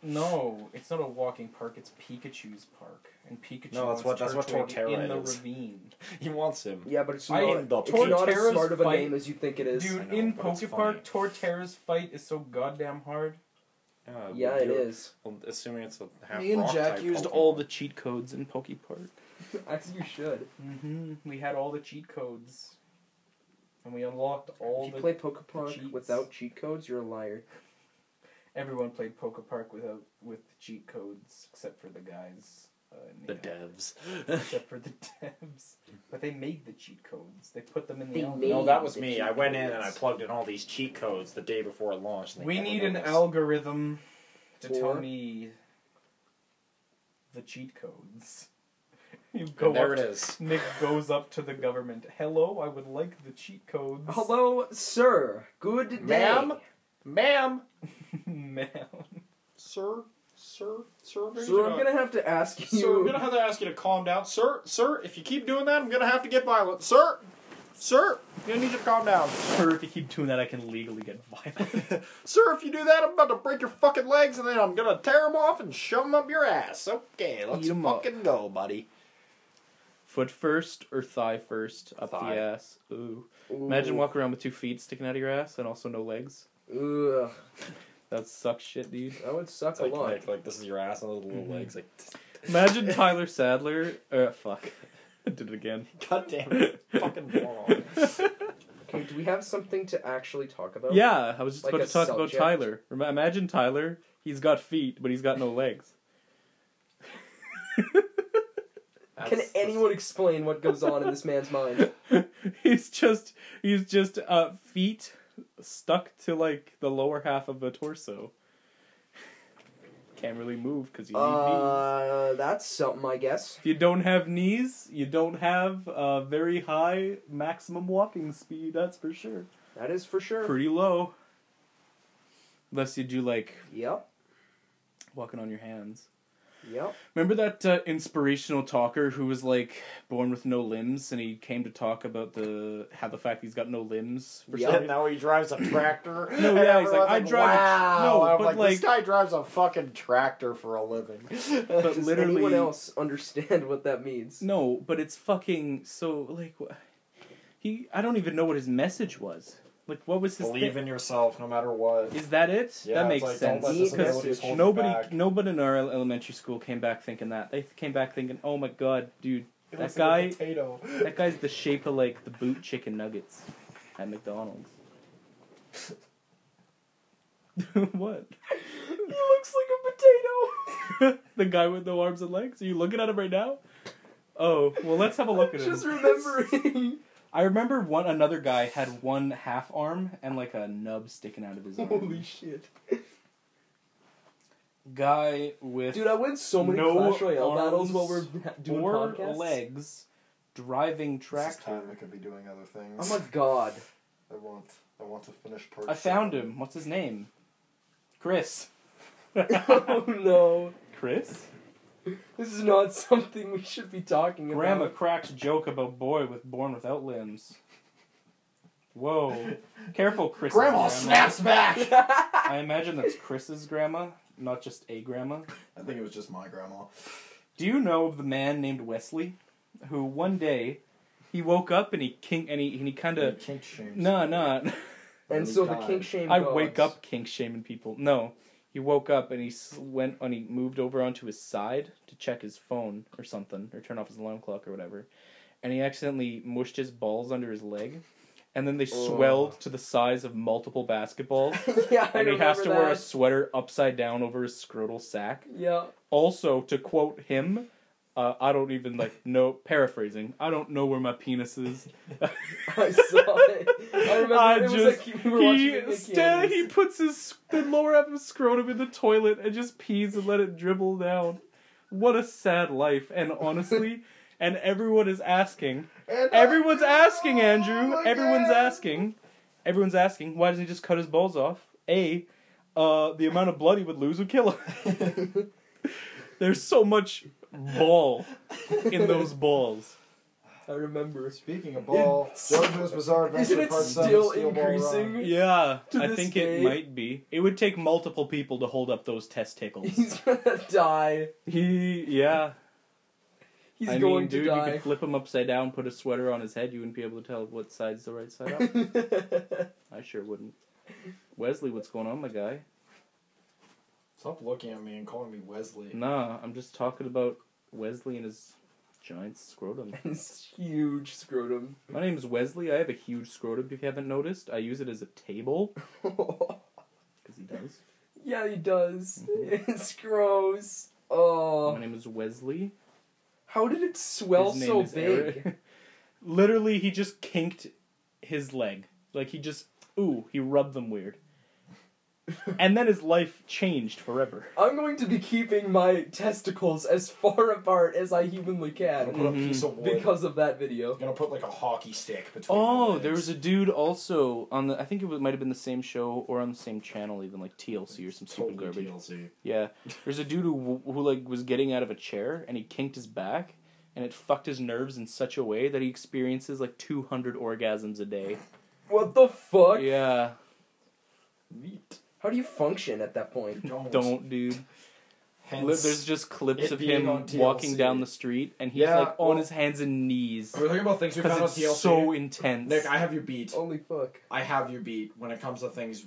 No, it's not a walking park. It's Pikachu's park, and Pikachu. No, that's wants what- that's what Turtwig in Torterra the is. ravine. He wants him. Yeah, but it's I- not, the it's not as Torterra's smart of a fight- name as you think it is. Dude, know, in but it's Poke Park, Torterra's fight is so goddamn hard. Uh, yeah, it you're- is. *laughs* Assuming it's a half Me and rock Jack type used Pokemon. all the cheat codes in Poke Park. As you should. hmm We had all the cheat codes, and we unlocked all if the. you play Poker Park cheats. without cheat codes, you're a liar. Everyone played Poke Park without with cheat codes, except for the guys. Uh, in the the devs. except for the *laughs* devs. But they made the cheat codes. They put them in the They algorithm. made- no, that was the me. cheat I went in and codes. I plugged in all these cheat codes the day before it launched. and they We never need an noticed. algorithm to tell For? me the cheat codes. *laughs* You go And there up it to- is. Nick goes up to the government. Hello, I would like the cheat codes. *laughs* Hello, sir. Good day. Ma'am? Ma'am, ma'am. sir, sir, sir. maybe Sir, you I'm don't- gonna have to ask you. Sir, I'm gonna have to ask you to calm down, sir. Sir, if you keep doing that, I'm gonna have to get violent, sir. Sir, I'm gonna need you to calm down, *laughs* Sure, *laughs* if you keep doing that, I can legally get violent. sir. If you do that, I'm about to break your fucking legs and then I'm gonna tear them off and shove them up your ass. Okay, let's Eat 'em up. fucking go, buddy. Foot first or thigh first up Thigh. the ass. Ooh. Ooh. Imagine walking around with two feet sticking out of your ass and also no legs. Ugh, That sucks shit, dude. that would suck a Like, *laughs* lot. like, like, this is your ass and those little legs. Like, *laughs* Mm-hmm. Imagine Tyler Sadler. Uh, fuck. *laughs* I did it again. God damn it. Fucking *laughs* moron. Can, do we have something to actually talk about? Yeah, I was just Like about a to talk about subject. Tyler. Rem- Imagine Tyler. He's got feet, but he's got no legs. *laughs* Can anyone explain what goes on in this man's mind? he's just he's just uh feet stuck to like the lower half of a torso. Can't really move because you need knees. Uh, that's something, I guess. If you don't have knees, you don't have uh, very high maximum walking speed. That's for sure. That is for sure. Pretty low. Unless you do like Yep, walking on your hands. yep. Remember that uh, inspirational talker who was like born with no limbs, and he came to talk about the how the fact he's got no limbs for some Yep. reason. now he drives a tractor. *laughs* No, and yeah, he's everyone's like, I drive a- Wow. no, I'm but like, this like- guy drives a fucking tractor for a living. But Does literally, anyone else understand what that means? no. But it's fucking so like wh- he. I don't even know what his message was. Like, what was his? Believe in yourself, no matter what. thing? Is that it? Yeah, that it's makes like, don't sense. let Because disabilities hold you Nobody, back. nobody in our elementary school came back thinking that. They came back thinking, "Oh my god, dude, It that was like a guy, potato. that guy's the shape of like the boot chicken nuggets at *laughs* McDonald's." what? He looks like a potato. *laughs* the guy with no arms and legs? Are you looking at him right now? Oh, well, let's have a *laughs* look at Just him. remembering. I remember one another guy had one half arm and like a nub sticking out of his arm. Holy shit. guy with Dude, I win so many No Clash Royale battles arms while we're *laughs* doing four podcasts. legs driving This is tractor. time I could be doing other Oh things. my *laughs* god. *laughs* I want. I want to finish part. I found him. What's his name? *laughs* Chris. oh no. Chris? This is not something we should be talking Grandma about. cracks joke about boy with born without limbs. *laughs* Whoa. Careful, Chris. Grandma snaps *laughs* back. I imagine that's Chris's grandma, not just a grandma. I think it was just my grandma. Do you know of the man named Wesley, who one day he woke up and he kink and he and he kind of Kink shames. *laughs* no no. And so the kink shame. I gods. wake up kink shaming people. No, he woke up and he s- went and he moved over onto his side to check his phone or something or turn off his alarm clock or whatever, and he accidentally mushed his balls under his leg, and then they swelled to the size of multiple basketballs. yeah, *laughs* I And he has to remember wear a that. sweater upside down over his scrotal sack. Yeah. Also, to quote him, uh, I don't even like no paraphrasing. I don't know where my penis is. I saw it. I remember I it was just- like we were watching it he in the sta- Keanu's. he puts his the lower half of his scrotum in the toilet and just pees and let it dribble down. What a sad life. And *laughs* honestly, and everyone is asking. *laughs* Everyone's Oh Oh asking, Andrew. Everyone's asking. Everyone's asking. Why doesn't he just cut his balls off? A, uh, the amount of blood he would lose would kill him. *laughs* There's so much ball *laughs* in *laughs* those balls. I remember. Speaking of ball, JoJo's Bizarre Adventure Isn't it Part Seven, still Steel Ball Run. increasing? Yeah, To I this think day. it might be. It would take multiple people to hold up those testicles. *laughs* He's gonna die. he, yeah. He's I mean, going dude, to you die. could flip him upside down, put a sweater on his head. You wouldn't be able to tell what side's the right side up. *laughs* *laughs* I sure wouldn't. Wesley, what's going on, my guy? Stop looking at me and calling me Wesley. Nah, I'm just talking about Wesley and his giant scrotum. His huge scrotum. *laughs* My name is Wesley. I have a huge scrotum. If you haven't noticed, I use it as a table because he does. yeah, he does. Mm-hmm. *laughs* It's gross. Oh. My name is Wesley. How did it swell His name so is big? *laughs* Eric. Literally, he just kinked his leg. Like he just ooh, he rubbed them weird. and then his life changed forever. *laughs* I'm going to be keeping my testicles as far *laughs* apart as I humanly I'm gonna Oh, can put a mm-hmm. piece of wood. because of that video. I'm gonna put like a hockey stick between. Oh, my there legs. was a dude also on the. I think it was, might have been the same show or on the same channel, even like TLC or some totally stupid garbage. TLC. Yeah, there's a dude who who like was getting out of a chair and he kinked his back and it fucked his nerves in such a way that he experiences like 200 orgasms a day. What the fuck? Yeah, How do you function at that point? *laughs* Don't. don't dude. Hence, Li- There's just clips it of being him on walking TLC. down the street and he's Yeah, oh. like well- on his hands and knees We're talking about things we found on because TLC. it's so intense. Nick, I have you beat. Holy fuck. I have you beat when it comes to things,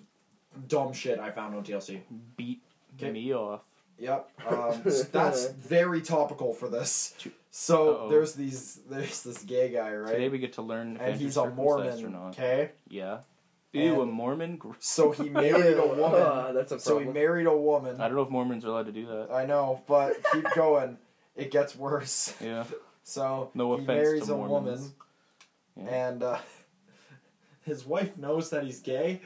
dumb shit I found on TLC. Beat Okay. me off. Yep. Um, *laughs* that's very topical for this. So Uh-oh. there's these there's this gay guy, right? Today we get to learn if and Andrew's he's a circumcised Mormon. or not. Okay. Yeah. Ew, a And- Mormon. *laughs* Gross. So he married a Uh, woman. *laughs* that's a so he problem. married a woman. I don't know if Mormons are allowed to do that. I know, but keep going. It gets worse. Yeah. *laughs* So No he offense marries to a woman, Mormons. Yeah. and uh, *laughs* his wife knows that he's gay,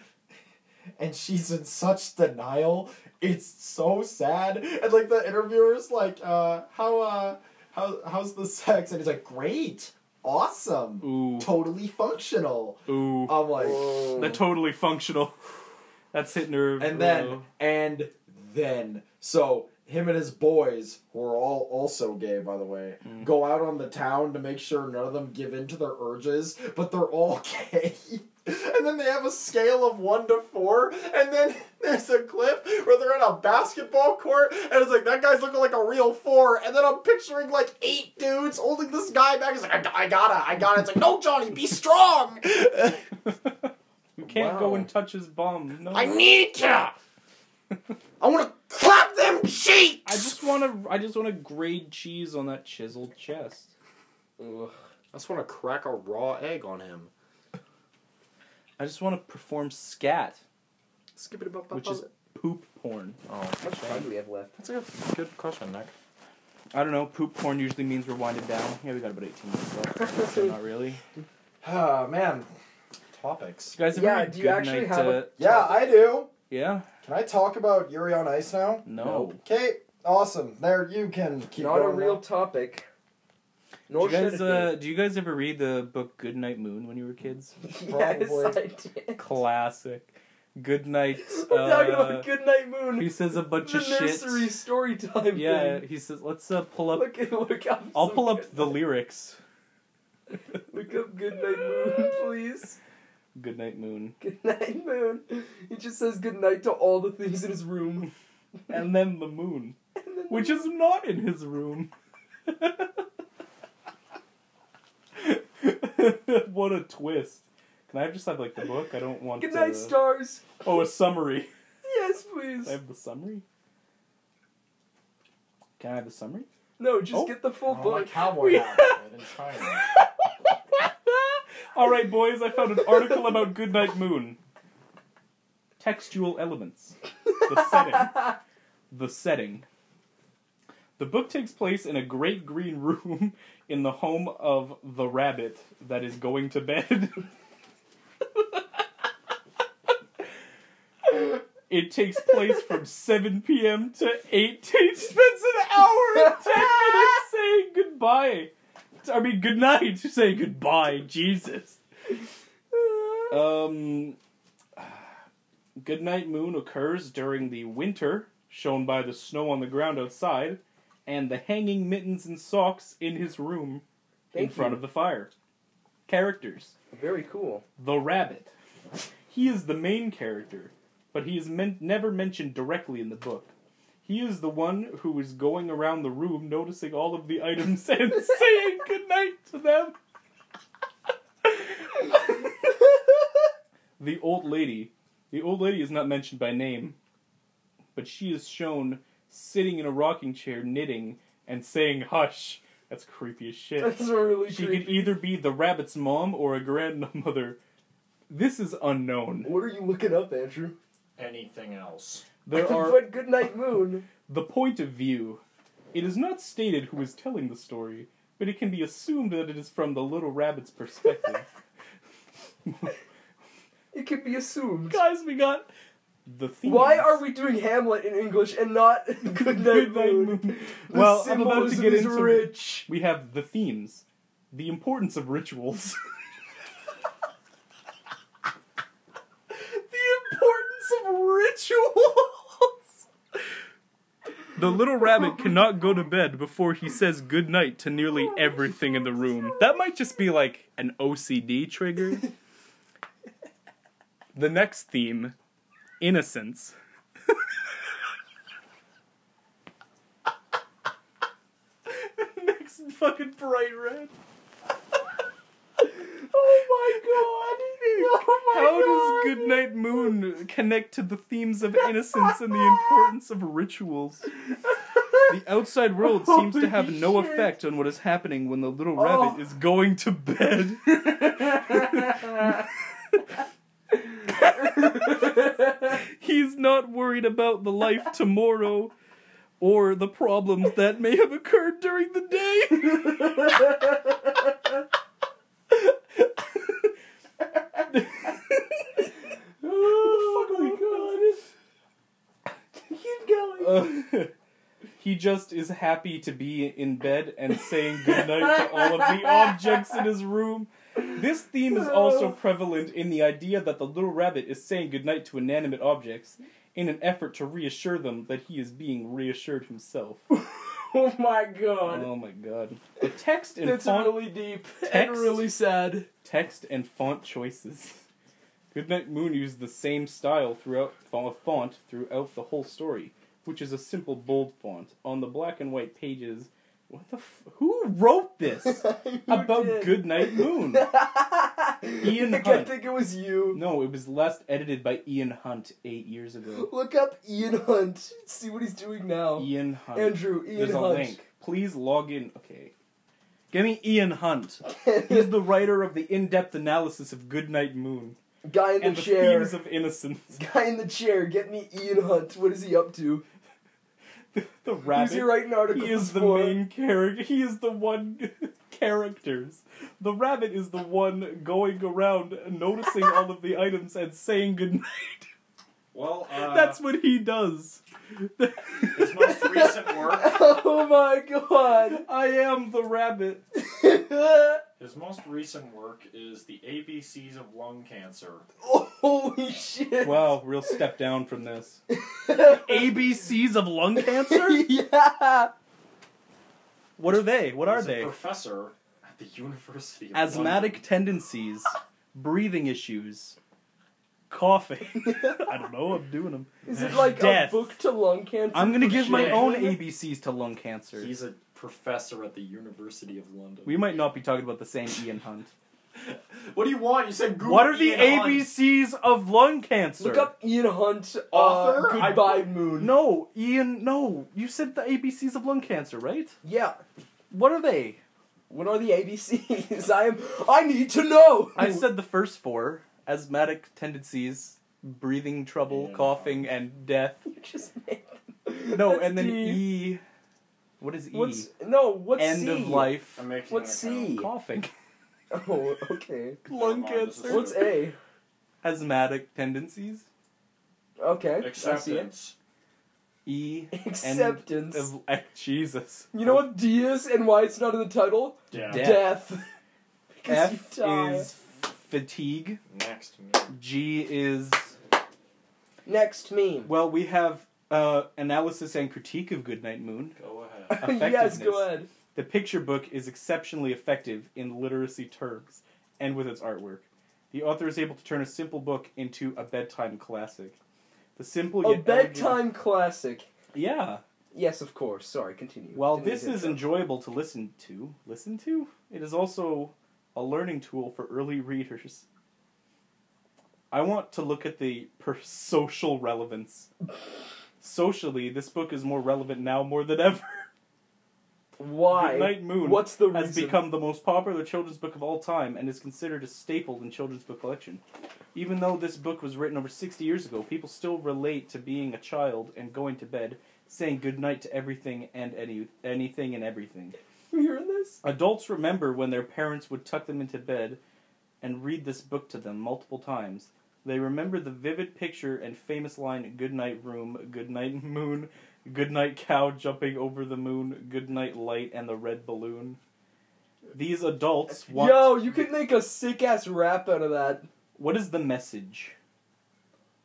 *laughs* and she's in such denial. It's so sad. And like the interviewer's like, uh, "How uh, how how's the sex?" And he's like, "Great, awesome, Ooh. totally functional." Ooh. I'm like, They're totally functional. That's hitting her. and *laughs* then and then so him and his boys who are all also gay by the way go out on the town to make sure none of them give in to their urges but they're all *laughs* gay and then they have a scale of one to four and then *laughs* there's a clip where they're in a basketball court and it's like that guy's looking like a real four and then i'm picturing like eight dudes holding this guy back he's like i, I gotta i gotta it's like no johnny be strong you can't Wow. go and touch his bum. No. i need ya i want to clap them cheeks I just want to. I just want to grade cheese on that chiseled chest. I just want to crack a raw egg on him. I just want to perform scat, Skip it about which is poop porn. How much time do we have left? That's a good, good question, Nick. I don't know. Poop porn usually means we're winded down. Yeah, we got about 18 minutes *laughs* left. so not really. *sighs* Ah, man. Topics. You guys have a Yeah, really do you good actually night, have a- uh, Yeah, I do. Yeah. Can I talk about Yuri on Ice now? No. Okay, awesome. There, you can keep Not a going. real now. topic. Do you Nor guys should uh, it do you guys ever read the book Goodnight Moon when you were kids? be. *laughs* probably- Yes, I did. Classic. Goodnight. *laughs* We're talking Uh, about Goodnight Moon. he says a bunch the of shit. nursery story time Yeah, thing. he says. Let's uh, pull up. Look, look up. I'll some pull up good- the lyrics. Look up Goodnight Moon, *laughs* please. Goodnight Moon. Goodnight Moon. He just says goodnight to all the things in his room. *laughs* and then the moon, which is not in his room. *laughs* what a twist! Can I just have like the book? I don't uh, want. Goodnight, to... stars. Oh, a summary. *laughs* Yes, I please. have the summary. Can I have the summary? No, just Oh. get the full Oh, my book. cowboy *laughs* We- hat in China. *laughs* All right, boys. I found an article about Goodnight Moon. Textual elements. The setting. The setting. The book takes place in a great green room in the home of the rabbit that is going to bed. *laughs* it takes place *laughs* from 7 p.m. to *laughs* 8. It spends an hour *laughs* and 10 minutes saying goodbye. I mean, goodnight. *laughs* Say goodbye, Jesus. *laughs* Um, goodnight moon occurs during the winter, shown by the snow on the ground outside, and the hanging mittens and socks in his room in Thank front you. of the fire. Characters. Very cool. The Rabbit. He is the main character, but he is men- never mentioned directly in the book. He is the one who is going around the room noticing all of the items *laughs* and saying goodnight to them. the old lady. The old lady is not mentioned by name, but she is shown sitting in a rocking chair knitting and saying hush. That's creepy as shit. That's really She creepy. could either be the rabbit's mom or a grandmother. This is unknown. What are you looking up, Andrew? Anything else? There are *laughs* but Goodnight Moon. the point of view. It is not stated who is telling the story, but it can be assumed that it is from the little rabbit's perspective. *laughs* It can be assumed. Guys, we got the theme. Why are we doing Hamlet in English and not *laughs* Goodnight, Moon? The Well, I'm about to symbolism get is into. rich. We have the themes, the importance of rituals. *laughs* the importance of rituals. The little rabbit cannot go to bed before he says goodnight to nearly everything in the room. That might just be like an OCD trigger. The next theme innocence. *laughs* next fucking bright red. Oh How does Goodnight Moon connect to the themes of innocence and the importance of rituals? The outside world seems to have no effect on what is happening when the little rabbit is going to bed. He's not worried about the life tomorrow or the problems that may have occurred during the day. *laughs* Oh, *laughs* Uh, *laughs* he just is happy to be in bed and saying goodnight to all of the objects in his room. This theme is Oh. also prevalent in the idea that the little rabbit is saying goodnight to inanimate objects in an effort to reassure them that he is being reassured himself. Oh my god. Oh my god. The text and That's font really deep and text. really sad. text and font choices. *laughs* Goodnight Moon used the same style throughout fo- font throughout the whole story, which is a simple bold font on the black and white pages. What the f- who wrote this *laughs* about did? Goodnight *laughs* Moon? Ian I think- I Hunt. think it was you. No, it was last edited by Ian Hunt eight years *laughs* ago. Look up Ian Hunt. See what he's doing now. Ian Hunt. Andrew, Ian There's Hunt. a link. *laughs* Please log in. Okay. Give me Ian Hunt. He's the writer of the in-depth analysis of Goodnight *laughs* Moon Guy in the and the chair. themes of innocence. *laughs* Guy in the chair. Get me Ian Hunt. What is he up to? the Who's rabbit. he writing articles He is the for? main character. He is the one *laughs* characters. The rabbit is the one going around noticing all of the items and saying goodnight. Well, *laughs* uh, That's what he does. his most recent work. oh my god. *laughs* I am the rabbit. His most recent work is the ABCs of lung cancer. Holy shit. Wow, real step down from this. ABCs of lung *laughs* cancer? yeah. What are they? What are He's they? A professor at the University of Asthmatic tendencies, breathing issues, coughing. *laughs* I don't know, I'm doing them. Is it like Death. a book to lung cancer? I'm gonna for give my shit? own ABCs to lung cancer. London. He's a professor at the University of London. We might not be talking about the same Ian Hunt. what do you want? You said Google What are the Ian Hunt. ABCs of lung cancer? Look up Ian Hunt. Author? Author? I- goodbye, Uh, Moon. No, Ian, no. You said the ABCs of lung cancer, right? Yeah. What are they? What are the ABCs? I am. I need to know. I said the first four asthmatic tendencies, breathing trouble, Yeah. coughing, and death. You *laughs* just made them. No, That's and then D. E. What is E? What's no? What's End C? of life. I'm making What's an account. C? *laughs* *laughs* Coughing. Oh, okay. lung Never mind, this is cancer. What's A? Asthmatic tendencies. Okay. I see it. Acceptance. E. Acceptance. End of, *laughs* eh, Jesus. You know what D is and why it's not in the title? Yeah. Death. Death. *laughs* because you F die. is fatigue. Next. G is Next meme. *laughs* Well, we have uh, analysis and critique of Goodnight Moon. Go ahead. yes, go Effectiveness. ahead. The picture book is exceptionally effective in literacy terms and with its artwork. The author is able to turn a simple book into a bedtime classic. The simple A yet elegant- bedtime classic. Yeah. Yes, of course. Sorry, continue. While Didn't mean this to is interrupt. enjoyable to listen to, listen to, it is also a learning tool for early readers. I want to look at the per social relevance. Socially, this book is more relevant now more than ever. *laughs* *laughs* why? Goodnight Moon What's the has reason? become the most popular children's book of all time and is considered a staple in children's book collection. Even though this book was written over 60 years ago, people still relate to being a child and going to bed saying goodnight to everything and any anything and everything. You hearing this? Adults remember when their parents would tuck them into bed and read this book to them multiple times. They remember the vivid picture and famous line "Good night room, good night *laughs* moon, good night cow jumping over the moon, good night light and the red balloon." These adults want Yo, you could make a sick ass rap out of that. What is the message?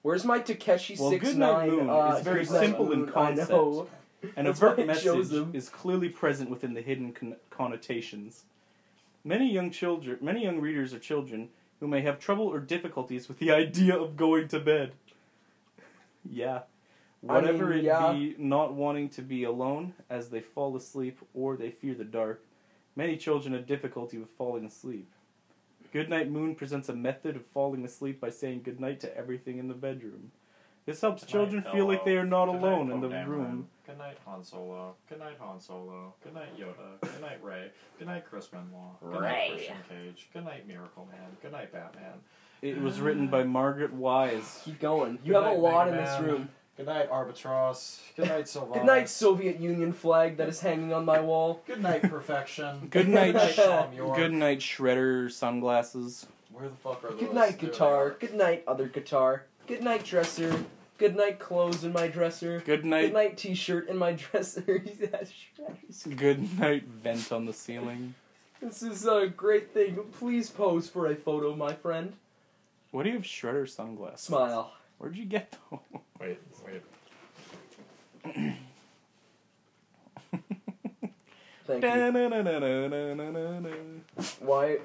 Where's my Takeshi Well, six Goodnight nine? Moon uh, is very Goodnight simple in Moon, concept. I know. An That's overt why it message shows them. is clearly present within the hidden con- connotations. Many young children, many young readers are children who may have trouble or difficulties with the *laughs* idea of going to bed. yeah. I mean, Whatever it yeah. be, not wanting to be alone as they fall asleep or they fear the dark. Many children have difficulty with falling asleep. Goodnight Moon presents a method of falling asleep by saying goodnight to everything in the bedroom. This helps Goodnight, children feel like they are not Goodnight, alone in the Poe Dameron. room. Good night, Han Solo. Good night, Han Solo. Good night, Yoda. Good night, Ray. Good night, Chris Benoit. Good night, Ray. Christian Cage. Good night, Miracle Man. Good night, Batman. It was written by Margaret Wise. Keep going. You have a Goodnight, lot in Mega this Man. room. Good night, Albatross. Good night, Sylvanas. Good night, Soviet Union flag that is hanging on my wall. Good night, perfection. Good night, Tom York. Good night, Shredder sunglasses. Where the fuck are those? Good night, There they guitar. are. Good night, other guitar. Good night, dresser. Good night, clothes in my dresser. Good Good night. night, t-shirt in my *laughs* dresser. He's at Shredder's. Good night, vent on the ceiling. This is a great thing. Please pose for a photo, my friend. What do you have Shredder sunglasses? Smile. Where'd you get those? Wait, wait. *laughs* Thank you. Da-na-na-na-na-na-na-na. Why?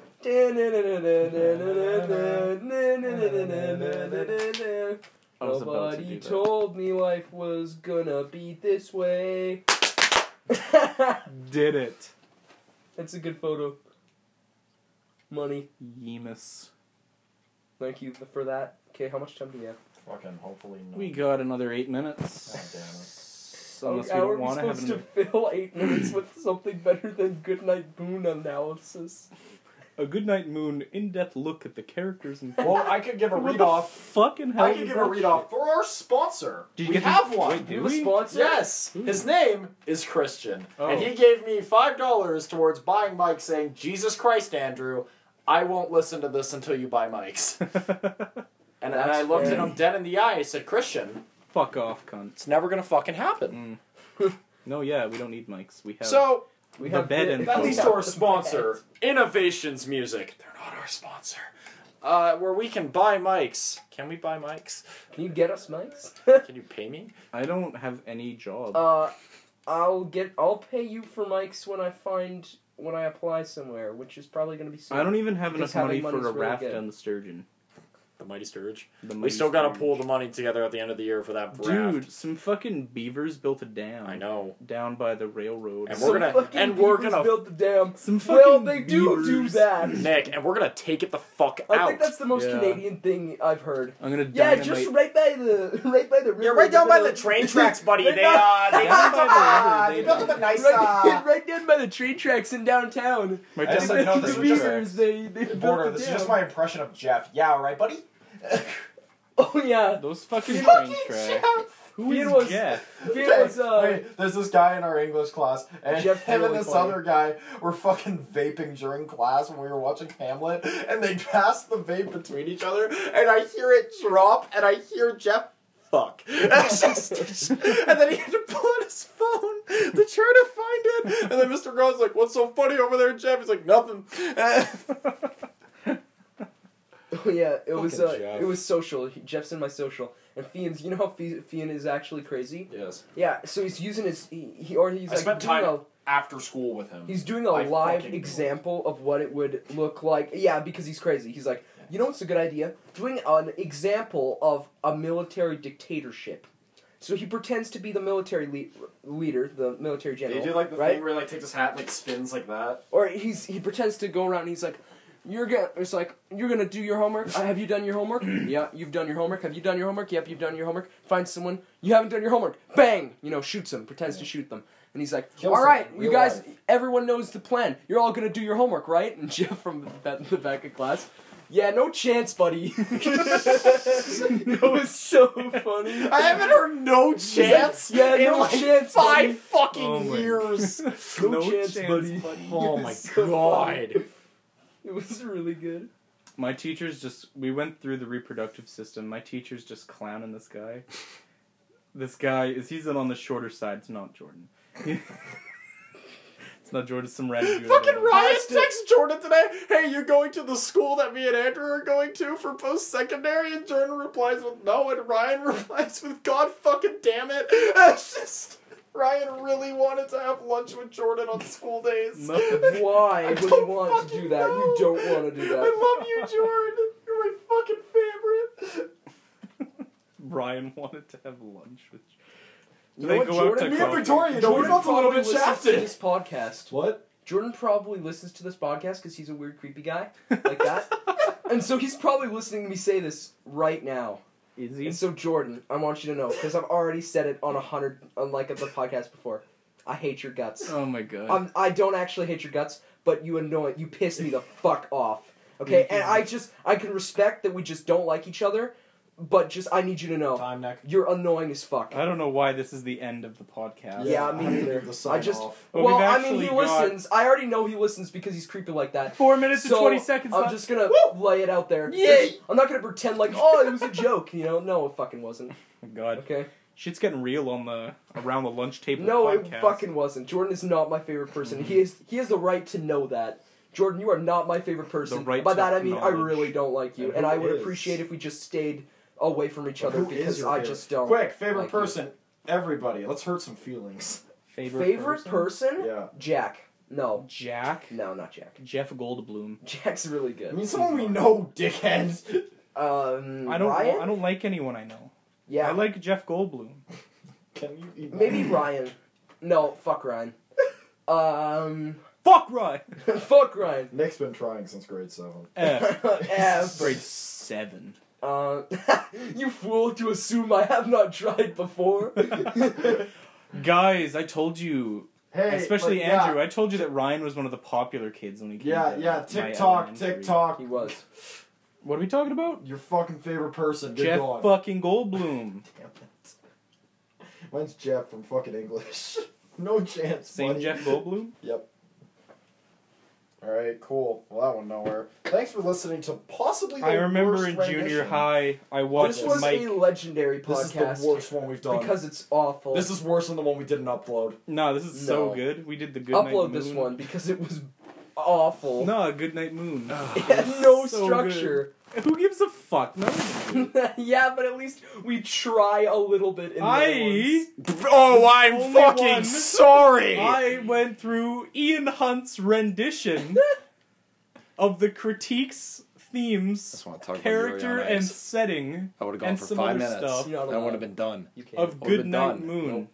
I was about to Nobody do that. told me life was gonna be this way. *laughs* Did it. That's a good photo. Money. Yemus. Thank you for that. Okay, how much time do we have? Fucking hopefully no. We got another eight minutes. God Unless How we are we want to have supposed to an, fill *clears throat* eight minutes with something better than Goodnight Boon analysis? a Goodnight Moon in-depth look at the characters and damn it. Well, I could give a What read the off. fucking hell. I could give a read off for our sponsor. Did you we get the- have one. Wait, do You we? a sponsor? Yes, his name is Christian, Oh. and he gave me five dollars towards buying mics, saying, "Jesus Christ, Andrew, I won't listen to this until you buy mics." *laughs* and, and I That's looked fair. at him dead in the eye. I said, "Christian, *laughs* Fuck off, cunt. it's never gonna fucking happen." Mm, No, yeah, we don't need mics. We have. So We The bed the- and At phone. least Yeah, our the sponsor, bed. Innovations Music. They're not our sponsor. Uh, where we can buy mics. Can we buy mics? Can you get us mics? *laughs* Can you pay me? I don't have any job. uh, I'll get. I'll pay you for mics when I find when I apply somewhere, which is probably going to be soon. I don't even have enough Because money having for money's a really raft good. on the sturgeon. The Mighty Sturge. The we mighty still gotta Sturgeon. pull the money together at the end of the year for that Dude, raft. some fucking beavers built a dam. I know. Down by the railroad. And Some we're gonna- fucking and we're beavers gonna- build the dam. Some fucking Well, they do do beavers. *laughs* that. Nick, and we're gonna take it the fuck I out. think that's the most Yeah. Canadian thing I've heard. I'm gonna Yeah, dynamite. just right by the *laughs* right by the river. You're right down by They're the gonna- *laughs* train tracks, buddy. Right They down- uh, they Down built by *laughs* the up Ah, *laughs* river, a, they they- built up a nice uh, right, *laughs* right down by the train tracks in downtown. My I dad- just didn't know the this was just beavers, they, they built border. the This is dam. just my impression of Jeff. Yeah, all right, buddy. *laughs* Oh yeah, Those fucking Fucking train Jeff. tracks. Who It is was- Jeff? it was uh, Wait, there's this guy in our English class, and Jeff him and Haley this funny. other guy were fucking vaping during class when we were watching Hamlet, and they passed the vape between each other, and I hear it drop, and I hear Jeff fuck. It's just- and then he had to pull out his phone to try to find it, and then Mr. Grove's like, "What's so funny over there, Jeff?" He's like, "Nothing." *laughs* Oh yeah, it was Fucking uh, Jeff. it was social. He- Jeff's in my social, and Fian's. You know how Fi- Fian is actually crazy. Yes. Yeah, so he's using his he, he or he's I like spent doing time- a After school with him. he's doing a I live fucking know. example of what it would look like. Yeah, because he's crazy. He's like, you know what's a good idea? Doing an example of a military dictatorship. So he pretends to be the military le- leader, the military general. right? where he like takes his hat and like spins like that. or he's he pretends to go around and he's like you're gonna it's like you're gonna do your homework uh, have you done your homework *clears throat* yeah you've done your homework have you done your homework yep you've done your homework find someone you haven't done your homework bang you know shoots them pretends to shoot them and he's like Kills all them, right you real guys life." everyone knows the plan you're all gonna do your homework right and *laughs* jeff from the, back- the back of class yeah no chance buddy *laughs* *laughs* it was so funny I haven't heard no chance. yeah in no like chance buddy. five fucking Oh my- years. no, chance, buddy Oh It my was so funny. god. it was *laughs* really good My teachers just we went through the reproductive system. My teachers just clowning this *laughs* guy. This guy is he's on the shorter side. It's not Jordan. *laughs* it's not Jordan. It's some random. dude. Fucking Ryan Pasta- *laughs* texts Jordan today. Hey, you going to the school that me and Andrew are going to for post secondary? And Jordan replies with no, and Ryan *laughs* replies with God fucking damn it. *laughs* It's just Ryan really wanted to have lunch with Jordan on school *laughs* days. Nothing. Why I would you don't want to fucking do that? You know. don't want to do I that. love you, Jordan. You're my fucking favorite. Brian wanted to have lunch with. You they know what, go out Jordan? to Me and club? Victoria, you know, we Jordan felt a little probably bit *laughs* listens to shafted. This podcast. what? Jordan probably listens to this podcast because he's a weird, *laughs* creepy guy like that. and so he's probably listening to me say this right now. Is And so Jordan, I want you to know because I've already said it on a hundred, on like the podcast before. I hate your guts. Oh my god. I'm, I don't actually hate your guts, but you annoy, you piss me the fuck off. Okay, and I just, I can respect that we just don't like each other, but just I need you to know Time neck. you're annoying as fuck. I don't know why this is the end of the podcast. Yeah, me I need neither. to do the I just- sign-off. But well, we've I mean, he actually got- listens. I already know he listens because he's creepy like *laughs* that. Four minutes So and twenty seconds I'm left. just gonna lay it out there. Yay! I'm not gonna pretend like, oh, it was a joke. You know, no, it fucking wasn't. Oh god. Okay, Shit's getting real on the around *laughs* the lunch table. no, podcast. it fucking wasn't. Jordan is not my favorite person. He is. He has the right to know that. Jordan, you are not my favorite person. right By to that I mean I knowledge. really don't like you, And and, who I would is? appreciate if we just stayed away from each But other who is because your I favorite? just don't. Quick, favorite like you. person. Everybody, let's hurt some feelings. favorite, Favorite person? person? Yeah. Jack. No, Jack. no, not Jack. *laughs* Jeff Goldblum. Jack's really I good. mean, someone we know, dickhead. Um, I don't. Ryan? I don't like anyone I know. Yeah. I like Jeff Goldblum. Can you eat Maybe Ryan. No, fuck Ryan. Um, *laughs* Fuck Ryan. *laughs* fuck Ryan. Nick's been trying since grade seven. Eh. *laughs* Eh, Grade seven. uh, *laughs* you fool to assume I have not tried before. *laughs* Guys, I told you, Hey, especially but Andrew. I told you that Ryan was one of the popular kids when he came. Yeah, to yeah, my TikTok, elementary. TikTok. he was. What are we talking about? Your fucking favorite person. Good Jeff God. *laughs* fucking Goldblum. Damn it. Mine's Jeff from fucking English. *laughs* no chance. Same buddy. Jeff *laughs* Goldblum. Yep. All right, cool. Well, that went nowhere. Thanks for listening to possibly. The I remember worst in rendition. junior high, I watched This was Mike. a legendary This podcast is the worst one we've done. because it's awful. this is worse than the one we didn't upload. No, this is so No. good. We did the good upload night moon. this one because it was awful. No, good night moon. *laughs* it had no So structure. *laughs* Who gives a fuck? *laughs* No. one does. yeah, but at least we try a little bit in the other I ones. Oh, Only I'm fucking one. sorry. I went through Ian Hunt's rendition of the critiques themes, want to talk character and setting I would have gone and for some five other minutes. stuff. You're not allowed. been done. You can't. of Hold Good it Night done. Moon. Nope.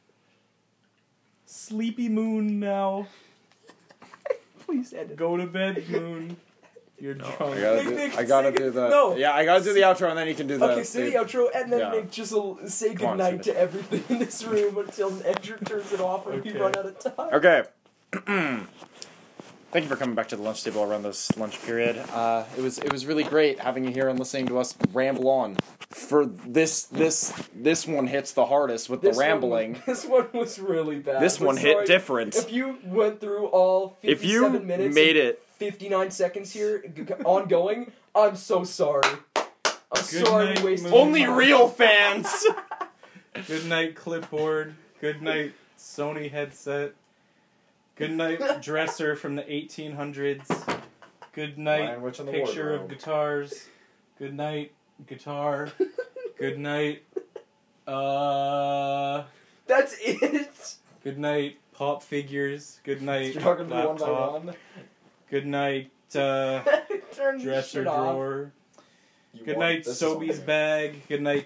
Sleepy Moon now. Please edit. Go to bed, Moon. You're drunk. I gotta, *laughs* Nick, do, Nick, I gotta sing do it. the. No. Yeah, I gotta do the outro and then you can do the. Okay, say the outro and then yeah. Nick just will say Come on, goodnight Steven. to everything in this room until Andrew turns it off and we Okay. run out of time. Okay. *clears throat* Thank you for coming back to the lunch table around this lunch period. Uh, it was it was really great having you here and listening to us ramble on. For this this this one hits the hardest with This the rambling. One, this one was *laughs* really bad. this I'm one hit sorry. different. If you went through all If 57 you minutes, made and it, 59 seconds here g- g- ongoing, I'm so sorry. I'm Good sorry night, we wasted Moon. your only time. real fans. Good night, clipboard. Good night, Sony headset. Good night, dresser from the 1800s. Good night, Language in the picture wardrobe. of guitars. Good night, guitar. *laughs* Good night. Uh. That's it. Good night, pop figures. Good night, You're talking to me one by laptop. one. Good night, uh, *laughs* *laughs* Turn this dresser shit off. drawer. You Good want- night, this is all Sobey's good. bag. Good night,